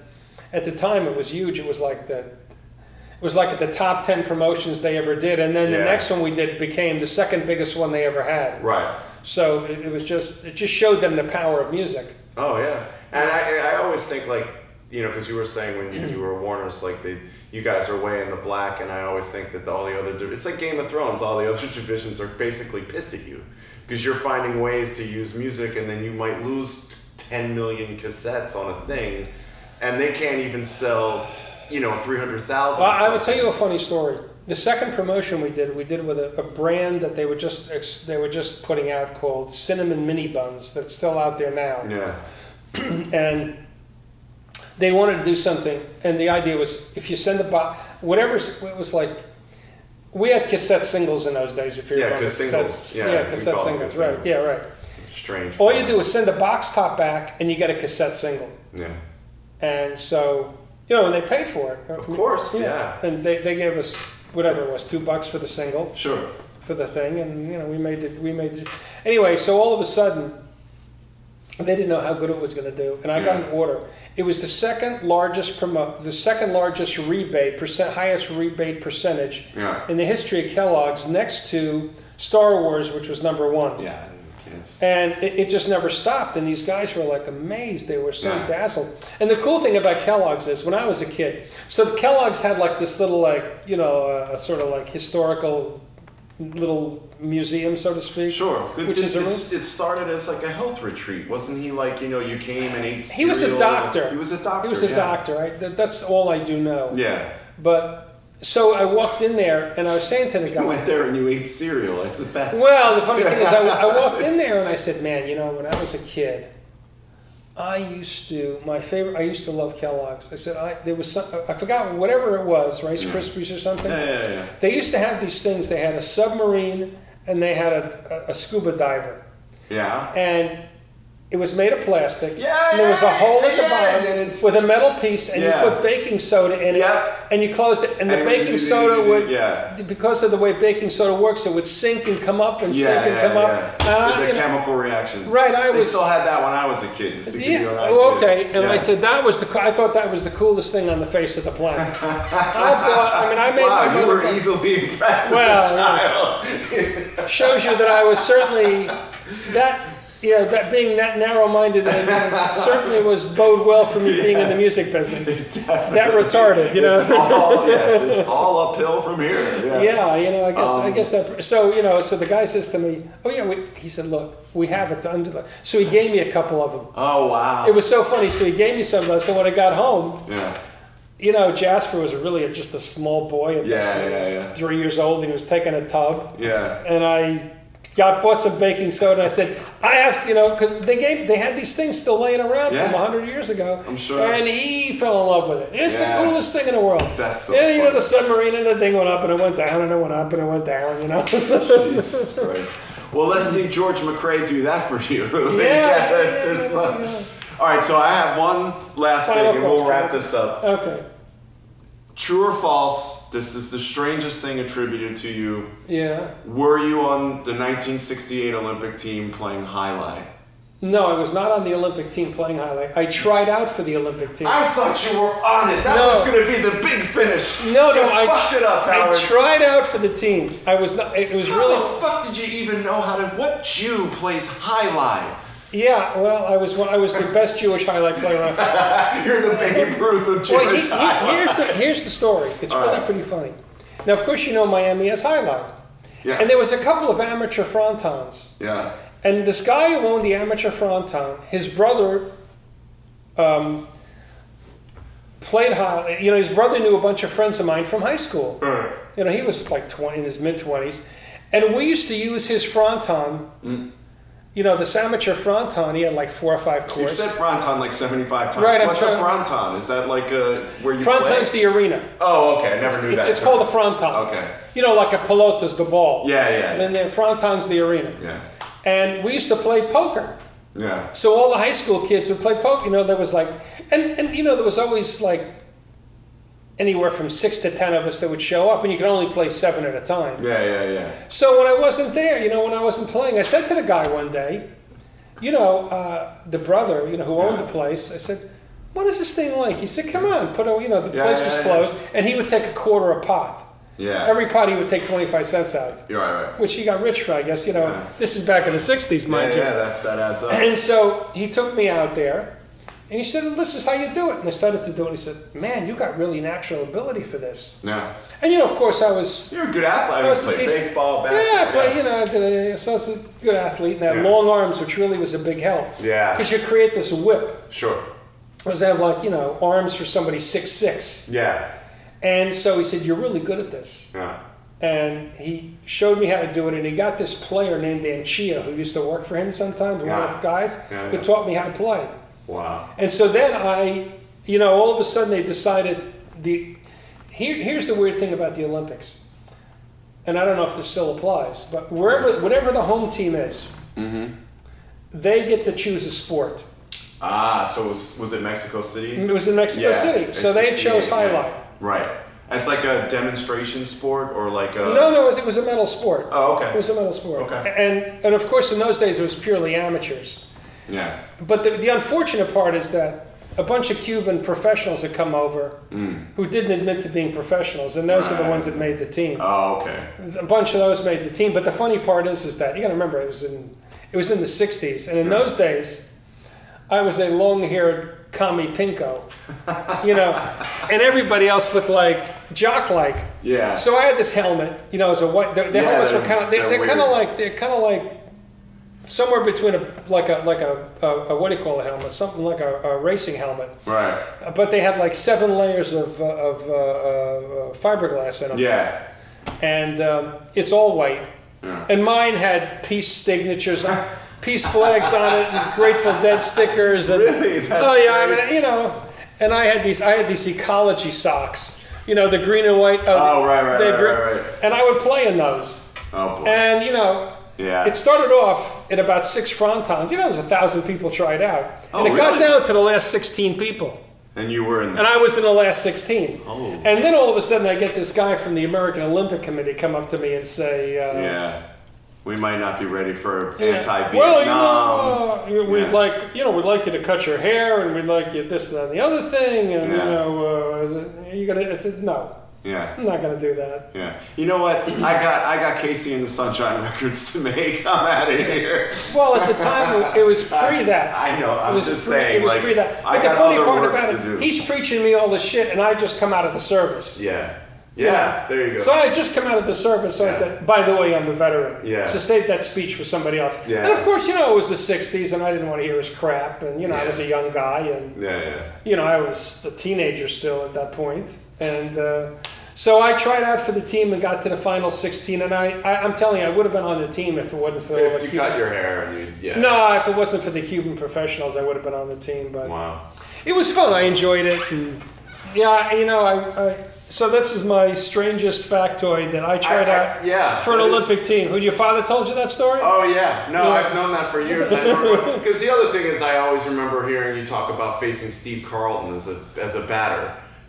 Speaker 1: at the time, it was huge. It was like the it was like the top ten promotions they ever did, and then
Speaker 2: Yeah.
Speaker 1: the next one we did became the second biggest one they ever had.
Speaker 2: Right.
Speaker 1: So it, it was just it just showed them the power of music.
Speaker 2: Oh yeah. And I, I always think like you know because you were saying when you, you were Warner's like they you guys are way in the black and I always think that all the other div- it's like Game of Thrones all the other divisions are basically pissed at you because you're finding ways to use music, and then you might lose 10 million cassettes on a thing, and they can't even sell, you know, 300,000.
Speaker 1: Well, I would tell you a funny story. The second promotion we did, we did with a, a brand that they were just ex- they were just putting out called Cinnamon Mini Buns. That's still out there now,
Speaker 2: Yeah.
Speaker 1: and they wanted to do something. And the idea was, if you send a box, whatever it was like, we had cassette singles in those days. If you
Speaker 2: Yeah,
Speaker 1: remember,
Speaker 2: cassette singles. Yeah, we
Speaker 1: cassette
Speaker 2: called them
Speaker 1: singles,
Speaker 2: cassette
Speaker 1: right? Yeah, right.
Speaker 2: Strange.
Speaker 1: All you do is send a box top back, and you get a cassette single.
Speaker 2: Yeah.
Speaker 1: And so, you know, and they paid for it.
Speaker 2: Of course, yeah.
Speaker 1: And they, they gave us whatever it was, two bucks for the single,
Speaker 2: Sure.
Speaker 1: for the thing, and you know, we made the we made the, anyway, so all of a sudden they didn't know how good it was gonna do. And I got
Speaker 2: Yeah.
Speaker 1: an order. It was the second largest promo the second largest rebate percent highest rebate percentage
Speaker 2: Yeah.
Speaker 1: in the history of Kellogg's next to Star Wars, which was number one.
Speaker 2: Yeah. It's,
Speaker 1: And it, it just never stopped. And these guys were like amazed. They were so
Speaker 2: Yeah.
Speaker 1: dazzled. And the cool thing about Kellogg's is when I was a kid, so the Kellogg's had like this little, like, you know, uh, sort of like historical little museum, so to speak.
Speaker 2: Sure. It,
Speaker 1: Which
Speaker 2: it,
Speaker 1: is a
Speaker 2: it's- it started as like a health retreat. Wasn't he like, you know, you came and ate
Speaker 1: He was a
Speaker 2: cereal?
Speaker 1: doctor.
Speaker 2: He was a doctor.
Speaker 1: He was a
Speaker 2: yeah.
Speaker 1: doctor. I, that, that's all I do know.
Speaker 2: Yeah.
Speaker 1: But so I walked in there and I was saying to the
Speaker 2: You
Speaker 1: guy,
Speaker 2: went there and you ate cereal. It's the best.
Speaker 1: Well, the funny thing is, I, I walked in there and I said, "Man, you know, when I was a kid, I used to my favorite. I used to love Kellogg's. I said I there was some, I forgot whatever it was, Rice Krispies or something.
Speaker 2: Mm. yeah, yeah, yeah.
Speaker 1: They used to have these things. They had a submarine and they had a, a, a scuba diver,
Speaker 2: Yeah.
Speaker 1: and it was made of plastic.
Speaker 2: Yeah,
Speaker 1: and there was a
Speaker 2: yeah,
Speaker 1: hole at the
Speaker 2: yeah,
Speaker 1: bottom
Speaker 2: and it's-
Speaker 1: with a metal piece, and
Speaker 2: Yeah.
Speaker 1: you put baking soda in
Speaker 2: Yeah.
Speaker 1: it, and you closed it, and the
Speaker 2: And
Speaker 1: baking
Speaker 2: you-
Speaker 1: soda would
Speaker 2: Yeah.
Speaker 1: because of the way baking soda works, it would sink and come up and
Speaker 2: Yeah,
Speaker 1: sink and
Speaker 2: yeah,
Speaker 1: come
Speaker 2: yeah.
Speaker 1: up. Uh, And I-
Speaker 2: the
Speaker 1: you know,
Speaker 2: chemical reaction.
Speaker 1: Right, I
Speaker 2: They
Speaker 1: was-
Speaker 2: still had that when I was a kid, just to give you
Speaker 1: yeah,
Speaker 2: an idea.
Speaker 1: oh, okay. And I
Speaker 2: Yeah.
Speaker 1: said that was the. co- I thought that was the coolest thing on the face of the planet. I bought. I mean, I made my
Speaker 2: Wow,
Speaker 1: mother.
Speaker 2: you were easily impressed as
Speaker 1: Well,
Speaker 2: a child.
Speaker 1: shows you that I was certainly that. Yeah, that being that narrow-minded and certainly was bode well for me being in the music business. That retarded, you
Speaker 2: It's
Speaker 1: know.
Speaker 2: all, Oh, yes, it's all uphill from here. Yeah.
Speaker 1: Yeah, you know, I guess
Speaker 2: Um,
Speaker 1: I guess that. So you know, so the guy says to me, "Oh yeah," we, he said, "Look, we have it under the." So he gave me a couple of them.
Speaker 2: Oh wow.
Speaker 1: It was so funny. So he gave me some of those. So when I got home,
Speaker 2: yeah.
Speaker 1: you know, Jasper was really just a small boy. At
Speaker 2: Yeah,
Speaker 1: the time.
Speaker 2: yeah,
Speaker 1: he was
Speaker 2: yeah.
Speaker 1: Three years old, and he was taking a tub.
Speaker 2: Yeah.
Speaker 1: And I got bought some baking soda. And I said, I have, you know, because they gave they had these things still laying around
Speaker 2: Yeah.
Speaker 1: from hundred years ago.
Speaker 2: I'm sure.
Speaker 1: And he fell in love with it. It's
Speaker 2: Yeah.
Speaker 1: the coolest thing in the world.
Speaker 2: That's so
Speaker 1: yeah, you know,
Speaker 2: funny.
Speaker 1: the submarine and the thing went up and it went down and it went up and it went down. You know.
Speaker 2: Jesus Christ. Well, let's see George McRae do that for you. yeah,
Speaker 1: yeah,
Speaker 2: there's
Speaker 1: yeah,
Speaker 2: not- All right, so I have one last
Speaker 1: Final
Speaker 2: thing, and we'll
Speaker 1: question.
Speaker 2: wrap this up.
Speaker 1: okay.
Speaker 2: True or false? This is the strangest thing attributed to you.
Speaker 1: Yeah.
Speaker 2: Were you on the 1968 Olympic team playing highlight?
Speaker 1: No, I was not on the Olympic team playing highlight. I tried out for the Olympic team.
Speaker 2: I thought you were on it. That
Speaker 1: No.
Speaker 2: was going to be the big finish.
Speaker 1: No, no,
Speaker 2: you
Speaker 1: I
Speaker 2: fucked it up, Howard.
Speaker 1: I tried out for the team. I was not. It was
Speaker 2: How
Speaker 1: really.
Speaker 2: the fuck did you even know how to? What Jew plays highlight?
Speaker 1: Yeah. Well, I was. one- I was the best Jewish highlight player. on-
Speaker 2: You're the Babe Ruth of Jewish
Speaker 1: Well, he, he,
Speaker 2: highlight.
Speaker 1: here's the here's the story. It's
Speaker 2: All
Speaker 1: really
Speaker 2: right.
Speaker 1: pretty funny. Now, of course, you know Miami has highlight,
Speaker 2: Yeah.
Speaker 1: and there was a couple of amateur frontons,
Speaker 2: yeah.
Speaker 1: and this guy who owned the amateur fronton, his brother. Um, Played high, you know. His brother knew a bunch of friends of mine from high school. You know, he was like 20 in his mid 20s. And we used to use his fronton,
Speaker 2: Mm.
Speaker 1: you know, this amateur fronton. He had like four or five
Speaker 2: You've
Speaker 1: courts.
Speaker 2: said fronton like 75 times.
Speaker 1: Right, I'm
Speaker 2: What's a
Speaker 1: trying-
Speaker 2: fronton? Is that like a where you
Speaker 1: Fronton's
Speaker 2: play?
Speaker 1: the arena.
Speaker 2: Oh, okay. I never knew
Speaker 1: It's,
Speaker 2: that.
Speaker 1: it's called a fronton.
Speaker 2: Okay.
Speaker 1: You know, like a pelota's the ball.
Speaker 2: Yeah, yeah, yeah.
Speaker 1: Then the fronton's the arena.
Speaker 2: Yeah.
Speaker 1: And we used to play poker.
Speaker 2: Yeah.
Speaker 1: So all the high school kids would play poker. You know, there was like, and and you know, there was always like anywhere from six to ten of us that would show up, and you could only play seven at a time.
Speaker 2: Yeah, yeah, yeah.
Speaker 1: So when I wasn't there, you know, when I wasn't playing, I said to the guy one day, you know, uh, the brother, you know, who owned the place, I said, "What is this thing like?" He said, "Come on, put a, you know, the
Speaker 2: Yeah,
Speaker 1: place
Speaker 2: yeah,
Speaker 1: was
Speaker 2: yeah.
Speaker 1: closed, and he would take a quarter a pot.
Speaker 2: Yeah.
Speaker 1: Every pot he would take twenty-five cents out,
Speaker 2: You're right, right.
Speaker 1: which he got rich for, I guess. You know,
Speaker 2: Yeah.
Speaker 1: this is back in the '60s,
Speaker 2: Yeah,
Speaker 1: mind you.
Speaker 2: yeah, that, that adds up.
Speaker 1: And so he took me out there, And he said, "This is how you do it." And I started to do it. And he said, "Man, you got really natural ability for this."
Speaker 2: Yeah.
Speaker 1: And you know, of course, I was
Speaker 2: You're a good athlete. I mean,
Speaker 1: was
Speaker 2: you play
Speaker 1: a decent-
Speaker 2: baseball, basketball.
Speaker 1: Yeah, I play, you know, I did a, so I was a good athlete, and that
Speaker 2: Yeah.
Speaker 1: long arms, which really was a big help.
Speaker 2: Yeah.
Speaker 1: Because you create this whip.
Speaker 2: Sure.
Speaker 1: I was have like, you know, arms for somebody six six.
Speaker 2: Yeah.
Speaker 1: And so he said, You're really good at this.
Speaker 2: Yeah.
Speaker 1: And he showed me how to do it, and he got this player named Anchia, who used to work for him sometimes, one
Speaker 2: Yeah.
Speaker 1: of the guys,
Speaker 2: Yeah,
Speaker 1: who
Speaker 2: yeah.
Speaker 1: taught me how to play.
Speaker 2: Wow.
Speaker 1: And so then I, you know, all of a sudden they decided the. Here, here's the weird thing about the Olympics, and I don't know if this still applies, but wherever, whatever the home team is,
Speaker 2: Mm-hmm.
Speaker 1: they get to choose a sport.
Speaker 2: Ah, so was, was it Mexico City?
Speaker 1: It was in Mexico
Speaker 2: Yeah,
Speaker 1: City, so
Speaker 2: it's
Speaker 1: they
Speaker 2: 68,
Speaker 1: chose
Speaker 2: yeah.
Speaker 1: highlight.
Speaker 2: Right. It's like a demonstration sport or like a.
Speaker 1: No, no, it was, it was a medal sport.
Speaker 2: Oh, okay.
Speaker 1: It was a medal sport.
Speaker 2: Okay.
Speaker 1: And and of course, in those days, it was purely amateurs.
Speaker 2: Yeah.
Speaker 1: But the, the unfortunate part is that a bunch of Cuban professionals had come over who didn't admit to being professionals, and those are the
Speaker 2: Right.
Speaker 1: ones that made the team.
Speaker 2: Oh, okay.
Speaker 1: a bunch of those made the team. But the funny part is, is that you got to remember it was in it was in the '60s, and in those days, I was a long-haired commie pinko, you know, and everybody else looked like jock-like.
Speaker 2: Yeah.
Speaker 1: So I had this helmet, you know, as a white. The, the
Speaker 2: Yeah,
Speaker 1: helmets were
Speaker 2: they're-
Speaker 1: kind of they,
Speaker 2: they're
Speaker 1: they're, kind of
Speaker 2: weird.
Speaker 1: like they're kind of like somewhere between a like a like a, a, a what do you call it helmet? Something like a, a racing helmet.
Speaker 2: right.
Speaker 1: Uh, But they had like seven layers of, uh, of uh, uh, uh, fiberglass in them
Speaker 2: Yeah.
Speaker 1: and um, it's all white.
Speaker 2: Yeah.
Speaker 1: And mine had peace signatures, on, peace flags on it, and Grateful Dead stickers. And,
Speaker 2: Really? That's
Speaker 1: oh yeah,
Speaker 2: great.
Speaker 1: I mean, you know, and I had these, I had these ecology socks. You know, the green and white.
Speaker 2: Oh, right, right,
Speaker 1: they're
Speaker 2: right,
Speaker 1: green-
Speaker 2: right, right.
Speaker 1: And I would play in those.
Speaker 2: Oh, boy.
Speaker 1: And you know,
Speaker 2: Yeah.
Speaker 1: it started off at about six frontons. You know, it was a thousand people tried out,
Speaker 2: Oh,
Speaker 1: and it got
Speaker 2: really?
Speaker 1: down to the last sixteen people.
Speaker 2: and you were in
Speaker 1: And
Speaker 2: the.
Speaker 1: I was in the last 16.
Speaker 2: Oh.
Speaker 1: And then all of a sudden, I get this guy from the American Olympic Committee come up to me and say, uh,
Speaker 2: Yeah. We might not be ready for
Speaker 1: you know,
Speaker 2: anti Vietnam.
Speaker 1: Well, you know, uh, we'd
Speaker 2: Yeah.
Speaker 1: like, you know, we'd like you to cut your hair, and we'd like you this that, and the other thing, and
Speaker 2: Yeah.
Speaker 1: you know, uh, is it- are you gonna? I said, no,
Speaker 2: yeah.
Speaker 1: I'm not gonna do that.
Speaker 2: Yeah. You know what? I got I got Casey and the Sunshine Records to make. I'm out of here.
Speaker 1: Well, at the time, it was pre that.
Speaker 2: I know. I'm
Speaker 1: it was
Speaker 2: just
Speaker 1: pre,
Speaker 2: saying.
Speaker 1: it was
Speaker 2: like,
Speaker 1: pre that.
Speaker 2: I
Speaker 1: But
Speaker 2: got
Speaker 1: the funny
Speaker 2: other
Speaker 1: part
Speaker 2: work
Speaker 1: about
Speaker 2: to do.
Speaker 1: it, he's preaching me all this shit, and I just come out of the service.
Speaker 2: yeah. yeah. There you go.
Speaker 1: So I had just come out of the service, so I
Speaker 2: Yeah.
Speaker 1: said, by the way, I'm a veteran.
Speaker 2: Yeah.
Speaker 1: So save that speech for somebody else.
Speaker 2: Yeah.
Speaker 1: And of course, you know, it was the 60s, and I didn't want to hear his crap. And, you know, I
Speaker 2: Yeah.
Speaker 1: was a young guy, and,
Speaker 2: yeah. Yeah.
Speaker 1: you know, I was a teenager still at that point. And uh, so I tried out for the team and got to the final 16. And I, I, I'm telling you, I would have been on the team if it wasn't for
Speaker 2: If
Speaker 1: the
Speaker 2: you
Speaker 1: Cuban-
Speaker 2: cut your hair and you yeah.
Speaker 1: Oh, No, if it wasn't for the Cuban professionals, I would have been on the team. But
Speaker 2: Wow.
Speaker 1: it was fun. I enjoyed it. And yeah, you know, I, I so this is my strangest factoid that I tried
Speaker 2: I- I-
Speaker 1: out
Speaker 2: yeah,
Speaker 1: for an
Speaker 2: that is-
Speaker 1: Olympic team. Who your father told you that story?
Speaker 2: Oh yeah, no,
Speaker 1: Yeah.
Speaker 2: I've known that for years. Because the other thing is, I always remember hearing you talk about facing Steve Carlton as a as a batter.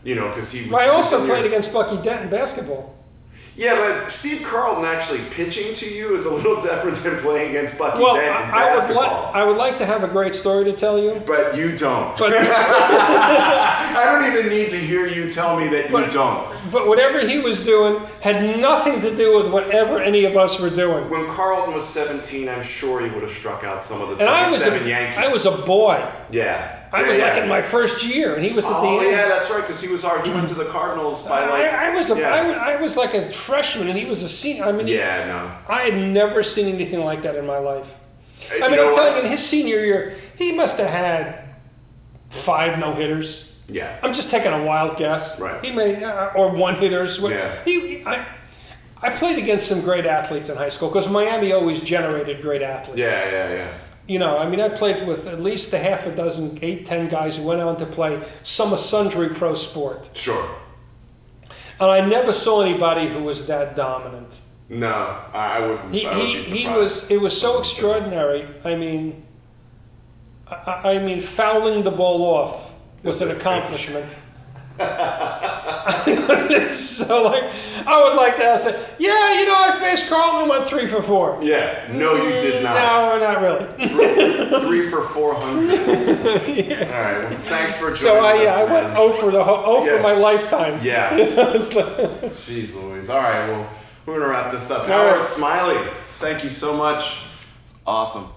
Speaker 2: You know, because he.
Speaker 1: I also played against Bucky Dent in basketball.
Speaker 2: Yeah, but Steve Carlton actually pitching to you is a little different than playing against Bucky
Speaker 1: Well,
Speaker 2: Dent in
Speaker 1: I, I would like I
Speaker 2: basketball.
Speaker 1: would like to have a great story to tell you,
Speaker 2: but you don't.
Speaker 1: but
Speaker 2: I don't even need to hear you tell me that you
Speaker 1: But-
Speaker 2: don't.
Speaker 1: but whatever he was doing had nothing to do with whatever any of us were doing.
Speaker 2: When Carlton was 17, I'm sure he would have struck out some of the
Speaker 1: And I was
Speaker 2: 27
Speaker 1: a,
Speaker 2: Yankees.
Speaker 1: I was a boy.
Speaker 2: yeah.
Speaker 1: I
Speaker 2: Yeah,
Speaker 1: was
Speaker 2: yeah.
Speaker 1: like in my first year, and he was at
Speaker 2: Oh
Speaker 1: the end.
Speaker 2: yeah, that's right. Because he was our he went to the Cardinals by like.
Speaker 1: I, I was a,
Speaker 2: yeah.
Speaker 1: I was I was like a freshman, and he was a senior. I mean, he-
Speaker 2: Yeah, no.
Speaker 1: I had never seen anything like that in my life. I
Speaker 2: You
Speaker 1: mean,
Speaker 2: know
Speaker 1: I'm
Speaker 2: what?
Speaker 1: telling you, in his senior year, he must have had five no hitters.
Speaker 2: Yeah.
Speaker 1: I'm just taking a wild guess.
Speaker 2: Right.
Speaker 1: He may, uh, or one hitters. What-
Speaker 2: Yeah.
Speaker 1: He, I, I played against some great athletes in high school because Miami always generated great athletes.
Speaker 2: yeah, yeah, yeah.
Speaker 1: You know, I mean, I played with at least a half a dozen, eight, ten guys who went on to play some of sundry pro sport.
Speaker 2: Sure.
Speaker 1: And I never saw anybody who was that dominant.
Speaker 2: No, I, I would.
Speaker 1: He,
Speaker 2: I would
Speaker 1: he,
Speaker 2: be
Speaker 1: he
Speaker 2: surprised.
Speaker 1: was it was so extraordinary. I mean, I, I- I mean, fouling the ball off was an accomplishment. so like, I would like to have said, yeah, you know, I faced Carlton and went three for four.
Speaker 2: Yeah. No, you did not.
Speaker 1: Mm, No, not really.
Speaker 2: Three for four hundred. All right. Well, thanks for joining
Speaker 1: So I,
Speaker 2: us.
Speaker 1: yeah, I went
Speaker 2: man.
Speaker 1: oh for the whole, oh
Speaker 2: Yeah.
Speaker 1: for my lifetime.
Speaker 2: Yeah.
Speaker 1: It's like-
Speaker 2: Jeez Louise. All right. Well, we're gonna wrap this up.
Speaker 1: All
Speaker 2: Howard
Speaker 1: right.
Speaker 2: Smiley, thank you so much. It's awesome.